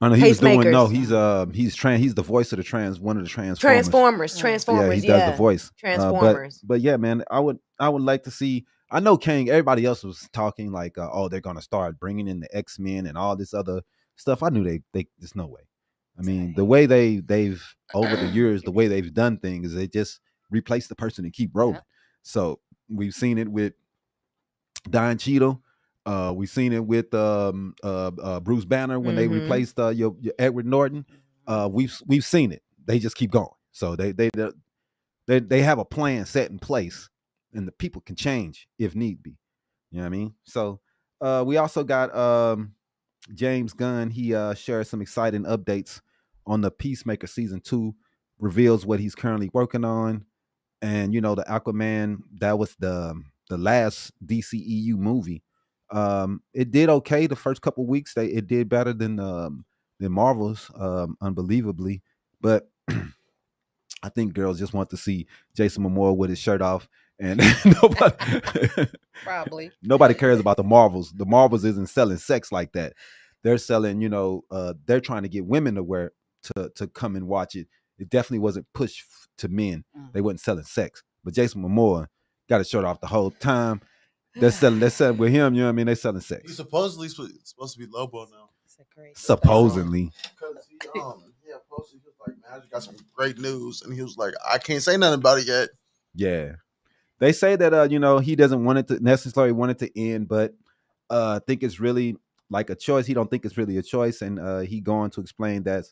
Speaker 1: I know he was doing. No,
Speaker 8: Pacemakers.
Speaker 1: he's um he's trans. He's the voice of the trans. One of the transformers.
Speaker 8: Transformers
Speaker 7: Yeah,
Speaker 1: Yeah,
Speaker 8: Transformers
Speaker 1: he
Speaker 8: yeah,
Speaker 1: does the voice. Uh, but-
Speaker 8: Transformers
Speaker 1: but, yeah, man, I would I would like to see. I know Kang. Everybody else was talking like, uh, oh, they're gonna start bringing in the X Men and all this other stuff. I knew they they there's no way. I mean, the way they they've over the years, the way they've done things, they just replace the person and keep rolling. So we've seen it with Don Cheadle. Uh, we've seen it with um, uh, uh, Bruce Banner when they
Speaker 8: Mhm.
Speaker 1: replaced uh, your, your Edward Norton. Uh, we've we've seen it. They just keep going. So they they they- they, they have a plan set in place, and the people can change if need be. You know what I mean? So uh, we also got um, James Gunn. He uh, shared some exciting updates on the Peacemaker season two. Reveals what he's currently working on, and you know the Aquaman. That was the um, the last DCEU movie. Um, it did okay the first couple weeks. They it did better than um, than Marvel's, um, unbelievably. But I think girls just want to see Jason Momoa with his shirt off, and nobody
Speaker 7: Probably.
Speaker 1: nobody cares about the Marvels. The Marvels isn't selling sex like that. They're selling, you know, uh, they're trying to get women to wear to to come and watch it. It definitely wasn't pushed f- to men. They wasn't selling sex. But Jason Momoa got his shirt off the whole time. They're selling. They're selling with him. You know what I mean? They're selling
Speaker 5: He's
Speaker 1: sex.
Speaker 5: supposedly sp- supposed to be Lobo now.
Speaker 1: Supposedly,
Speaker 5: Because he, um, he had posted, he was like, man, I just got some great news. And he was like, I can't say nothing about it yet.
Speaker 1: yeah. They say that uh, you know, he doesn't want it to necessarily want it to end, but uh, I think it's really like a choice. He don't think it's really a choice, and uh, he going to explain that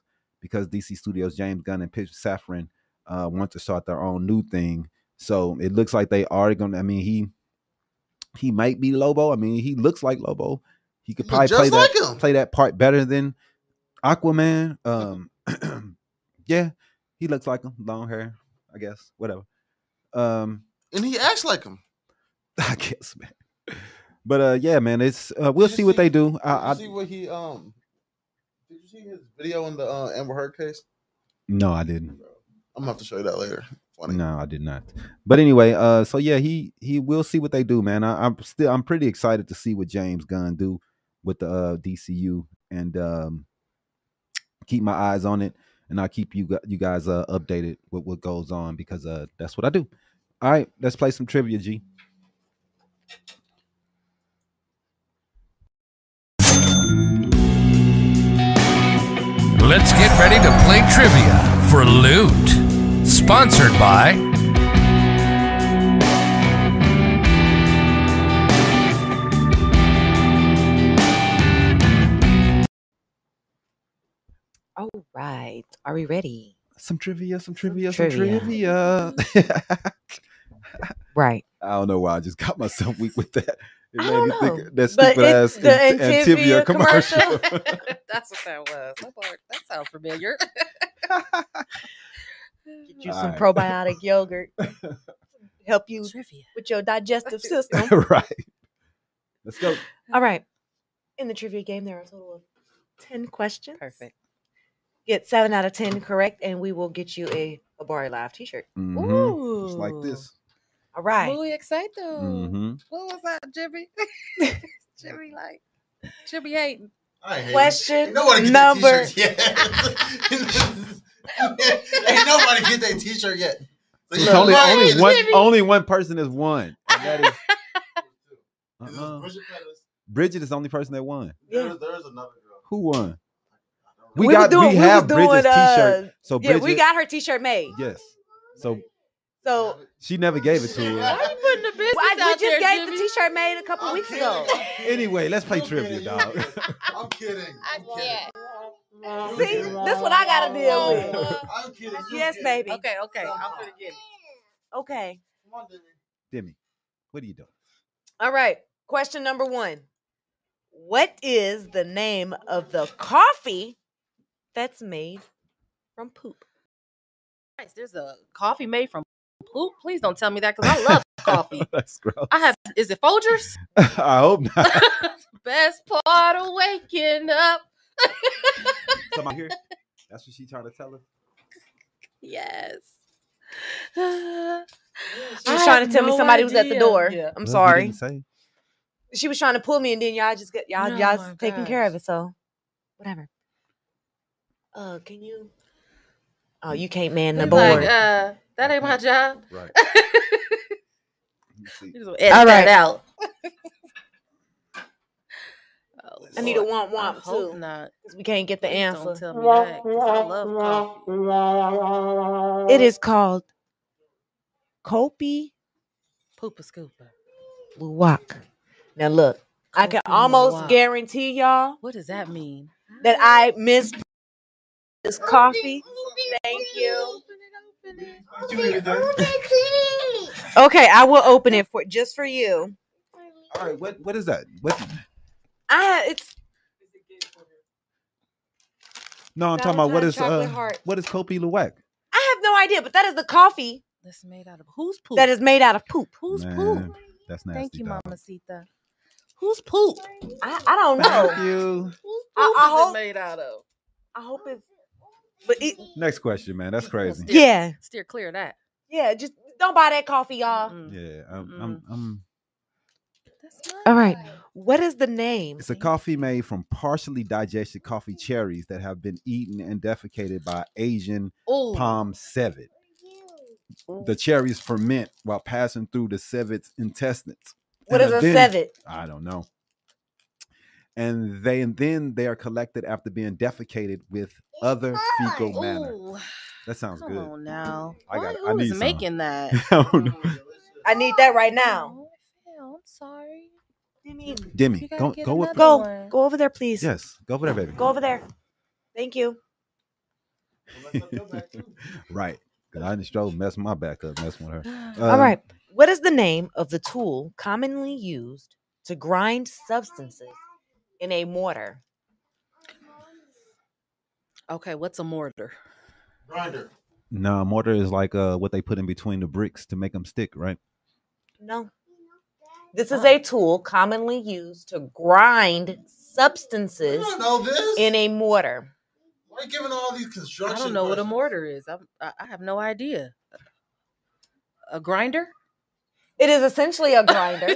Speaker 1: because DC Studios, James Gunn, and Pitch Safran uh, want to start their own new thing. So it looks like they are going. to I mean, he he might be Lobo. I mean, he looks like Lobo. He could
Speaker 5: He
Speaker 1: probably
Speaker 5: look
Speaker 1: play
Speaker 5: just
Speaker 1: that
Speaker 5: like him.
Speaker 1: play that part better than Aquaman. Um,
Speaker 5: Mm-hmm.
Speaker 1: yeah, he looks like him. Long hair, I guess. Whatever. Um,
Speaker 5: And he acts like him.
Speaker 1: I guess, man. But uh, yeah, man, it's uh, we'll
Speaker 5: you
Speaker 1: see what
Speaker 5: see-
Speaker 1: they do.
Speaker 5: Did you
Speaker 1: I, I
Speaker 5: see what he, um, did you see his video in the uh, Amber Heard case?
Speaker 1: no, I didn't.
Speaker 5: I'm gonna have to show you that later. funny.
Speaker 1: No, I did not. But anyway, uh, so yeah, he he will see what they do, man. I, I'm still I'm pretty excited to see what James Gunn do with the uh, DCU and um, keep my eyes on it, and I'll keep you gu- you guys uh, updated with what goes on because uh, that's what I do. All right, let's play some trivia, G.
Speaker 2: Let's get ready to play trivia for Loot. Sponsored by
Speaker 8: All right. Are we ready?
Speaker 1: Some trivia, some trivia,
Speaker 8: trivia.
Speaker 1: some trivia.
Speaker 8: Right.
Speaker 1: I don't know why I just got myself weak with that. It
Speaker 8: I
Speaker 1: made
Speaker 8: don't
Speaker 1: me think of
Speaker 8: know,
Speaker 1: that
Speaker 8: but
Speaker 1: stupid
Speaker 8: it's
Speaker 1: ass
Speaker 8: the
Speaker 1: Ant-
Speaker 8: Antivia
Speaker 1: Antivia commercial.
Speaker 6: That's what that was. That, part- that sounds familiar.
Speaker 8: Get you
Speaker 1: All
Speaker 8: some
Speaker 1: right.
Speaker 8: probiotic yogurt. Help you
Speaker 6: Trivia.
Speaker 8: with your digestive system.
Speaker 1: right. Let's go.
Speaker 8: All right. In the trivia game, there are a total of 10 questions.
Speaker 6: Perfect.
Speaker 8: Get seven out of 10 correct, and we will get you a Abari Live t shirt.
Speaker 5: Mm-hmm.
Speaker 1: Mhm.
Speaker 6: Ooh.
Speaker 1: Just like this.
Speaker 8: All right.
Speaker 6: Muy excited.
Speaker 5: Mm-hmm.
Speaker 1: hmm
Speaker 6: What was that, Jimmy? Jimmy like Jimmy hating.
Speaker 5: I hate it.
Speaker 8: Question
Speaker 5: Ain't nobody get
Speaker 8: number.
Speaker 5: their t-shirts yet. Ain't nobody get their t-shirt yet. So
Speaker 1: It's
Speaker 5: you
Speaker 1: only,
Speaker 5: lying.
Speaker 1: only one.
Speaker 6: Jimmy.
Speaker 1: Only one person is one. And that is
Speaker 5: This is
Speaker 1: uh-uh.
Speaker 5: Bridget Pettis.
Speaker 1: Bridget is the only person that won.
Speaker 5: There, there is another girl.
Speaker 1: Who won?
Speaker 8: We were doing- we
Speaker 1: we
Speaker 8: were
Speaker 1: have
Speaker 8: doing,
Speaker 1: Bridget's
Speaker 8: uh,
Speaker 1: T-shirt. So
Speaker 8: Yeah,
Speaker 1: Bridget,
Speaker 8: we got her t shirt made.
Speaker 1: yes. So
Speaker 8: So
Speaker 1: she never gave it to uh,
Speaker 6: Why
Speaker 1: us.
Speaker 6: you putting the business
Speaker 8: Well, I,
Speaker 6: out
Speaker 8: we just
Speaker 6: there,
Speaker 8: gave
Speaker 6: Jimmy?
Speaker 8: the T-shirt made a couple
Speaker 5: I'm
Speaker 8: weeks
Speaker 5: kidding,
Speaker 8: ago.
Speaker 5: I'm kidding.
Speaker 1: Anyway, let's play
Speaker 5: You
Speaker 1: trivia,
Speaker 5: kidding,
Speaker 1: dog.
Speaker 5: you kidding. I'm kidding.
Speaker 6: I
Speaker 5: I'm kidding.
Speaker 6: can't. Oh,
Speaker 5: You
Speaker 8: See,
Speaker 5: kidding.
Speaker 8: that's what I gotta deal with.
Speaker 5: I'm kidding. you
Speaker 8: Yes,
Speaker 5: kidding.
Speaker 8: baby. Okay.
Speaker 6: Okay, okay. I'm gonna get it.
Speaker 8: okay.
Speaker 5: Come on, Jimmy.
Speaker 1: Demi, what are you doing?
Speaker 8: All right. Question number one: What is the name of the coffee that's made from poop?
Speaker 6: Christ, There's a coffee made from poop. Please don't tell me that because I love coffee.
Speaker 1: That's gross.
Speaker 6: I have. Is it Folgers?
Speaker 1: I hope not.
Speaker 6: Best part of waking up.
Speaker 1: Somebody here. That's what she trying to tell us.
Speaker 6: Yes.
Speaker 8: She was
Speaker 6: I
Speaker 8: trying
Speaker 6: have
Speaker 8: to tell me
Speaker 6: no
Speaker 8: somebody was at the
Speaker 6: idea.
Speaker 8: door.
Speaker 6: Yeah.
Speaker 8: I'm
Speaker 1: Well, you
Speaker 8: sorry.
Speaker 1: didn't say.
Speaker 8: She was trying to pull me, and then y'all just got y'all
Speaker 6: No,
Speaker 8: y'all
Speaker 6: my
Speaker 8: taking care of
Speaker 6: gosh.
Speaker 8: it. So, whatever. Uh, can you? Oh, you can't man the
Speaker 6: He's
Speaker 8: board.
Speaker 6: Like, uh, that ain't my job.
Speaker 1: Right. Let me see.
Speaker 6: You just edit
Speaker 8: All right.
Speaker 6: that out. Oh,
Speaker 8: I need a
Speaker 6: Lord. I
Speaker 8: womp womp
Speaker 6: hope
Speaker 8: too.
Speaker 6: not.
Speaker 8: 'cause We can't get the
Speaker 6: Please
Speaker 8: answer.
Speaker 6: Don't tell me that 'cause I love coffee.
Speaker 8: It is called Kopi
Speaker 6: Poopa scoopa.
Speaker 8: Luwak. Now look, I can
Speaker 6: Kopi
Speaker 8: almost
Speaker 6: Luwak. Ah.
Speaker 8: guarantee y'all
Speaker 6: What does that mean?
Speaker 8: that I miss this coffee. Thank you.
Speaker 5: You need it, Jimmy.
Speaker 8: Okay, I will open it for just for you.
Speaker 1: All right. What What is that? What?
Speaker 8: I it's
Speaker 1: No, I'm talking about what
Speaker 8: Valentine
Speaker 1: is
Speaker 8: chocolate
Speaker 1: uh,
Speaker 8: heart.
Speaker 1: what is Kopi Luwak?
Speaker 8: I have no idea, but that is the coffee
Speaker 6: That's made out of who's poop?
Speaker 8: that is made out of poop.
Speaker 6: who's
Speaker 1: Man,
Speaker 6: poop?
Speaker 1: That's nasty.
Speaker 6: Thank you,
Speaker 1: dog.
Speaker 6: Mamacita. Who's poop?
Speaker 8: I, I don't
Speaker 1: Thank
Speaker 8: know.
Speaker 1: you.
Speaker 6: Who's
Speaker 8: I-
Speaker 6: poop
Speaker 8: I
Speaker 6: is
Speaker 8: hope-
Speaker 6: it made out of?
Speaker 8: I hope it's but it,
Speaker 1: Next question, man. That's crazy.
Speaker 6: Steer,
Speaker 8: yeah,
Speaker 6: Steer clear of that.
Speaker 8: yeah. Just don't buy that coffee, y'all.
Speaker 6: Mm-mm.
Speaker 1: Yeah, I'm, I'm, I'm,
Speaker 6: That's
Speaker 8: All right.
Speaker 6: mine.
Speaker 8: What is the name?
Speaker 1: it's a coffee made from partially digested coffee cherries that have been eaten and defecated by Asian
Speaker 6: Ooh.
Speaker 1: palm civet. The cherries ferment while passing through the civet's intestines.
Speaker 8: What is
Speaker 1: and
Speaker 8: a
Speaker 1: then-
Speaker 8: seven?
Speaker 1: I don't know. And they and then they are collected after being defecated with other fecal matter.
Speaker 6: Ooh.
Speaker 1: That sounds
Speaker 6: Come
Speaker 1: good.
Speaker 6: on now.
Speaker 1: I got-
Speaker 6: Why-
Speaker 1: I
Speaker 6: who
Speaker 1: need
Speaker 6: is
Speaker 1: some.
Speaker 6: making that?
Speaker 1: I don't know.
Speaker 6: Mm.
Speaker 8: I need that right now.
Speaker 6: Oh, I'm sorry.
Speaker 1: Demi,
Speaker 6: You gotta
Speaker 1: go
Speaker 6: get
Speaker 1: go up.
Speaker 6: another
Speaker 8: Go,
Speaker 6: one.
Speaker 8: go over there, please.
Speaker 1: Yes, go over there, baby.
Speaker 8: Go over there. Thank you.
Speaker 1: right. Because I didn't stroll mess my back up, mess with her.
Speaker 8: All
Speaker 1: Um,
Speaker 8: right. What is the name of the tool commonly used to grind substances in a mortar?
Speaker 6: Okay, what's a mortar?
Speaker 5: Grinder.
Speaker 1: Nah, mortar is like uh what they put in between the bricks to make them stick, right?
Speaker 8: No. This is a tool commonly used to grind
Speaker 5: You
Speaker 8: substances
Speaker 5: don't know this.
Speaker 8: in a mortar.
Speaker 5: Why are you giving all these
Speaker 6: I
Speaker 5: construction?
Speaker 6: don't know what a
Speaker 5: questions?
Speaker 6: mortar is. I'm, I, I have no idea. a grinder.
Speaker 8: It is essentially a grinder.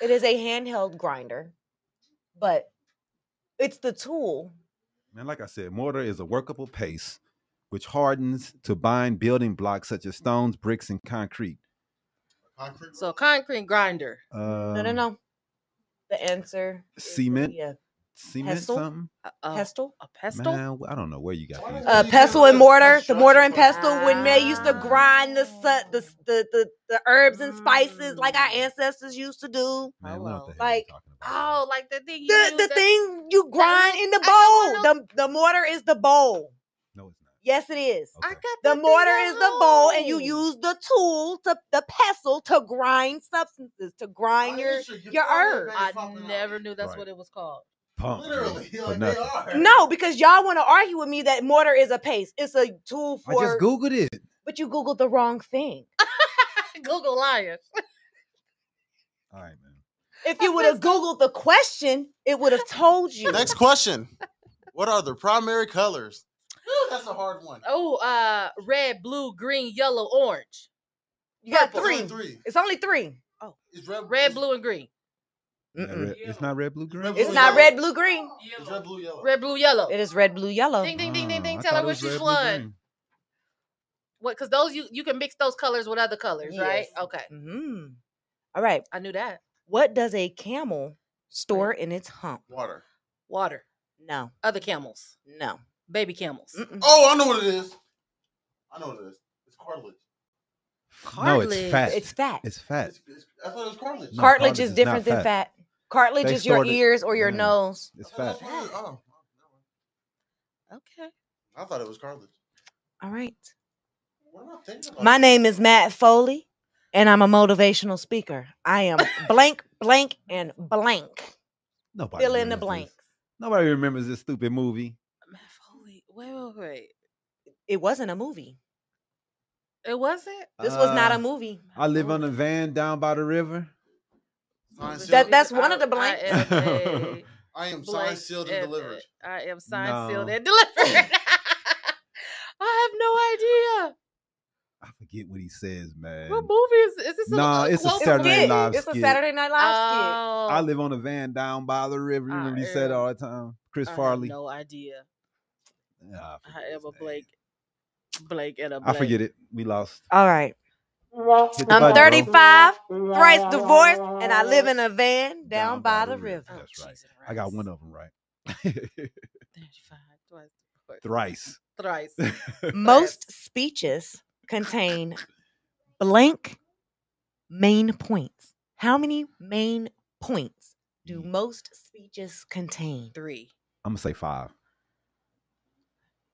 Speaker 8: it is a handheld grinder, but it's the tool.
Speaker 1: And like I said, mortar is a workable paste which hardens to bind building blocks such as stones, bricks, and concrete.
Speaker 5: Concrete
Speaker 6: so concrete grinder.
Speaker 1: Um,
Speaker 8: no, no, no. The answer. is gonna
Speaker 1: cement?
Speaker 8: be a
Speaker 1: Cement
Speaker 8: Pestle?
Speaker 1: something?
Speaker 6: A, a,
Speaker 8: pestle.
Speaker 6: a pestle.
Speaker 1: Man, I don't know where you got
Speaker 5: Why
Speaker 1: these.
Speaker 5: does
Speaker 8: Uh,
Speaker 5: You
Speaker 8: pestle
Speaker 5: use
Speaker 8: and mortar. The
Speaker 5: construction
Speaker 8: mortar and
Speaker 5: for-
Speaker 8: pestle when they used to grind the su- the s- the, the, the herbs and spices like our
Speaker 6: Mm.
Speaker 8: ancestors used to do.
Speaker 1: Man, what the hell
Speaker 8: Like,
Speaker 1: you talking about?
Speaker 6: Oh, like the thing. You
Speaker 8: The
Speaker 6: use
Speaker 8: the
Speaker 6: that-
Speaker 8: thing you grind in the
Speaker 6: I
Speaker 8: bowl.
Speaker 6: don't
Speaker 8: The the mortar is the bowl.
Speaker 1: No, it's not.
Speaker 8: Yes, it is.
Speaker 6: I
Speaker 1: Okay.
Speaker 6: got
Speaker 8: The
Speaker 6: that thing
Speaker 8: mortar
Speaker 6: at
Speaker 8: is the bowl, and you
Speaker 6: home.
Speaker 8: use the tool to the pestle to grind substances, to grind your. your herb.
Speaker 6: I never knew that's
Speaker 1: Right.
Speaker 6: what it was called.
Speaker 1: Punk,
Speaker 5: Literally,
Speaker 1: for
Speaker 5: like, they
Speaker 1: nothing.
Speaker 5: are.
Speaker 8: No, because y'all want to argue with me that mortar is a paste. It's a tool
Speaker 1: I
Speaker 8: for.
Speaker 1: just Googled it.
Speaker 8: but you googled the wrong thing.
Speaker 6: Google liars.
Speaker 1: All right, man.
Speaker 8: If you would have googled the question, it would have told you.
Speaker 5: Next question. What are the primary colors? That's a hard one.
Speaker 6: Oh, uh, red, blue, green, yellow, orange.
Speaker 8: you got
Speaker 5: It's only
Speaker 8: three. It's only three.
Speaker 5: It's red,
Speaker 6: Red,
Speaker 5: it's-
Speaker 6: blue, and green.
Speaker 1: Not
Speaker 8: Mm-mm.
Speaker 1: red- it's not red, blue, green.
Speaker 5: blue,
Speaker 8: It's not
Speaker 5: yellow.
Speaker 8: red, blue, green.
Speaker 5: It's red, blue, yellow.
Speaker 6: Red, blue, yellow.
Speaker 8: It is red, blue, yellow.
Speaker 6: Ding, ding, ding, ding,
Speaker 1: Ah,
Speaker 6: ding.
Speaker 1: I
Speaker 6: Tell
Speaker 1: thought
Speaker 6: her
Speaker 1: it
Speaker 6: which
Speaker 1: was red,
Speaker 6: she's
Speaker 1: blue,
Speaker 6: one.
Speaker 1: green.
Speaker 6: What? Because those you you can mix those colors with other colors, right?
Speaker 8: Yes.
Speaker 6: Okay,
Speaker 8: Mhm. All right.
Speaker 6: I knew that.
Speaker 8: What does a camel store in its hump?
Speaker 5: Water.
Speaker 6: Water,
Speaker 8: No,
Speaker 6: other camels,
Speaker 8: no.
Speaker 6: baby camels.
Speaker 8: Mm-mm.
Speaker 5: Oh, I know what it is. I know what it is. It's cartilage.
Speaker 1: No, it's
Speaker 6: Cartilage.
Speaker 1: fat.
Speaker 8: It's fat.
Speaker 1: It's fat.
Speaker 5: It's, it's, I thought it was cartilage.
Speaker 1: No,
Speaker 8: cartilage,
Speaker 1: cartilage
Speaker 8: is
Speaker 1: is not
Speaker 8: different than
Speaker 1: fat.
Speaker 8: fat. Cartilage
Speaker 1: They
Speaker 8: is your
Speaker 1: stored it-
Speaker 8: ears or your
Speaker 1: yeah.
Speaker 8: nose.
Speaker 1: It's
Speaker 5: I thought
Speaker 1: fat.
Speaker 5: it was cartilage. Oh,
Speaker 6: Okay.
Speaker 5: I thought it was cartilage.
Speaker 8: All right.
Speaker 5: What am I thinking about?
Speaker 8: My name is Matt Foley, and I'm a motivational speaker. I am blank, blank, and blank.
Speaker 1: Nobody
Speaker 8: Fill in the
Speaker 1: remembers this.
Speaker 8: blanks.
Speaker 1: Nobody remembers this stupid movie.
Speaker 6: Matt Foley. Wait, wait, wait.
Speaker 8: It wasn't a movie.
Speaker 6: It wasn't.
Speaker 8: This was not
Speaker 1: Uh,
Speaker 8: a movie.
Speaker 1: I live on a van down by the river.
Speaker 5: Science
Speaker 8: That-
Speaker 5: sealed-
Speaker 8: that's one of the
Speaker 6: blank.
Speaker 8: blanks.
Speaker 5: I am
Speaker 6: blank
Speaker 5: signed, sealed, and
Speaker 6: and-
Speaker 5: delivered.
Speaker 6: I am signed, sealed,
Speaker 1: No.
Speaker 6: and delivered. I have no idea.
Speaker 1: I forget what he says, man.
Speaker 6: What movie is is this?
Speaker 1: Nah,
Speaker 6: a,
Speaker 1: it's a
Speaker 6: quote from
Speaker 1: Saturday
Speaker 6: it?
Speaker 1: Night Live
Speaker 8: It's a
Speaker 1: skit.
Speaker 8: Saturday Night Live
Speaker 6: Oh,
Speaker 1: I live on a van down by the river. You
Speaker 6: I
Speaker 1: remember he said it
Speaker 6: am-
Speaker 1: all the time. Chris
Speaker 6: I have
Speaker 1: Farley.
Speaker 6: no idea.
Speaker 1: Nah, I
Speaker 6: I
Speaker 1: forget
Speaker 6: am
Speaker 1: his
Speaker 6: a
Speaker 1: name.
Speaker 6: Blake, Blake, and a
Speaker 1: I
Speaker 6: blank.
Speaker 1: forget it. We lost.
Speaker 8: skit. All right.
Speaker 1: Hit the
Speaker 8: I'm
Speaker 1: button, bro.
Speaker 8: 35, thrice divorced, and I live in a van down, by, the river.
Speaker 6: Oh,
Speaker 1: That's right.
Speaker 6: Jesus
Speaker 1: I got
Speaker 6: Christ.
Speaker 1: one of them right.
Speaker 6: 35 twice,
Speaker 1: Thrice.
Speaker 6: thrice.
Speaker 8: Most speeches contain blank main points. How many main points do
Speaker 1: I'm
Speaker 8: most speeches contain?
Speaker 6: Three.
Speaker 1: gonna say five,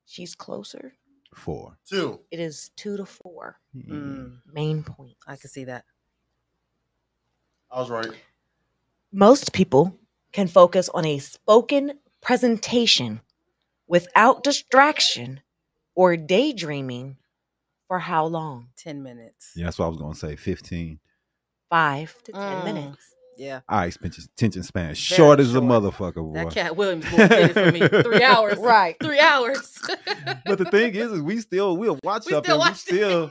Speaker 8: She's closer.
Speaker 1: four.
Speaker 5: Two.
Speaker 8: It is two to four
Speaker 1: Mm.
Speaker 6: Mm,
Speaker 8: main points.
Speaker 6: I can see that.
Speaker 5: I was right.
Speaker 8: Most people can focus on a spoken presentation without distraction or daydreaming for how long?
Speaker 6: 10 minutes.
Speaker 1: Yeah, that's what I was gonna say. Fifteen.
Speaker 8: Five to ten
Speaker 6: Mm.
Speaker 8: minutes.
Speaker 6: Yeah.
Speaker 1: I attention attention span short as a
Speaker 6: short.
Speaker 1: motherfucker,
Speaker 6: That
Speaker 1: boy.
Speaker 6: Cat Williams boy did it for me. Three hours.
Speaker 8: Right.
Speaker 6: Three hours.
Speaker 1: But the thing is, is we still we'll watch
Speaker 6: We
Speaker 1: up
Speaker 6: still
Speaker 1: and we
Speaker 6: watch it.
Speaker 1: still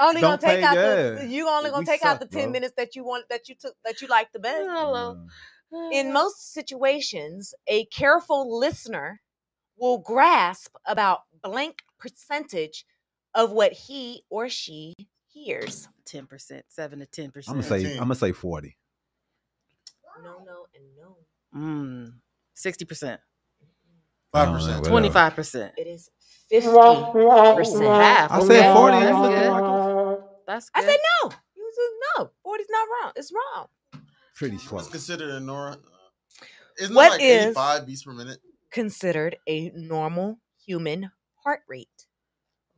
Speaker 8: Only
Speaker 1: Don't
Speaker 8: gonna take
Speaker 1: pay
Speaker 8: out
Speaker 1: gas.
Speaker 8: the you only
Speaker 1: We
Speaker 8: gonna take out
Speaker 1: suck,
Speaker 8: the ten
Speaker 1: bro.
Speaker 8: minutes that you want that you took that you like the best.
Speaker 6: Hello.
Speaker 1: Mm.
Speaker 8: In most situations, a careful listener will grasp about blank percentage of what he or she hears.
Speaker 6: 10%, 7 to 10%.
Speaker 1: I'm gonna say I'm
Speaker 5: Seventeen.
Speaker 1: gonna say forty.
Speaker 8: No, no, and no.
Speaker 6: Mm,
Speaker 5: Five
Speaker 6: 60%,
Speaker 1: I don't know,
Speaker 5: percent.
Speaker 1: whatever.
Speaker 6: 25%.
Speaker 8: It is fifty percent.
Speaker 6: Half.
Speaker 8: Oh,
Speaker 1: I said
Speaker 6: Okay.
Speaker 1: forty.
Speaker 6: That's
Speaker 1: That's
Speaker 6: good.
Speaker 1: good.
Speaker 6: That's
Speaker 8: I
Speaker 6: good.
Speaker 8: said no. You said no. Forty's not wrong. It's wrong.
Speaker 1: Pretty
Speaker 5: What's
Speaker 1: close.
Speaker 5: considered a Nora? Isn't
Speaker 8: What
Speaker 5: it like
Speaker 8: is-
Speaker 5: 85 beats per minute?
Speaker 8: Considered a normal human heart rate.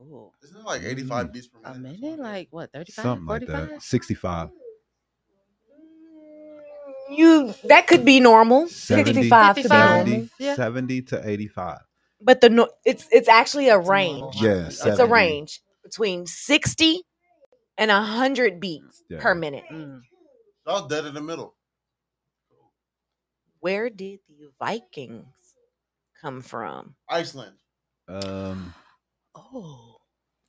Speaker 6: Ooh,
Speaker 5: Isn't it like 85
Speaker 1: Mm.
Speaker 5: beats per
Speaker 6: a
Speaker 5: minute? or
Speaker 6: minute?
Speaker 5: something?
Speaker 6: Like what, 35,
Speaker 1: Something like
Speaker 6: 45?
Speaker 1: that. Sixty-five.
Speaker 8: You that could be normal.
Speaker 1: 70,
Speaker 8: 55 to be
Speaker 6: 55.
Speaker 8: normal.
Speaker 1: 70,
Speaker 6: Yeah.
Speaker 1: 70 to 85.
Speaker 8: But the no, it's it's actually a
Speaker 6: It's a normal
Speaker 8: range.
Speaker 6: Wow.
Speaker 1: Yeah,
Speaker 6: It's a
Speaker 8: It's a
Speaker 1: 70.
Speaker 8: range between 60 and 100 beats
Speaker 1: Yeah.
Speaker 8: per minute.
Speaker 6: Mm.
Speaker 5: I was dead in the middle.
Speaker 8: Where did the Vikings come from?
Speaker 5: Iceland.
Speaker 1: Um,
Speaker 6: Oh,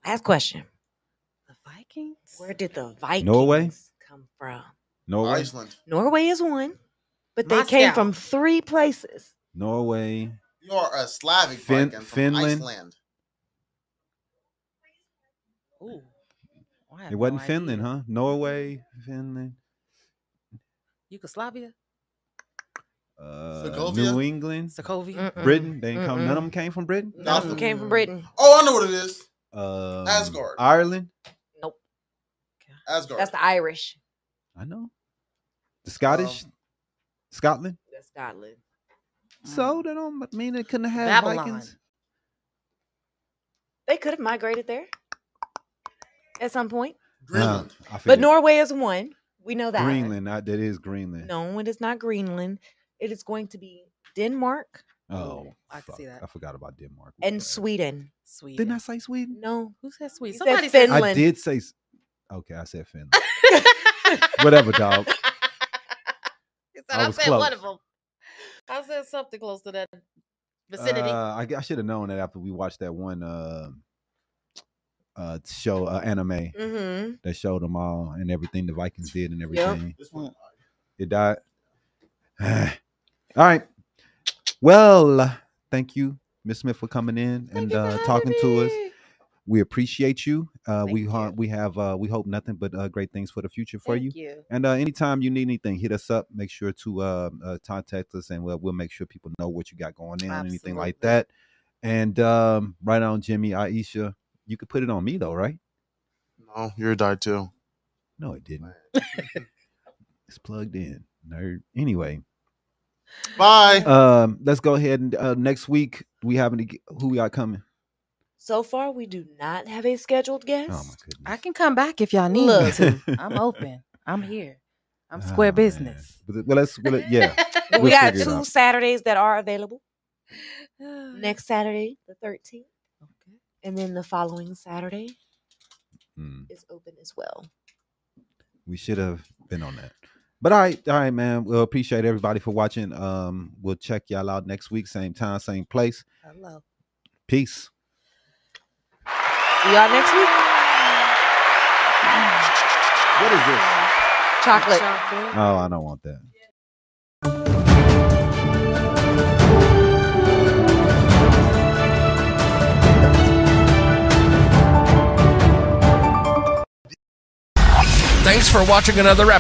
Speaker 8: Last question.
Speaker 6: the Vikings?
Speaker 8: Where did the Vikings
Speaker 1: Norway?
Speaker 8: come from?
Speaker 1: Norway,
Speaker 5: Iceland.
Speaker 8: Norway is one, but they
Speaker 7: Moscow.
Speaker 8: came from three places.
Speaker 1: Norway,
Speaker 5: You are a Slavic
Speaker 1: Fin-
Speaker 5: Viking from
Speaker 1: Finland?
Speaker 5: Iceland.
Speaker 7: Ooh. I have
Speaker 1: It wasn't
Speaker 7: no idea.
Speaker 1: Finland, huh? Norway, Finland,
Speaker 7: Yugoslavia,
Speaker 1: uh,
Speaker 5: Sokovia?
Speaker 1: New England,
Speaker 7: Sokovia.
Speaker 8: Mm-mm.
Speaker 1: Britain. They didn't come. None
Speaker 8: Mm-mm.
Speaker 1: of them came from Britain.
Speaker 8: None of them came from Britain.
Speaker 5: Oh, I know what it is.
Speaker 1: Um,
Speaker 5: Asgard.
Speaker 1: Ireland.
Speaker 5: Asgard.
Speaker 8: That's the Irish.
Speaker 1: I know. The Scottish, Scotland.
Speaker 8: That's Scotland.
Speaker 1: So that don't m- mean it couldn't have
Speaker 7: Babylon.
Speaker 1: Vikings.
Speaker 8: They could have migrated there at some point.
Speaker 5: Greenland.
Speaker 1: Nah, I
Speaker 8: But
Speaker 1: figured
Speaker 8: Norway is one. We know that.
Speaker 1: Greenland. I, that is Greenland.
Speaker 8: No, it is not Greenland. It is going to be Denmark
Speaker 1: Oh,
Speaker 7: I can see
Speaker 1: fuck,
Speaker 7: that.
Speaker 1: I forgot about Denmark. My
Speaker 8: and
Speaker 1: bad.
Speaker 8: Sweden.
Speaker 7: Sweden.
Speaker 1: Didn't I say Sweden?
Speaker 8: No.
Speaker 7: Who said Sweden?
Speaker 8: He said
Speaker 7: Somebody said
Speaker 8: Finland.
Speaker 1: I did say. s- Okay, I said Finland. Whatever, dog.
Speaker 7: He said,
Speaker 1: I
Speaker 7: I,
Speaker 1: was
Speaker 7: said one of
Speaker 1: close.
Speaker 7: them. I said something close to that vicinity.
Speaker 1: Uh, I, should have known that after we watched that one uh, uh, show, uh,
Speaker 7: Mm.
Speaker 1: anime
Speaker 8: Mm-hmm.
Speaker 1: that showed them all and everything the Vikings did and everything.
Speaker 5: This one. uh,
Speaker 1: It died. all right. Well, thank you, Miss Smith, for coming in and uh, talking to us. we appreciate you. Uh, we
Speaker 7: Thank
Speaker 1: ha-
Speaker 7: you.
Speaker 1: we have uh, we hope nothing but uh, great things for the future for you.
Speaker 7: Thank you.
Speaker 1: And uh, anytime you need anything, hit us up. Make sure to uh, uh, contact us, and we'll, we'll make sure people know what you got going on, anything like
Speaker 7: Absolutely.
Speaker 1: that. And um, right on, Jimmy, Aisha, you could put it on me though, right?
Speaker 5: No, you're a die too.
Speaker 1: No, it didn't. it's plugged in, nerd. Anyway,
Speaker 5: Bye.
Speaker 1: um, let's go ahead and uh, next week we have any who we got coming.
Speaker 8: So far, we do not have a scheduled guest.
Speaker 1: Oh my goodness!
Speaker 7: I can come back if y'all need me
Speaker 8: Look.
Speaker 7: to. I'm open. I'm here. I'm square
Speaker 1: Oh, man.
Speaker 7: business.
Speaker 1: But well, let's well, yeah.
Speaker 8: But we
Speaker 1: We'll
Speaker 8: got
Speaker 1: figure it
Speaker 8: two
Speaker 1: out.
Speaker 8: Saturdays that are available.
Speaker 6: Mm-hmm.
Speaker 8: Next Saturday, the 13th,
Speaker 7: Okay.
Speaker 8: and then the following Saturday
Speaker 1: Mm.
Speaker 8: is open as well.
Speaker 1: we should have been on that. But all right, all right, man. We'll appreciate everybody for watching. Um, we'll check y'all out next week, same time, same place.
Speaker 7: Hello.
Speaker 1: Peace.
Speaker 8: See y'all next week.
Speaker 1: What is this?
Speaker 8: Chocolate.
Speaker 1: Oh, I don't want that.
Speaker 2: Thanks for watching another episode.